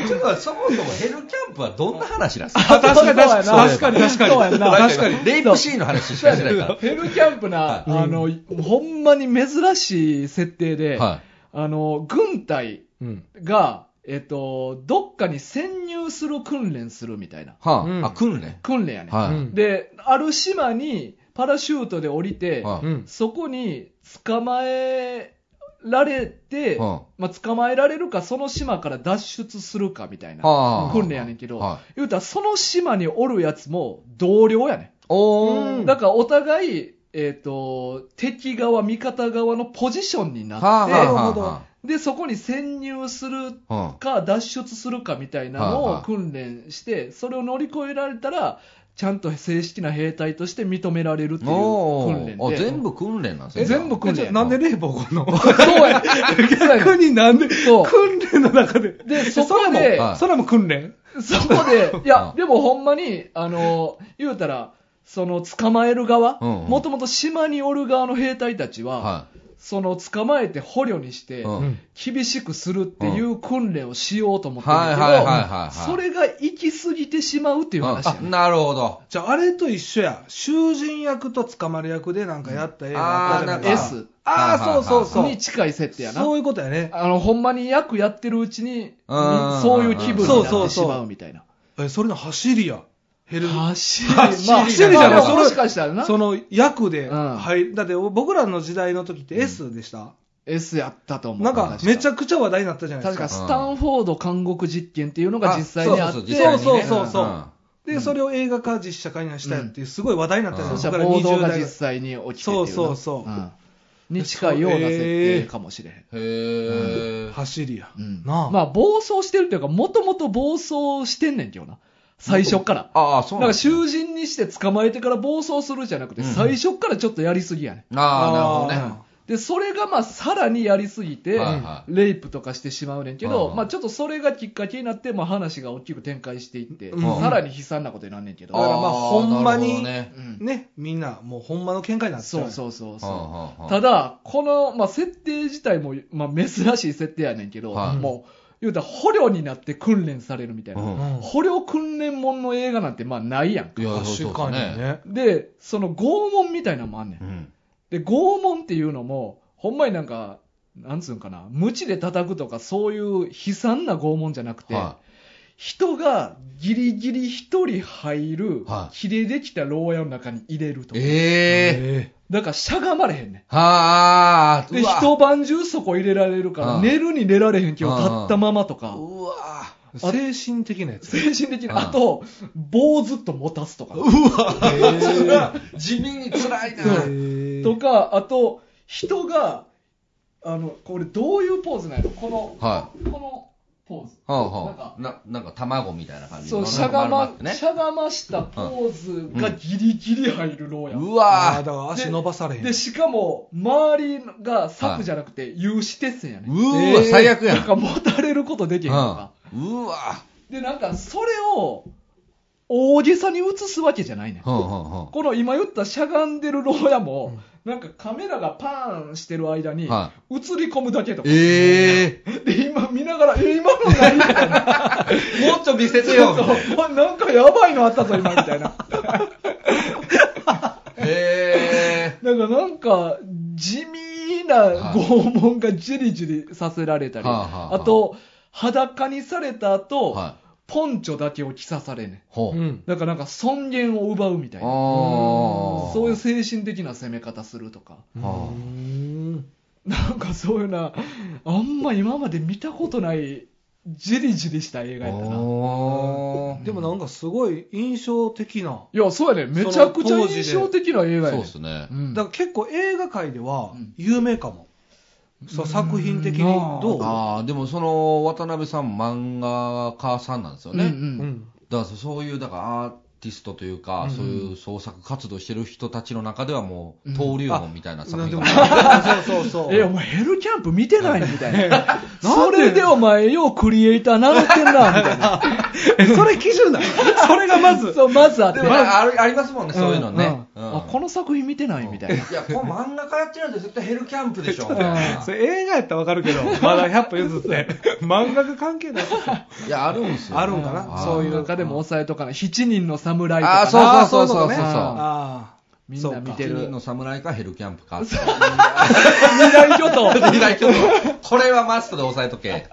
Speaker 3: ちょっとそもそもヘルキャンプはどんな話なんです
Speaker 1: あ確かに確かに
Speaker 2: 確かに確かに
Speaker 1: そうやんな
Speaker 2: 確かに
Speaker 3: レイプシーンの話しかしてないか
Speaker 1: ヘルキャンプな、あの、ほんまに珍しい設定で、
Speaker 3: ら。は
Speaker 1: あの、軍隊
Speaker 2: うんうん
Speaker 1: が、えっと、どっかに潜入する訓練するみたいな。
Speaker 3: い。はあ、
Speaker 2: うん
Speaker 3: あ、訓練。
Speaker 1: 訓練やね。
Speaker 3: はい。
Speaker 2: うん
Speaker 1: で、ある島にパラシュートで降りて、
Speaker 3: は
Speaker 2: うん
Speaker 1: そこに捕まえられて、
Speaker 3: い。は
Speaker 1: まあ、捕まえられるか、その島から脱出するかみたいな
Speaker 3: あ
Speaker 1: 訓練やねんけど、
Speaker 3: はい。
Speaker 1: 言うたらその島におるやつも同僚やね。
Speaker 3: お
Speaker 2: うん
Speaker 3: ー。
Speaker 1: だからお互い、えっ、と、敵側、味方側のポジションになって、
Speaker 3: はあはあ
Speaker 2: なる
Speaker 3: は
Speaker 2: ほ
Speaker 3: あ
Speaker 2: ど
Speaker 3: は
Speaker 1: で、そこに潜入する
Speaker 3: あは
Speaker 1: か、脱出するかみたいなの
Speaker 3: は
Speaker 1: を
Speaker 3: あ
Speaker 1: 訓練して、それを乗り越えられたら、ちゃんと正式な兵隊として認められるって
Speaker 3: あ
Speaker 1: いう
Speaker 3: お
Speaker 1: 訓
Speaker 3: ー
Speaker 1: 練
Speaker 3: あ
Speaker 1: で。
Speaker 3: 全部訓練なんです
Speaker 1: え
Speaker 3: ね。
Speaker 1: 全部訓
Speaker 2: えちょ
Speaker 1: 練。
Speaker 2: なんで霊暴こんの
Speaker 1: そうや。
Speaker 2: 逆になんで
Speaker 1: そう
Speaker 2: 訓練の中で。
Speaker 1: で、そ
Speaker 2: そ
Speaker 1: こ
Speaker 2: れも、
Speaker 1: で、
Speaker 3: はい
Speaker 2: それも訓練
Speaker 1: そこで、
Speaker 3: (laughs)
Speaker 1: いや
Speaker 3: う、ん
Speaker 1: でもほんまに、あの、言うたら、その捕まえる側、
Speaker 3: うんうん
Speaker 1: もともと島におる側の兵隊たちは、
Speaker 3: は
Speaker 1: その捕まえて捕虜にして、
Speaker 3: うん
Speaker 1: 厳しくするっていう訓練をしようと思ってる
Speaker 3: はいはいはいはい
Speaker 1: け
Speaker 3: はい
Speaker 1: ど、それが行き過ぎてしまうって
Speaker 3: い。
Speaker 1: いう話や
Speaker 3: うんあ
Speaker 1: ね。
Speaker 3: なるほど。
Speaker 2: じゃあ、あれと一緒や。囚人役と捕まる役でなんかやった映画
Speaker 3: あ
Speaker 2: あ
Speaker 3: ー
Speaker 2: った
Speaker 3: な
Speaker 2: じゃ
Speaker 3: ん
Speaker 2: な
Speaker 3: か
Speaker 2: い
Speaker 1: S
Speaker 2: あー、そうそうそう
Speaker 1: に。近い設定やな。
Speaker 2: そういうことやね。
Speaker 1: あの、ほんまに役やってるうちに、
Speaker 3: うん
Speaker 1: そういう気分になってしまうみたいな。
Speaker 2: え、それの走りや。ヘル
Speaker 1: 走り、
Speaker 2: 走り
Speaker 1: まあ、
Speaker 2: 走りじゃない
Speaker 1: まあ
Speaker 2: それ
Speaker 1: もしかしたらな。
Speaker 2: その役で、
Speaker 1: うん
Speaker 2: はい。だって僕らの時代の時って S でした、
Speaker 1: S やったと思う。
Speaker 2: なんかめち
Speaker 1: ゃ
Speaker 2: ゃくちゃ話題になったじゃないで
Speaker 1: 確
Speaker 2: す
Speaker 1: か
Speaker 2: か。
Speaker 1: スタンフォード監獄実験っていうのが実際にあって、
Speaker 3: そう
Speaker 2: そ
Speaker 3: そう
Speaker 2: うそうそう
Speaker 3: うん
Speaker 1: うん
Speaker 2: で、それを映画化、実写化にしたっていう、すごい話題になったじゃない
Speaker 1: そ
Speaker 2: で
Speaker 1: し
Speaker 2: す
Speaker 1: た
Speaker 2: か。
Speaker 1: ら
Speaker 2: 僕
Speaker 1: 暴
Speaker 2: ら
Speaker 1: 動が
Speaker 2: 代
Speaker 1: 実際に起きてっていうな
Speaker 2: そうそうそうん
Speaker 1: に近いような設定かもしれへん。
Speaker 3: へえ。
Speaker 2: 走りや。
Speaker 1: うん
Speaker 2: なあ
Speaker 1: まあ、暴走してるというか、もともと暴走してんねんけどな。最初から。
Speaker 3: ああ、そう
Speaker 1: なん
Speaker 3: ん
Speaker 1: か
Speaker 3: ですね
Speaker 1: 囚人にして捕まえてから暴走するじゃなくて、
Speaker 3: うん
Speaker 1: 最初からちょっとやりすぎやね
Speaker 3: ああ、なるほどね。
Speaker 1: ん。で、それがまあさらにやりすぎて、
Speaker 3: はいはい
Speaker 1: レイプとかしてしまうねんけ
Speaker 3: はい
Speaker 1: ど、
Speaker 3: はい
Speaker 1: まあちょっとそれがきっかけになって、まあ話が大きく展開していって、
Speaker 2: うん
Speaker 1: さらに悲惨なことになんねんけど。
Speaker 2: だからまあほんまに
Speaker 3: なるほどね
Speaker 1: うん
Speaker 2: ね、みんな、もうほんまの喧嘩になっちゃ。
Speaker 1: そううそうそう
Speaker 3: はあ
Speaker 1: そ
Speaker 3: はあ
Speaker 1: う。
Speaker 3: はあ
Speaker 1: ただ、この、まあ、設定自体も、まあ、珍しい設定やねんけど、
Speaker 3: はい
Speaker 1: もう、言うたら捕虜になって訓練されるみたいな。
Speaker 3: うん
Speaker 2: うん
Speaker 1: 捕虜訓練もんの映画なんてまあないやんか。
Speaker 3: いや
Speaker 2: 確かに。ね。
Speaker 1: で、その拷問みたいなのもあんねん
Speaker 3: そうです。ね
Speaker 1: で、拷問っていうのも、ほんまになんか、なんつうんかな、無知で叩くとかそういう悲惨な拷問じゃなく
Speaker 3: う
Speaker 1: て、
Speaker 3: ん。は
Speaker 1: 人がギリギリ一人入る、
Speaker 3: はい
Speaker 1: 切れできた牢屋の中に入れると
Speaker 3: い。
Speaker 1: か。
Speaker 3: え
Speaker 2: え
Speaker 3: え。
Speaker 1: だからしゃがまれへんねん。
Speaker 3: はあ。
Speaker 1: で、
Speaker 3: うわ
Speaker 1: 一晩中そこ入れられるか
Speaker 3: う
Speaker 1: ら、
Speaker 3: ん
Speaker 1: 寝るに寝られへんけど、
Speaker 3: うんうん
Speaker 1: 立ったままとか、
Speaker 3: うわ
Speaker 2: え精神的なやつ。
Speaker 1: 精神的
Speaker 3: うん
Speaker 1: な、あと、棒ずっと持たすとか、
Speaker 3: 地味に辛いな。
Speaker 1: とか、あと、人が、あの、これどういうポーズなんやろこの、
Speaker 3: はい。
Speaker 1: このポーズ。
Speaker 3: はあ
Speaker 1: なん
Speaker 3: は
Speaker 1: か
Speaker 3: あ。な、なんか卵みたいな感じ
Speaker 1: そう、
Speaker 3: なん
Speaker 1: し
Speaker 3: か
Speaker 1: ゃが
Speaker 3: 丸ま
Speaker 1: ま
Speaker 3: って、ね
Speaker 1: し。ゃがましたポーズがギリギリ入る牢や。
Speaker 3: う
Speaker 2: ああ、
Speaker 3: わ
Speaker 2: だから足伸ばされへん。
Speaker 1: で、しかも、周りが柵じゃなくて、有刺鉄線やね。
Speaker 3: うわ最悪やん
Speaker 1: なんか、持たれることできへんとか。
Speaker 3: うんうわ
Speaker 1: で、なんか、それを、大げさに映すわけじゃないねん。
Speaker 3: はあはあは
Speaker 1: この今言ったしゃがんでる牢屋も、なんかカメラがパーンしてる間に、映
Speaker 3: は
Speaker 1: り込むだけと
Speaker 3: あ
Speaker 1: か。
Speaker 3: ええ。
Speaker 1: で、今見ながら、え、今の何みた
Speaker 3: (laughs)
Speaker 1: いな。
Speaker 3: もうちょ見せて
Speaker 1: そう (laughs)
Speaker 3: よ。
Speaker 1: そうあなんかやばいのあったぞ、今、みたい
Speaker 3: (laughs)
Speaker 1: な。
Speaker 3: へえ。
Speaker 1: なんか、なんか、地味な拷問がじりじりさせられたり、
Speaker 3: はあはあは
Speaker 1: あ
Speaker 3: あ
Speaker 1: と、裸にされた後、
Speaker 3: はい。
Speaker 1: ポンチョだけを着さされんねん。
Speaker 3: ほ
Speaker 2: う
Speaker 3: う。
Speaker 2: ん。
Speaker 1: だからなんか尊厳を奪うみたいな。
Speaker 3: ああ。
Speaker 1: そういう精神的な攻め方するとか。 (laughs)
Speaker 2: う
Speaker 3: はあ
Speaker 2: ん
Speaker 1: なんかそういうな、あんま今まで見たことない、じりじりした映画やったな。
Speaker 3: おー
Speaker 2: でもなんかすごい印象的な。
Speaker 1: いや、そうやね。めちゃくちゃ印象的な映画や
Speaker 3: そう
Speaker 1: ね
Speaker 3: で。すね
Speaker 1: う。ん
Speaker 2: だから結構映画界では
Speaker 1: うん
Speaker 2: 有名かも。そう、作品的に
Speaker 1: うん
Speaker 2: どう
Speaker 3: ああ、でもその、渡辺さん漫画家さんなんですよね。
Speaker 1: うんう
Speaker 2: うんん。
Speaker 3: だからそういう、だからアーティストというか、
Speaker 2: うんうん
Speaker 3: そういう創作活動してる人たちの中ではもう、
Speaker 1: うん
Speaker 3: 登竜門みたいな作
Speaker 2: な
Speaker 3: 品
Speaker 2: で
Speaker 3: が、
Speaker 2: もそうそうそう。
Speaker 1: え、お前ヘルキャンプ見てないのみたい (laughs) な。
Speaker 2: で
Speaker 1: それでお前ようクリエイターなめてんな、みたいな。
Speaker 2: え、それ基準だ。それがまず。
Speaker 1: そう、まずあって。
Speaker 3: でもなんかあるありますもんね、そういうのね。
Speaker 1: う
Speaker 3: うんん
Speaker 1: あ、この作品見てないみたいな。
Speaker 3: いや、この漫画家やってるんで絶対ヘルキャンプでしょ、み
Speaker 1: ん
Speaker 3: たいな
Speaker 2: そ。れ映画やったらわかるけど、まだ100歩譲って、漫画が関係ない。
Speaker 3: いや、あるんですよ。
Speaker 2: あるんかな、
Speaker 3: あー
Speaker 2: そういう
Speaker 1: 中でも抑えとかない。7人の侍とかな。
Speaker 3: あーそうそうそう
Speaker 2: あーそういうこと
Speaker 3: そうそう
Speaker 2: ね
Speaker 3: そう。
Speaker 2: あ
Speaker 1: みんな見て
Speaker 3: 一人
Speaker 1: る
Speaker 3: の。侍かヘルキャンプか。
Speaker 1: 未来巨頭。
Speaker 3: 二大巨頭これはマストで押さえとけ。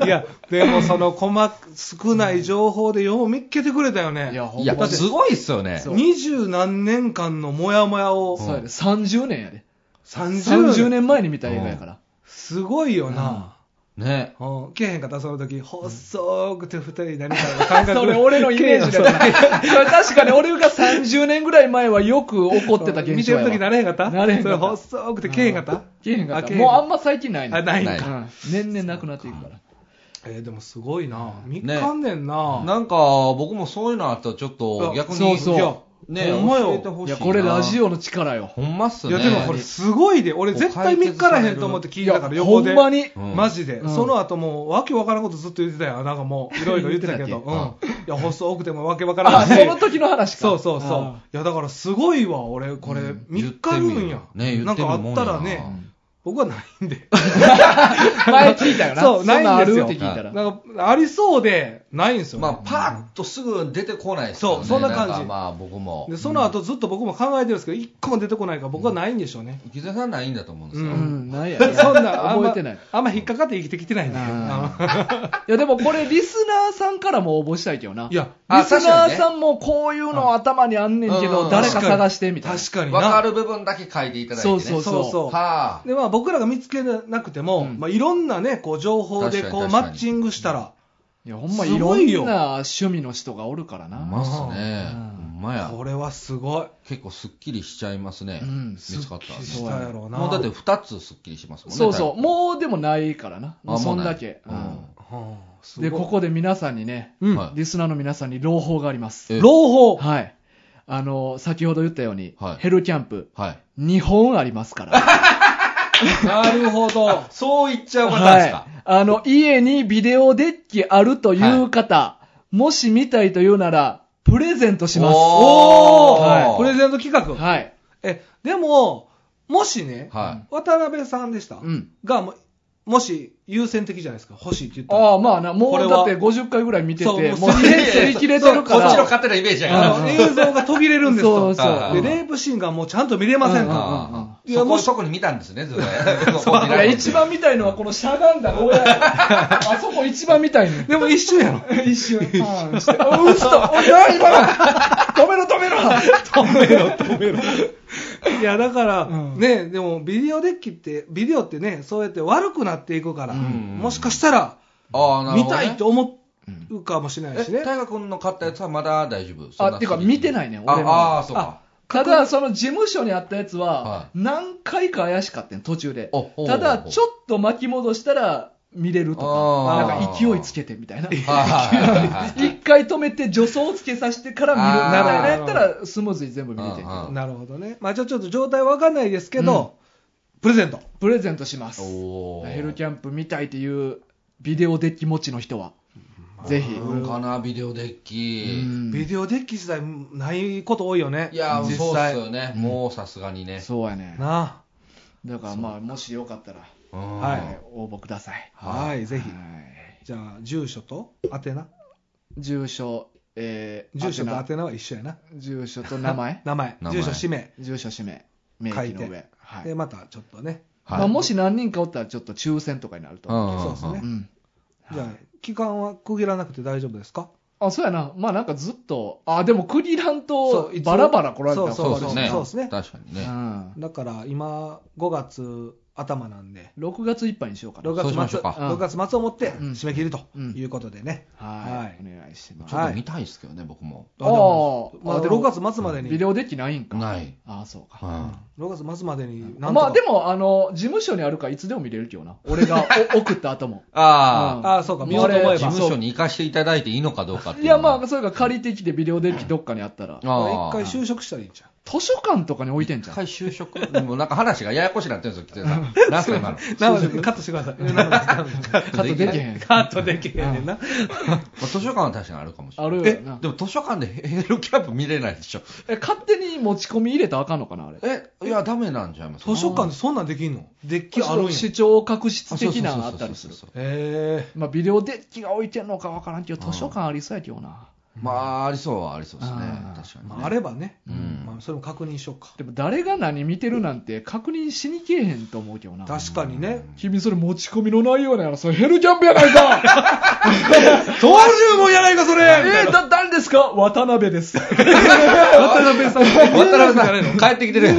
Speaker 2: あ。いや、でもその細く、少ない情報でよう見っけてくれたよね。
Speaker 1: いや、ほ
Speaker 3: い
Speaker 1: んま
Speaker 3: や
Speaker 1: に。、
Speaker 3: すごいっすよね。
Speaker 1: そう
Speaker 2: 二十何年間のモヤモヤを
Speaker 1: そうやで、30年やで。
Speaker 2: 30
Speaker 1: 30
Speaker 2: 年。
Speaker 1: 年前に見た映画やから。
Speaker 2: すごいよな。
Speaker 3: ね。
Speaker 2: うんけえへんかった、その時。細くて二人になりたいな感覚。
Speaker 1: それ俺のイメージだ
Speaker 2: けえへん
Speaker 1: ね。それ確かに俺が30年ぐらい前はよく怒ってた現
Speaker 2: 見て
Speaker 1: 象
Speaker 2: る
Speaker 1: やわ。
Speaker 2: 時なれへんかった
Speaker 1: なれへんかった
Speaker 2: それ細くてけえへんかった
Speaker 1: けえへんかった
Speaker 2: けえへん
Speaker 1: もうあんま最近ないね
Speaker 2: あ、ないん
Speaker 3: ない
Speaker 2: か。
Speaker 1: うん年々なくなっていくから。
Speaker 2: えーでもすごいな。三日んねんな。
Speaker 3: なんか、僕もそういうのあったらちょっと逆に。
Speaker 1: そうそう
Speaker 2: いや
Speaker 3: ね、
Speaker 2: ほんまよ
Speaker 3: 教えてほし
Speaker 1: い
Speaker 3: いな。
Speaker 1: や、これラジオの力よ。
Speaker 3: ほんまっす
Speaker 2: い
Speaker 3: ね。
Speaker 2: や、でもこれすごいで。俺絶対三日からへんと思って聞いたから、
Speaker 1: いや
Speaker 2: 横
Speaker 1: ほ
Speaker 2: で。
Speaker 1: んまに
Speaker 3: うん
Speaker 2: マジで。
Speaker 1: うん
Speaker 2: その後もう、わけわからんことずっと言ってたよ。なんかもう、いろいろ言ってたけど。う
Speaker 3: (laughs) 言っ
Speaker 2: ん
Speaker 3: てたっ。
Speaker 2: いや、細くてもわけわから
Speaker 1: あ、
Speaker 2: んし。
Speaker 1: その時の話か。
Speaker 2: (laughs) そうそうそう
Speaker 1: あ。
Speaker 2: いや、だからすごいわ、俺、これ、
Speaker 3: うん
Speaker 2: 3日あるんや。
Speaker 3: 言ってみるね
Speaker 2: なんかあ
Speaker 3: 言
Speaker 2: っ
Speaker 3: ったてみる
Speaker 2: ら
Speaker 3: もんやな
Speaker 2: ね、僕はないんで。
Speaker 1: ー前聞いたよな。
Speaker 2: そうないんですよ
Speaker 1: そなあるって聞いたら。
Speaker 2: なんか、ありそうで、ないんですよ。
Speaker 3: まあ、パーッとすぐ出てこないっすよね
Speaker 2: そうそんな感じ
Speaker 3: んかまあ、僕も
Speaker 2: で、。その後ずっと僕も考えてるんですけど、一個も出てこないから、僕はないんでしょうね。
Speaker 3: 木澤さんないんだと思うんですよ。
Speaker 1: う、
Speaker 2: うん
Speaker 1: なんや。
Speaker 2: そん (laughs)
Speaker 3: (laughs)
Speaker 2: な、あん
Speaker 1: 覚え
Speaker 2: ま
Speaker 1: てない。、
Speaker 2: あんま引っかかって生きてきてないね。
Speaker 1: あ
Speaker 2: あ
Speaker 1: いや、でもこれ、リスナーさんからも応募したいけどな。
Speaker 2: のいや、
Speaker 3: あ
Speaker 1: リスナー
Speaker 3: 確
Speaker 1: さ
Speaker 3: か
Speaker 1: んもこういうの頭にあんねんけ
Speaker 3: う
Speaker 1: ど、
Speaker 3: ん
Speaker 1: 誰か探してみたいな。
Speaker 2: (laughs) 確かに
Speaker 3: わか
Speaker 2: な。
Speaker 3: る部分だけ書いていただいて
Speaker 1: そ
Speaker 3: ね。
Speaker 1: うそう
Speaker 2: そう
Speaker 1: そ。
Speaker 2: そうう
Speaker 3: はあ。
Speaker 2: で、まあ僕らが見つけなくても、
Speaker 1: うん
Speaker 2: まあいろんなね、こう情報で
Speaker 3: 確か
Speaker 2: こ
Speaker 3: に
Speaker 2: う
Speaker 3: 確
Speaker 2: マ
Speaker 3: かに
Speaker 2: ッチングしたら、
Speaker 1: いや、ほんまい
Speaker 2: す
Speaker 1: ろ
Speaker 2: ごいよ
Speaker 1: んな趣味の人がおるから
Speaker 3: う
Speaker 1: な。
Speaker 3: まっすね。
Speaker 1: う
Speaker 3: うんんまや。
Speaker 2: これはすごい。
Speaker 3: 結構すっきりしちゃいますね。
Speaker 1: うん
Speaker 3: 見つかったらね
Speaker 2: したやろうな。
Speaker 3: もうだって2つすっきりしますもんね。
Speaker 1: そうそう。もうでもないからな。
Speaker 3: あもうない
Speaker 1: そんだけ。
Speaker 3: うん
Speaker 2: はあすごい
Speaker 1: で、ここで皆さんにね、
Speaker 2: うん。
Speaker 3: はい
Speaker 1: リスナーの皆さんに朗報があります。
Speaker 3: え
Speaker 2: 朗報。
Speaker 1: はい。あの、先ほど言ったように、
Speaker 3: はい
Speaker 1: ヘルキャンプ、
Speaker 3: はい。
Speaker 1: 2本ありますから。
Speaker 2: なるほ
Speaker 3: (laughs)
Speaker 2: ど。
Speaker 3: そう言っちゃうパターン
Speaker 1: は
Speaker 3: です
Speaker 1: い
Speaker 3: か。。
Speaker 1: あの、家にビデオデッキあるという方、もし見たいというなら、プレゼントします。
Speaker 3: おー
Speaker 1: はい
Speaker 2: プレゼント企画。
Speaker 1: はい。
Speaker 2: え、でも、もしね、
Speaker 3: はい。
Speaker 2: 渡辺さんでした、
Speaker 1: うん。
Speaker 2: がも、もし優先的じゃないですか、欲しいって言ったら。
Speaker 1: ああ、まあな、も
Speaker 2: これ
Speaker 1: う
Speaker 2: は
Speaker 1: だって50回ぐらい見てて、
Speaker 2: そうもう
Speaker 1: もう
Speaker 2: す
Speaker 1: す
Speaker 2: り切れ
Speaker 1: り切れてるから。
Speaker 3: こっちの勝手なイメージやか
Speaker 2: あ
Speaker 3: ら。
Speaker 2: の映像が途切れるんです
Speaker 3: (laughs)
Speaker 1: そ
Speaker 2: と
Speaker 1: う。そう。
Speaker 3: は
Speaker 2: で、
Speaker 3: い
Speaker 2: レイプシーンがもうちゃんと見れません
Speaker 1: うん
Speaker 2: か、
Speaker 3: ああ
Speaker 2: いや
Speaker 3: そ
Speaker 2: も
Speaker 3: こ
Speaker 2: し
Speaker 3: そこに見たんですね、ずっとね
Speaker 1: いや、一番見たいのはこのしゃがんだ牢屋。あそこ一番見たいね。
Speaker 2: でも一瞬やろ。
Speaker 1: 一瞬、パーンして。おうすと、おい、な今の止めろ止めろ
Speaker 2: (laughs) いや、だから、
Speaker 1: うん
Speaker 2: ね、でもビデオデッキって、ビデオってね、そうやって悪くなっていくから、
Speaker 3: ん
Speaker 2: もしかしたら、
Speaker 3: ああ、なる
Speaker 2: 見
Speaker 3: ほど
Speaker 2: た
Speaker 3: ね。
Speaker 2: いと思うかもしれないし
Speaker 3: え、
Speaker 2: ね。
Speaker 3: 大河君の買ったやつはまだ大丈夫そん
Speaker 1: あ、
Speaker 3: な
Speaker 1: っていうか見てないね、俺も。
Speaker 3: ああー、そうか。
Speaker 1: ただ、その事務所にあったやつは
Speaker 3: は、
Speaker 1: 何回か怪しかったん、途中で
Speaker 3: おほ。う
Speaker 1: ただ、
Speaker 3: ほう
Speaker 1: ちょっと巻き戻したら、見れるとか
Speaker 3: あ、
Speaker 1: な
Speaker 3: ー
Speaker 1: んか勢いつけてみたいな。
Speaker 3: はいはいはいはい
Speaker 1: (laughs) 一回止めて助走をつけさせてから見る。
Speaker 3: あー
Speaker 1: ならやったら、スムーズに全部見れてるけ
Speaker 3: うんう
Speaker 1: ど
Speaker 3: ん。
Speaker 2: なるほどね。まあじゃあちょっと状態わかんないですけど、プレゼント。
Speaker 1: プレゼントします。
Speaker 3: おー
Speaker 1: ヘルキャンプ見たいっていうビデオデッキ持ちの人は、ぜひ。
Speaker 3: うんかな、ビデオデッキ。
Speaker 1: うん
Speaker 2: ビデオデッキ自体ないこと多いよね。
Speaker 3: いや、
Speaker 2: 実
Speaker 3: そうっ
Speaker 2: 際
Speaker 3: すよね。
Speaker 1: うん
Speaker 3: もうさすがにね。
Speaker 1: そうやね。
Speaker 2: な
Speaker 1: だからまあ、もしよかったら、
Speaker 3: うん
Speaker 2: はい
Speaker 1: はい応募ください。
Speaker 2: あ。はい、ぜひ。
Speaker 1: はい
Speaker 2: じゃあ、住所と宛名
Speaker 1: 住所、えー、
Speaker 2: 住所と
Speaker 1: 宛
Speaker 2: 宛名は一緒やな。、
Speaker 1: 名住所と名前 (laughs)
Speaker 2: 名前、
Speaker 3: 名前
Speaker 2: 住所、氏名。
Speaker 1: 住所、氏名、名義の
Speaker 2: 書い
Speaker 1: 上。はい
Speaker 2: で、またちょっとね。
Speaker 3: はい
Speaker 1: まあ、もし何人かおったら、ちょっと抽選とかになると
Speaker 3: う
Speaker 1: 思う。
Speaker 3: ん
Speaker 2: そうっすね
Speaker 1: う。ん
Speaker 2: じゃあ、期間は区切らなくて大丈夫ですか
Speaker 1: あ、そうやな。まあなんかずっと、あ、でも区切らんと
Speaker 2: そうい、つ
Speaker 1: バラバラ来られたら
Speaker 2: そう
Speaker 3: そう
Speaker 1: 困
Speaker 3: で
Speaker 1: るし
Speaker 3: すね。
Speaker 1: な
Speaker 2: そうっすね
Speaker 3: 確かに
Speaker 1: う
Speaker 3: ね。
Speaker 1: ん
Speaker 2: だから、今、5月頭なんで、
Speaker 1: 6月いっぱいにしようかな。
Speaker 2: 6
Speaker 1: は
Speaker 2: 月
Speaker 3: そうしまし
Speaker 2: 末、
Speaker 3: ょうか
Speaker 2: 6月末をもって
Speaker 1: うん
Speaker 2: 締め切りと
Speaker 1: うん
Speaker 2: いうことでね。はい
Speaker 1: い。お願いします
Speaker 3: ち。ょっと見たいですけどね、僕も。
Speaker 2: あでも
Speaker 1: あー
Speaker 2: まあ、で
Speaker 1: あの
Speaker 2: 6月末までに、
Speaker 1: ビデ
Speaker 2: 6
Speaker 1: オデッキないんか。
Speaker 3: ない。
Speaker 1: ああ、そうか。
Speaker 3: うん
Speaker 2: 月末までに、なんと
Speaker 1: ま
Speaker 2: か
Speaker 1: あでも、あの、事務所にあるからいつでも見れるけどな。俺が (laughs) お送った後も。
Speaker 3: あ
Speaker 1: うん
Speaker 3: あ、
Speaker 2: ああ、そうか、見ようと思え
Speaker 1: あれ
Speaker 2: ば。
Speaker 3: 事務所に行かしていただいていいのかどうかっていう。
Speaker 1: いや、まあ、それが借りてきてビデオデッキどっかにあったら、
Speaker 3: ああ
Speaker 2: 一回就職したらいいんちゃ
Speaker 1: 図書館とかに置いてんじ
Speaker 3: 一
Speaker 1: ゃん。
Speaker 3: 回就職。でもなんか話がややこしになってるんですよ、
Speaker 2: (laughs)
Speaker 3: 北谷さん。なんすか今の。
Speaker 2: うなので、カットしてください。
Speaker 1: カ
Speaker 2: カ
Speaker 1: ットできへん。
Speaker 2: ットできへんねんな。
Speaker 3: まあ図書館は確かにあるかもしれ
Speaker 1: あ
Speaker 3: ない。
Speaker 1: るよな
Speaker 3: で。も図書館でヘルキャンプ見れないでしょ。
Speaker 1: え、勝手に持ち込み入れたらあかんのかな、あれ。
Speaker 3: え、いや、ダメなんちゃいます
Speaker 2: 図書館でそんなんできんのデッキあるんや。
Speaker 1: 視聴覚室
Speaker 3: あそうそう
Speaker 1: 的
Speaker 3: そ
Speaker 1: な
Speaker 3: うそう
Speaker 1: のあったりする。
Speaker 2: え
Speaker 1: まあ、ビデオデッキが置いてんのかわからんけど、図書館ありそうやけどな。
Speaker 3: まあ、ありそうはありそうですね
Speaker 1: あ。ー
Speaker 3: 確か
Speaker 2: え
Speaker 3: にね。
Speaker 2: まあ、あればね、
Speaker 3: うん
Speaker 2: まあ、それも確認しようか。
Speaker 1: でも、誰が何見てるなんて確認しにけえへんと思うけどな。
Speaker 2: 確かにね。
Speaker 1: 君それ持ち込みの内容なんやろそれヘルキャンプやないか
Speaker 2: 登竜門やないか、それ
Speaker 1: (laughs) えー、 (laughs) だ、誰ですか渡辺 (laughs) です。
Speaker 2: 渡辺さん。 (laughs)
Speaker 3: 渡辺さん、帰ってきてる。
Speaker 1: (laughs)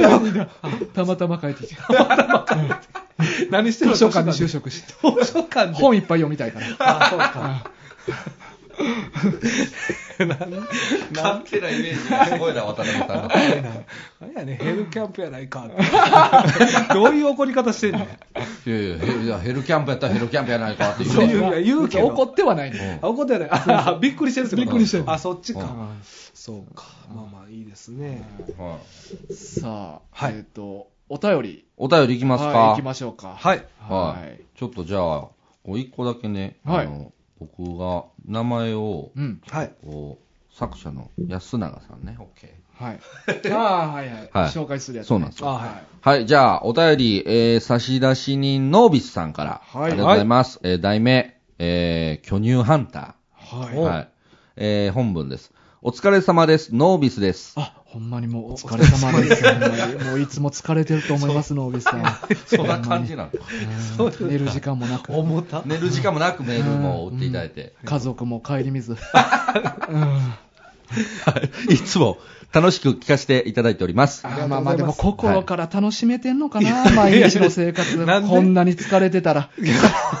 Speaker 1: たまたま帰ってきた。
Speaker 2: 何してるの
Speaker 1: 図書館に就職して。
Speaker 2: 図書館
Speaker 1: (laughs)
Speaker 2: で。
Speaker 1: 本いっぱい読みたいから。 (laughs)
Speaker 2: あ、そうか。
Speaker 3: 勝手なイメージがすごいな、渡辺さ
Speaker 2: (laughs)
Speaker 3: んの。
Speaker 2: 何やねん何やねんヘルキャンプやないかって。 (laughs) どういう怒り方してんねん。
Speaker 3: いやいやへいや、ヘルキャンプやったらヘルキャンプやないかっていう。
Speaker 2: そういうや言うけど
Speaker 1: 怒ってはないね。
Speaker 2: (laughs) あ、怒ってない。あ、 (laughs) びっくりしてるってこと
Speaker 1: びっくりしてる
Speaker 2: あ、そっちか。
Speaker 1: はい
Speaker 2: そうか。まあまあ、いいですね。
Speaker 3: はい
Speaker 1: さあ、
Speaker 2: はい
Speaker 1: えっ、と、お便り、
Speaker 3: お便りいきますか。
Speaker 1: はい、行きましょうか。
Speaker 2: はい。
Speaker 3: は
Speaker 1: はい
Speaker 3: い。ちょっとじゃあ、こう一個だけね、
Speaker 1: はい
Speaker 3: あの僕が名前を、
Speaker 1: うん。
Speaker 2: はい。
Speaker 3: こう作者の安永さんね。
Speaker 1: はい。ああ、はいはい。
Speaker 3: はい
Speaker 1: 紹介するやつ、
Speaker 3: そうなんです
Speaker 2: よ
Speaker 1: は
Speaker 3: はい、じゃあ、お便り、えー、差出人ノービスさんから、
Speaker 1: はい
Speaker 3: ありがとうございます。えー題名、えー巨乳ハンタ
Speaker 1: い。はい。
Speaker 3: ー。はい。えー本文です。お疲れ様です。ノービスです。
Speaker 1: あ、ほんまにもうお疲れ様です。ほんまにもういつも疲れてると思います、ノービスさん。
Speaker 3: そんな感じ (laughs) なの。
Speaker 1: うん寝る時間もなく、
Speaker 2: 重 (laughs) た。
Speaker 3: 寝る時間もなくメールも打っていただいて。
Speaker 1: 家族も帰り見ず。
Speaker 3: はいいつも楽しく聞かせていただいております。
Speaker 1: あまあまあでも心から楽しめてんのかな、毎日の生活
Speaker 2: なんで
Speaker 1: こんなに疲れてたら。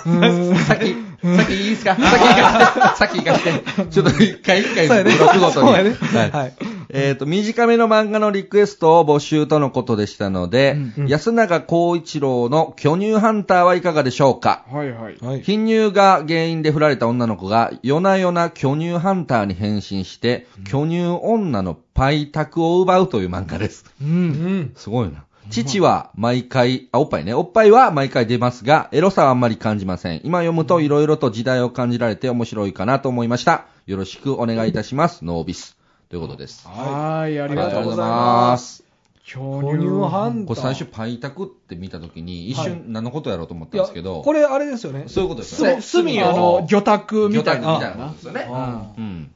Speaker 3: 先、先いいですか先行かせて。先行
Speaker 2: (laughs)
Speaker 3: かせて。ちょっと一回一回、
Speaker 2: そうやね
Speaker 3: 録ごと
Speaker 2: そ
Speaker 3: に。
Speaker 2: うやね
Speaker 3: はい
Speaker 2: はい
Speaker 3: えっ、と、短めの漫画のリクエストを募集とのことでしたので、
Speaker 2: うん
Speaker 3: 安永光一郎の巨乳ハンターはいかがでしょうか
Speaker 1: はいはい。
Speaker 2: はい。
Speaker 3: 貧乳が原因で振られた女の子が夜な夜な巨乳ハンターに変身して、巨乳女のパイタクを奪うという漫画です。
Speaker 1: う。
Speaker 2: うんん。
Speaker 3: すごいな。父は毎回、あ、おっぱいね。おっぱいは毎回出ますが、エロさはあんまり感じません。今読むと色々と時代を感じられて面白いかなと思いました。よろしくお願いいたします。ノービス。ということです。
Speaker 1: はい、あ
Speaker 2: あ
Speaker 1: りがとうございます。
Speaker 3: す。
Speaker 1: 巨
Speaker 2: 購入ハンター。
Speaker 3: これ最初、パイタクって見たときに、一
Speaker 2: はい
Speaker 3: 瞬何のことやろうと思った
Speaker 2: い
Speaker 3: んで
Speaker 2: や、
Speaker 3: すけど、
Speaker 2: これあれですよね。
Speaker 3: そういうことですよ
Speaker 2: そう
Speaker 3: ね。
Speaker 2: 隅
Speaker 1: あ
Speaker 2: を
Speaker 1: の、魚卓みたいな。
Speaker 3: 魚拓みたいなことですよね
Speaker 2: あー
Speaker 3: うん。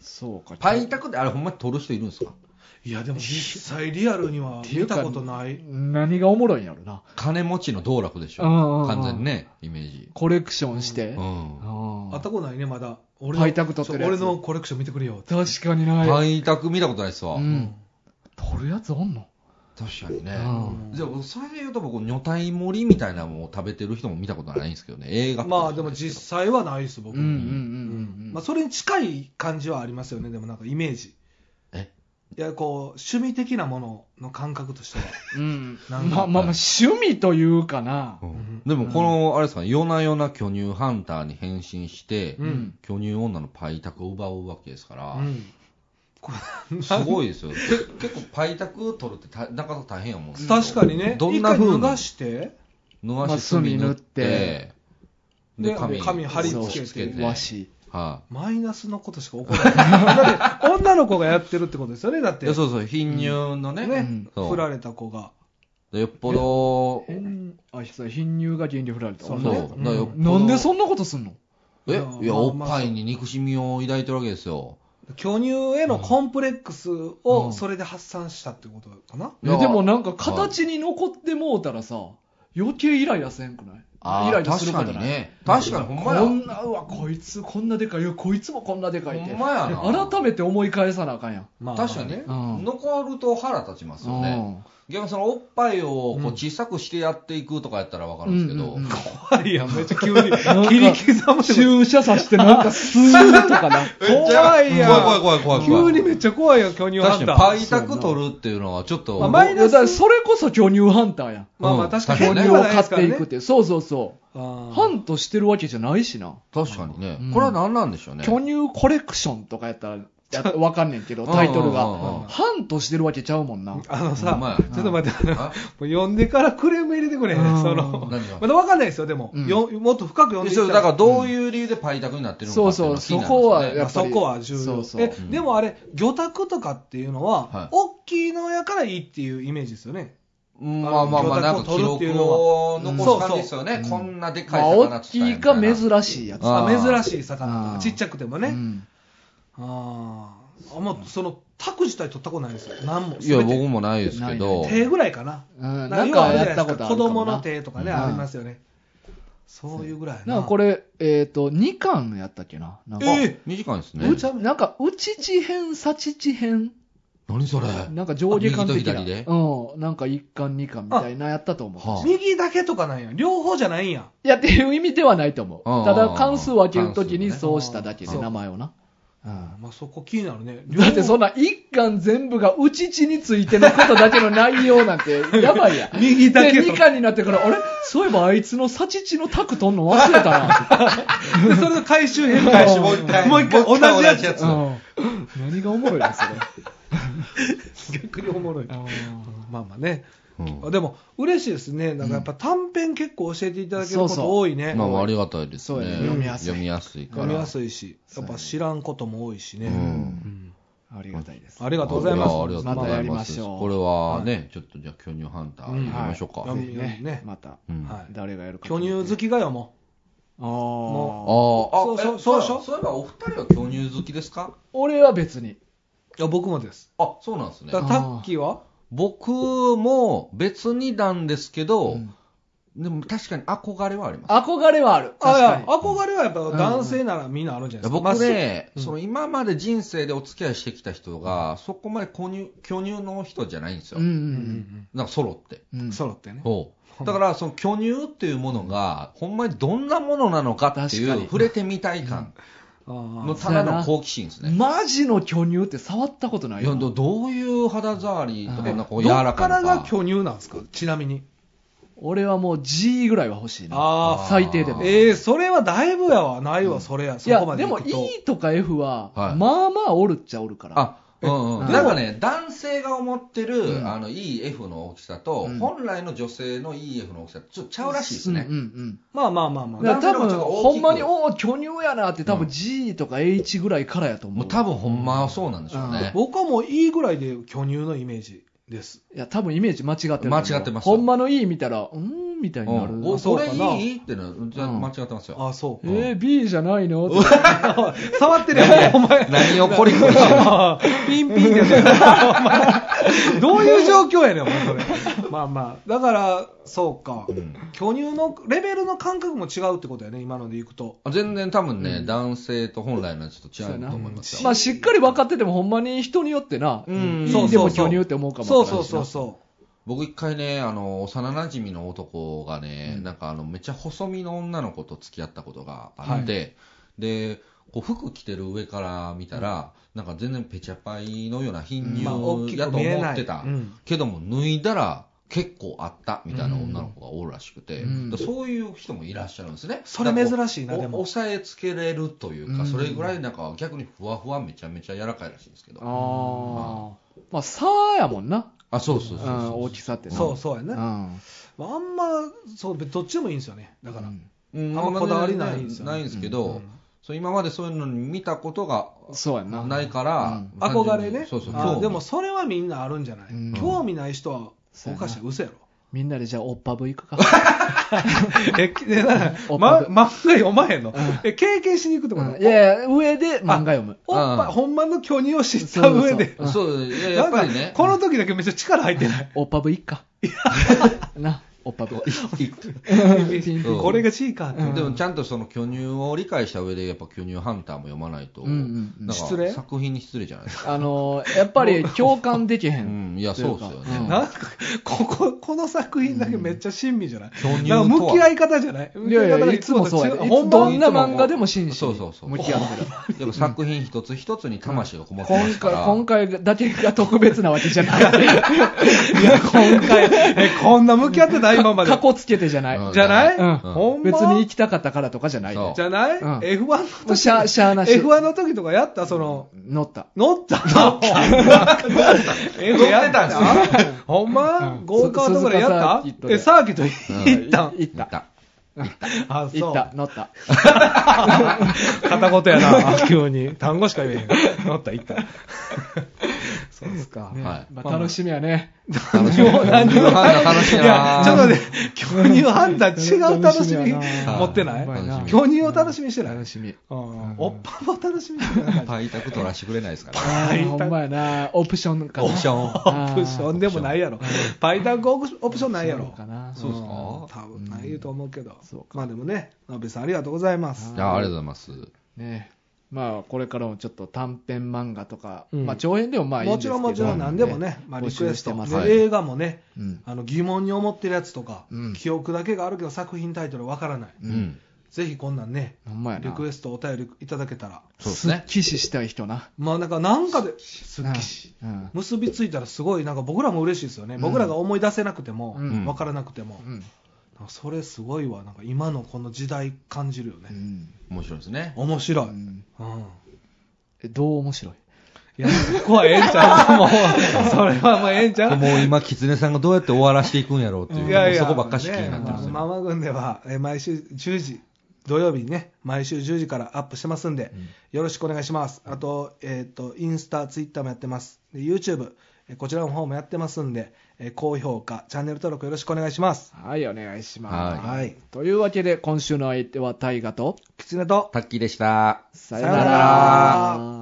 Speaker 1: そうか。
Speaker 3: パイタクってあれほんまに取る人いるんですか
Speaker 2: いや、でも実際リアルには
Speaker 1: ってい
Speaker 2: 見
Speaker 1: うか
Speaker 2: たことない。
Speaker 1: 何がおもろいんやろな。
Speaker 3: 金持ちの道楽でし
Speaker 1: うんうんう
Speaker 3: ょ
Speaker 1: ん
Speaker 3: 完全にね、イメージ。
Speaker 1: コレクションして。
Speaker 3: う
Speaker 1: あ
Speaker 3: ん。
Speaker 2: あ
Speaker 1: あ
Speaker 2: ったことないね、まだ。俺
Speaker 1: パイタク取ってるやつ
Speaker 2: そう俺のコレクション見てくれよって。
Speaker 1: 確かにない。
Speaker 3: パイタク見たことないっすわ
Speaker 1: う。ん。取るやつおんの
Speaker 3: 確かにね。
Speaker 1: うん
Speaker 3: じゃあ、それで言うと僕、女体盛りみたいなのを食べてる人も見たことないんですけどね。映画とか
Speaker 2: まあでも実際はないです、僕。
Speaker 1: うんうんうんうん。
Speaker 2: まあそれに近い感じはありますよね、でもなんかイメージ。
Speaker 3: え
Speaker 2: いや、こう、趣味的なものの感覚としては。
Speaker 1: うん。ま
Speaker 2: な
Speaker 1: あ
Speaker 2: んか
Speaker 1: まあまあ、趣味というかな
Speaker 3: う。ん
Speaker 2: ん
Speaker 3: でも、この、あれですかね、夜な夜な巨乳ハンターに変身して、
Speaker 2: うん
Speaker 3: 巨乳女のパイタクを奪うわけですか
Speaker 2: う
Speaker 3: ら、
Speaker 2: ん。こ
Speaker 3: すごいですよ。け (laughs) 結構、パイタク取るってたなかなか大変やもんね
Speaker 2: 確かにね、
Speaker 3: どんな
Speaker 2: 一
Speaker 3: 風
Speaker 2: 回脱
Speaker 3: に
Speaker 2: がして、
Speaker 3: 脱
Speaker 1: ま
Speaker 3: が
Speaker 1: あ
Speaker 3: し墨塗っ
Speaker 1: で
Speaker 3: て、
Speaker 2: で紙貼り付けて
Speaker 3: 付けて。
Speaker 1: 和
Speaker 3: はい、
Speaker 1: 紙。
Speaker 2: マイナスのことしか起こ
Speaker 3: (laughs)
Speaker 2: らない。だって、女の子がやってるってことですよね、だっ
Speaker 3: い
Speaker 2: て。
Speaker 3: やそうそう、貧乳のね、
Speaker 2: ね、
Speaker 1: うん
Speaker 3: そう
Speaker 2: 振られた子が。
Speaker 3: でよっぽど、
Speaker 1: あ、そう貧乳が原理振られた。
Speaker 2: そ
Speaker 3: そう、
Speaker 2: う
Speaker 3: だ
Speaker 2: ね
Speaker 3: からよっぽど
Speaker 1: なんでそんなことすんの
Speaker 3: え
Speaker 2: まあ
Speaker 3: いや、
Speaker 2: まあ
Speaker 3: おっぱいに憎しみを抱いてるわけですよ。
Speaker 2: 巨乳へのコンプレックス
Speaker 3: う
Speaker 2: を
Speaker 3: ん
Speaker 2: それで発散したってことかな、
Speaker 1: え
Speaker 3: いや
Speaker 1: でもなんか形に残ってもうたらさ、余計イライラせんくない
Speaker 3: あ
Speaker 1: イ
Speaker 3: あ
Speaker 1: ライ
Speaker 3: ー、
Speaker 1: ラする
Speaker 3: 確
Speaker 1: こ
Speaker 3: か
Speaker 1: とな
Speaker 3: に
Speaker 1: い。
Speaker 3: ね。確かに、ほんまや。
Speaker 1: こんな、うわ、こいつこんなでかい。いや、こいつもこんなでかいって。
Speaker 3: ほんまやな
Speaker 1: 改めて思い返さなあかんやん。
Speaker 2: まあ
Speaker 3: 確かにね、
Speaker 1: うん
Speaker 3: 残ると腹立ちますよね。逆にそのおっぱいをこ
Speaker 2: うん
Speaker 3: う小さくしてやっていくとかやったらわかるんですけ
Speaker 1: うん
Speaker 3: ど、
Speaker 1: うんうん
Speaker 2: 怖いやん、めっちゃ急に
Speaker 1: んか
Speaker 2: 切り刻む
Speaker 1: うん
Speaker 2: てこ
Speaker 1: 注射さしてなんかスーッとかな。
Speaker 2: 怖いやん
Speaker 3: 怖い怖い怖い
Speaker 2: と
Speaker 3: 怖
Speaker 2: 急に
Speaker 3: い。
Speaker 2: めっちゃ怖いやん、巨乳ハ
Speaker 3: 確
Speaker 2: ン
Speaker 3: か
Speaker 2: タ
Speaker 3: に、パ
Speaker 2: ー。
Speaker 3: イタク取るっていうのはちょっと、
Speaker 2: まあ
Speaker 1: マ
Speaker 2: マ
Speaker 1: イ
Speaker 2: イ
Speaker 1: ナ
Speaker 2: ナ
Speaker 1: ス
Speaker 2: ス
Speaker 1: それこそ巨乳ハンターやん。
Speaker 2: まあま
Speaker 3: う
Speaker 2: あ
Speaker 3: ん
Speaker 2: 確かに
Speaker 1: 巨
Speaker 3: 確か
Speaker 1: 乳
Speaker 3: に
Speaker 1: を買っていくって。そうそうそう。ハ
Speaker 2: ハ
Speaker 1: ントしてるわけじゃないしな。
Speaker 3: 確かにね、
Speaker 1: うん
Speaker 3: これは何なんでしょうね。
Speaker 1: 巨乳コレクションとかやったらやっ、わかんねんけど、タイトル
Speaker 3: うんうんうんうん
Speaker 1: が。ハントしてるわけちゃうもんな。
Speaker 2: あの
Speaker 3: ほんまや
Speaker 2: さ、ちょっと待って、あのも
Speaker 3: あ
Speaker 2: う呼んでからクレーム入れてくれへん、
Speaker 1: うん
Speaker 2: その。
Speaker 3: 何が
Speaker 2: まだわかんないですよ、でも。
Speaker 1: うん
Speaker 2: よもっと深く呼んでい
Speaker 3: そう
Speaker 2: った
Speaker 3: だからどういう理由でパイタクになってるのか
Speaker 1: そう
Speaker 3: ってい
Speaker 1: そうう、
Speaker 3: のが気に
Speaker 1: そ
Speaker 3: なるんです
Speaker 1: こはやっぱ
Speaker 2: まあ
Speaker 3: よね
Speaker 2: そ
Speaker 1: り。
Speaker 2: こは重要
Speaker 1: そうそう
Speaker 2: えでもあれ、魚拓とかっていうのは、
Speaker 3: はい
Speaker 2: 大きいのやからいいっていうイメージですよね。
Speaker 3: うんまあまあまあ、なんか記録を残す感じですよね。
Speaker 1: うん
Speaker 3: こんなで
Speaker 1: ま
Speaker 3: かい
Speaker 1: あ、
Speaker 3: 魚
Speaker 1: 大
Speaker 3: 釣っ
Speaker 1: き
Speaker 3: たんや
Speaker 1: い
Speaker 3: みた
Speaker 1: か
Speaker 3: いな
Speaker 1: 珍しいやつ。
Speaker 3: あ
Speaker 2: あ
Speaker 3: ー
Speaker 2: 珍しい魚
Speaker 1: あー
Speaker 2: とか、ちっちゃくてもね。
Speaker 1: うん
Speaker 2: あーあんまそのタク自体取ったことないんですよ、何も、
Speaker 3: いや、
Speaker 2: 全て
Speaker 3: 僕もないですけど。
Speaker 2: 手ぐらいかな、
Speaker 1: うん
Speaker 2: な
Speaker 1: なんん
Speaker 2: かあ
Speaker 1: か
Speaker 2: れじゃ
Speaker 1: や
Speaker 2: な
Speaker 1: っ
Speaker 2: いで
Speaker 1: た
Speaker 2: すか
Speaker 1: ことあるかも
Speaker 2: 子供
Speaker 1: な
Speaker 2: の手とかね、
Speaker 1: うん
Speaker 2: ありますよね、そういうぐらいや
Speaker 1: なんかこれ、えっ、と、2巻やったっけな。なんか
Speaker 2: え
Speaker 3: 短いですね。
Speaker 1: うちなんか、うちち編、さちち編。
Speaker 3: 何それ
Speaker 1: なんか上下巻的
Speaker 3: あ
Speaker 1: な。
Speaker 3: 右と左で
Speaker 1: うん。なんか一巻二巻みたいなやったと思う。
Speaker 3: はあ
Speaker 2: 右だけとかなんや。両方じゃないんや。
Speaker 1: いやっていう意味ではないと思
Speaker 3: あ
Speaker 1: う。
Speaker 3: ー
Speaker 1: ただ関数を分けるときに
Speaker 3: 関数
Speaker 2: ね
Speaker 1: そうしただけ
Speaker 2: あ
Speaker 1: で、
Speaker 2: ー
Speaker 1: 名前をな。うん
Speaker 2: まあ、そこ気になるね。
Speaker 1: だってそん
Speaker 2: な。。
Speaker 1: な一巻全部がうちちについてのことだけの内容なんてやばいや
Speaker 2: 右だ
Speaker 1: で、
Speaker 2: け
Speaker 1: 二巻になってから、あれそういえばあい両方ともにそうしただけで名前をなうんだってそんな一巻全部がうちちについてのことだけの内容なんてやばいやで二巻になってからあれそういえばあいつのタク取んの忘れたな。
Speaker 2: でそれの回収編
Speaker 1: 返しもう
Speaker 3: 一回
Speaker 2: もう一回
Speaker 3: もう一
Speaker 2: 同
Speaker 3: 回
Speaker 2: じやつ
Speaker 3: 同じやつ
Speaker 1: うん何がおもろいのそれ。
Speaker 2: 逆におもろい。まあまあね。
Speaker 3: うん
Speaker 2: でも、嬉しいですね。なんかやっぱ短編結構教えていただける
Speaker 1: そ
Speaker 2: こ
Speaker 1: うそう
Speaker 2: と多いね。
Speaker 3: まあまあありがたいです
Speaker 1: そうや
Speaker 3: ね
Speaker 1: ね読みやすい
Speaker 3: 読みやすいから
Speaker 2: 読みやすいし、やっぱ知らんことも多いしね。
Speaker 3: うん
Speaker 2: うん
Speaker 1: ありがたいです。
Speaker 2: ありがとうございます。
Speaker 3: やありがとうござい
Speaker 1: またやりま
Speaker 3: ま
Speaker 1: し
Speaker 3: す。
Speaker 1: ょう
Speaker 3: これはね、ちょっとじゃあ、巨乳ハンターやりましょうか。
Speaker 2: うんはい
Speaker 1: ぜひね
Speaker 2: ね、
Speaker 1: また、
Speaker 3: うん
Speaker 2: はい
Speaker 1: 誰がやるか。
Speaker 2: 巨乳
Speaker 1: き。
Speaker 2: 好きがよ、も
Speaker 1: あー
Speaker 3: あ
Speaker 2: も
Speaker 3: ー
Speaker 2: そうそう
Speaker 3: あ、え
Speaker 2: そう
Speaker 3: や
Speaker 2: そう
Speaker 3: そういえば、お二人は巨乳好きですか
Speaker 1: 俺は別に。
Speaker 2: う。いや、僕もです。
Speaker 3: あ、そうなんですね
Speaker 2: だ。からタッキーは
Speaker 3: 僕も別になんですけど、
Speaker 1: うん
Speaker 3: でも確かに憧れはあります。
Speaker 1: 憧れはある。
Speaker 2: あ、い
Speaker 1: 確か
Speaker 2: や、
Speaker 1: に。
Speaker 2: 憧れはやっぱ男性ならみんなあるんじゃないですか。
Speaker 3: 僕ね、
Speaker 2: うん
Speaker 3: その今まで人生でお付き合いしてきた人が、そこまで巨乳巨乳の人じゃないんですよ。
Speaker 1: うん
Speaker 2: ま
Speaker 3: なんか揃って。
Speaker 1: うんう
Speaker 2: あ
Speaker 1: ん。
Speaker 2: ソロってね。
Speaker 3: そうだから、その巨乳っていうものが、ほんまにどんなものなのかってい
Speaker 1: 確か
Speaker 3: う、
Speaker 1: に
Speaker 3: 触れてみたい感
Speaker 2: あー
Speaker 3: のただの好奇心ですね。
Speaker 1: マジの巨乳って触ったことない
Speaker 3: い
Speaker 1: よ
Speaker 3: やどどういう肌触りとか、
Speaker 1: え
Speaker 3: なんかこう柔
Speaker 2: ど
Speaker 3: ら
Speaker 2: っ
Speaker 3: か
Speaker 2: か
Speaker 3: な
Speaker 2: ら
Speaker 3: の
Speaker 2: が
Speaker 3: か
Speaker 2: 巨乳なんですかちなみに。
Speaker 1: 俺はもう G ぐらいは欲しいな。
Speaker 2: あ
Speaker 1: 最低で
Speaker 2: あ
Speaker 1: も。
Speaker 2: ええそれはだいぶやわ。ないわ、それや。
Speaker 1: い
Speaker 2: そこ
Speaker 1: や、
Speaker 2: ま
Speaker 1: で
Speaker 2: で行
Speaker 1: も
Speaker 2: くと。
Speaker 1: E とか F は、
Speaker 3: はい
Speaker 1: まあまあおるっちゃおるから。
Speaker 3: あうんうん、
Speaker 1: うん
Speaker 3: なんかね、男性が思ってる、
Speaker 1: うん
Speaker 3: あの EF の大きさと、
Speaker 1: うん
Speaker 3: 本来の女性の EF の大きさ、ちょっとちゃうらしいですね
Speaker 1: うん。うん
Speaker 2: まあまあまあ
Speaker 1: う
Speaker 2: ま
Speaker 1: ん。
Speaker 2: あ。
Speaker 1: だ
Speaker 2: だ
Speaker 1: から多
Speaker 3: 男
Speaker 1: 分、
Speaker 3: の方が大きく
Speaker 1: ほんまに、おお、巨乳やなって多分 G とか H ぐらいからやと思う。
Speaker 3: もう多分ほんまはそうなんでしょうね。
Speaker 2: 僕はもう E ぐらいで巨乳のイメージです。
Speaker 1: いや、多分イメージ間違ってると思う。
Speaker 3: 間違ってます
Speaker 1: ほんまの E 見たら、うーん、みたいになる。
Speaker 3: うん
Speaker 1: あ
Speaker 3: お
Speaker 1: そう
Speaker 3: こ
Speaker 1: か
Speaker 3: れ
Speaker 1: ない
Speaker 3: いってのじゃあ
Speaker 1: うん
Speaker 3: 間違ってますよ。
Speaker 2: あ、そうか。
Speaker 1: えー、B じゃないの (laughs) って
Speaker 2: 触ってるやん、お前。
Speaker 3: (laughs) 何をコリコリしてる
Speaker 2: ピンピンってやつやんどういう状況やねん、お前それ。まあまあ。だから、そうか。巨乳のレベルの感覚も違うってことやね、今のでいくと。
Speaker 3: あ全然多分ね、男性と本来のちょっと違うと思いますよ。
Speaker 1: まあ、しっかり分かってても、ほんまに人によってな、
Speaker 3: う
Speaker 1: うんん、
Speaker 3: そう
Speaker 1: で
Speaker 3: そ
Speaker 1: も
Speaker 3: うそう
Speaker 1: 巨乳って思うかも
Speaker 2: そう
Speaker 1: わから
Speaker 2: そ
Speaker 1: ん
Speaker 2: う
Speaker 1: し
Speaker 2: そ
Speaker 1: な
Speaker 2: うそ
Speaker 3: 僕一回ね、あの、幼馴染の男がね、
Speaker 1: うん
Speaker 3: なんかあの、めっちゃ細身の女の子と付き合ったことがあって、で、こう服着てる上から見たら、なんか全然ペチャパイのような
Speaker 2: う。
Speaker 3: 貧
Speaker 2: まあ、大
Speaker 3: 乳
Speaker 2: き
Speaker 3: や
Speaker 2: く
Speaker 3: と
Speaker 2: 見え
Speaker 3: 思
Speaker 2: な
Speaker 3: っ
Speaker 2: い。
Speaker 3: てた。
Speaker 2: うん
Speaker 3: けども脱いだら結構あったみたいな女の子がおるらしくて、
Speaker 1: うん
Speaker 3: だからそういう人もいらっしゃるんですね。
Speaker 2: それ珍しいな
Speaker 3: だからこう
Speaker 2: でも
Speaker 3: お押さえつけれるというか、
Speaker 1: うん
Speaker 3: それぐらいなんか逆にふわふわめちゃめちゃ柔らかいらしいんですけど。
Speaker 1: ああ。まあ、さあやもんな、
Speaker 3: あ、そうそううんそうそう
Speaker 1: 大きさってな。
Speaker 2: そうそうや
Speaker 1: う
Speaker 2: ね。
Speaker 1: ん。
Speaker 2: まああんま、そう、どっちでもいいんですよね。だから。
Speaker 3: うん
Speaker 2: あんまこだわりないんですよね
Speaker 3: ないんですけど、
Speaker 2: うん
Speaker 3: そう今までそういうのに見たことが
Speaker 1: そうやんな。
Speaker 3: ないから、
Speaker 1: う
Speaker 3: 単純に
Speaker 2: 憧れね。
Speaker 3: そうそう
Speaker 2: あ
Speaker 3: 興味
Speaker 2: でもそれはみんなあるんじゃない、
Speaker 1: うん
Speaker 2: 興味ない人は
Speaker 1: そう
Speaker 2: お
Speaker 1: やな
Speaker 2: かしい、嘘やろ。
Speaker 1: みんなでじゃあ、おっぱぶ行くか。
Speaker 2: え、きでな
Speaker 1: おっぱ
Speaker 2: ま、
Speaker 1: ぶ
Speaker 2: 漫画読まへんのえ、経験しに行くってこ
Speaker 1: うん
Speaker 2: と
Speaker 1: いやいや、上で漫画読む。
Speaker 2: おっぱい、
Speaker 3: うん
Speaker 2: ほんまの巨乳を知った上で。
Speaker 1: うん
Speaker 3: そうい
Speaker 2: な
Speaker 3: やや
Speaker 2: ん
Speaker 3: っ
Speaker 2: か
Speaker 3: ぱりね (laughs)
Speaker 2: この時だけめっちゃ力入ってない。
Speaker 1: おっぱぶ行くか。 (laughs) な、おっぱぶ。
Speaker 3: うん
Speaker 2: これが G かって。
Speaker 1: うん
Speaker 3: でもちゃんとその巨乳を理解した上でやっぱ巨乳ハンターも読まないと、
Speaker 1: うんうんうん
Speaker 3: なんか
Speaker 2: 失礼
Speaker 3: 作品に失礼じゃないです
Speaker 1: (laughs)
Speaker 3: か、
Speaker 1: あのーやっぱり共感できへ。
Speaker 3: うんん、いやそうですよね、
Speaker 1: うん
Speaker 2: なんか、ここ、この作品だけめっちゃ親身じゃない、
Speaker 3: 巨乳と
Speaker 2: な
Speaker 3: は
Speaker 2: んか向き合い方じゃない
Speaker 1: いやいや、いつもそうやで。いつどんな漫画でも真
Speaker 3: そ
Speaker 1: 摯
Speaker 3: うそうそう
Speaker 1: に向き合ってる。
Speaker 3: やっぱ作品一つ一つに魂がこもってま
Speaker 1: 今
Speaker 3: すか
Speaker 1: 回、
Speaker 3: ら、
Speaker 1: 今回だけが特別なわけじゃない。
Speaker 2: いや、今回、え、こんな向き合ってた今まで
Speaker 1: 過。去つけてじゃない。
Speaker 3: うん
Speaker 2: じゃない、
Speaker 1: うん
Speaker 2: ほんま
Speaker 1: 別に行きたかったからとかじゃない。
Speaker 3: そう
Speaker 1: も
Speaker 2: じゃない、
Speaker 1: うん
Speaker 2: ?F1 の
Speaker 1: う
Speaker 2: 時
Speaker 1: しゃ、しゃーなし。
Speaker 2: F1 の時とかやったその、
Speaker 1: 乗った。
Speaker 2: 乗ったの F やった
Speaker 3: 乗
Speaker 2: ほんま、
Speaker 1: うん
Speaker 2: 豪華とかでやっ
Speaker 1: 鈴鹿サー
Speaker 2: た
Speaker 1: キットで
Speaker 2: え、サーキット行ったん、
Speaker 1: 行っ。
Speaker 3: 行ったた
Speaker 2: あ、そう。
Speaker 1: 行った。乗った。
Speaker 2: 片言やな、急に。単語しか言えへん。乗った、行った。そうですか。
Speaker 1: ね
Speaker 3: はい
Speaker 1: まあ楽しみやね。(laughs)
Speaker 3: 楽しみ
Speaker 2: 何にも
Speaker 3: 楽し
Speaker 2: い
Speaker 3: い
Speaker 2: や
Speaker 3: な、
Speaker 2: ちょっと (laughs) ね、巨乳判断違う楽し
Speaker 1: 楽
Speaker 2: み
Speaker 1: しみやな
Speaker 2: 持ってない
Speaker 1: ほんまや
Speaker 3: 楽しみ
Speaker 2: 巨乳を楽しみにしてない
Speaker 1: 楽しみ。
Speaker 2: うんおっぱも楽しみにしてない
Speaker 3: パイタク取らしてくれないですから、
Speaker 1: あー
Speaker 2: い
Speaker 1: ほんまやな。オプションかな。
Speaker 3: オプション
Speaker 2: (laughs) オプションでもないやろ。パイタンオプションないやろ。
Speaker 1: かな。
Speaker 3: そうですか
Speaker 2: ん多分ないと思うけど
Speaker 1: そう。
Speaker 2: まあでもね、ナベさんありがとうございます。
Speaker 3: いやありがとうございます
Speaker 1: ねまあ、これからもちょっと短編漫画とか、
Speaker 2: うん
Speaker 1: まあ、長編でもまあいいん
Speaker 2: も
Speaker 1: ですけ
Speaker 2: ち
Speaker 1: ど
Speaker 2: ろんもちろん何でもね、まあ、リク
Speaker 1: 募集
Speaker 2: エスト
Speaker 1: してます
Speaker 2: で
Speaker 1: はい
Speaker 2: 映画もね、
Speaker 1: うん
Speaker 2: あの疑問に思ってるやつとか、
Speaker 1: うん
Speaker 2: 記憶だけがあるけど作品タイトルわからない、
Speaker 1: うん。
Speaker 2: ぜひこんなんね
Speaker 1: ほんまやな。
Speaker 2: リクエストお便りいただけたら
Speaker 3: そうですね。
Speaker 1: 騎士したい人な。
Speaker 2: まあなんかなんかですっきし
Speaker 1: うん。
Speaker 2: 結びついたらすごいなんか僕らも嬉しいですよね、僕らが思い出せなくても、
Speaker 1: う
Speaker 2: 分
Speaker 1: ん
Speaker 2: からなくても、
Speaker 1: うん。
Speaker 2: なんかそれすごいわなんか今のこの時代感じるよ
Speaker 1: う
Speaker 2: ね、
Speaker 1: ん。
Speaker 3: 面白いですね。
Speaker 2: 面白い、
Speaker 1: う
Speaker 2: うん
Speaker 1: ん
Speaker 2: い
Speaker 1: えどう面白い
Speaker 2: やそこはええんちゃうもうそれはもうええんちゃう
Speaker 3: もう今、狐さんがどうやって終わらしていくんやろうっていう、
Speaker 2: いやいや
Speaker 3: そこばっかし気になってます
Speaker 2: ね
Speaker 3: よ。
Speaker 2: ママ軍ではえー毎週10時土曜日にね毎週10時からアップしてますんで、よろしくお願いしますあと,、えー、とインスタツイッターもやってますで YouTube えーこちらの方もやってますんで、えー高評価チャンネル登録よろしくお願いします
Speaker 1: はい、お願いします。
Speaker 3: はい
Speaker 1: というわけで、今週の相手は大河と、
Speaker 2: キツネと
Speaker 3: タッキーでした。
Speaker 1: さ
Speaker 2: よなら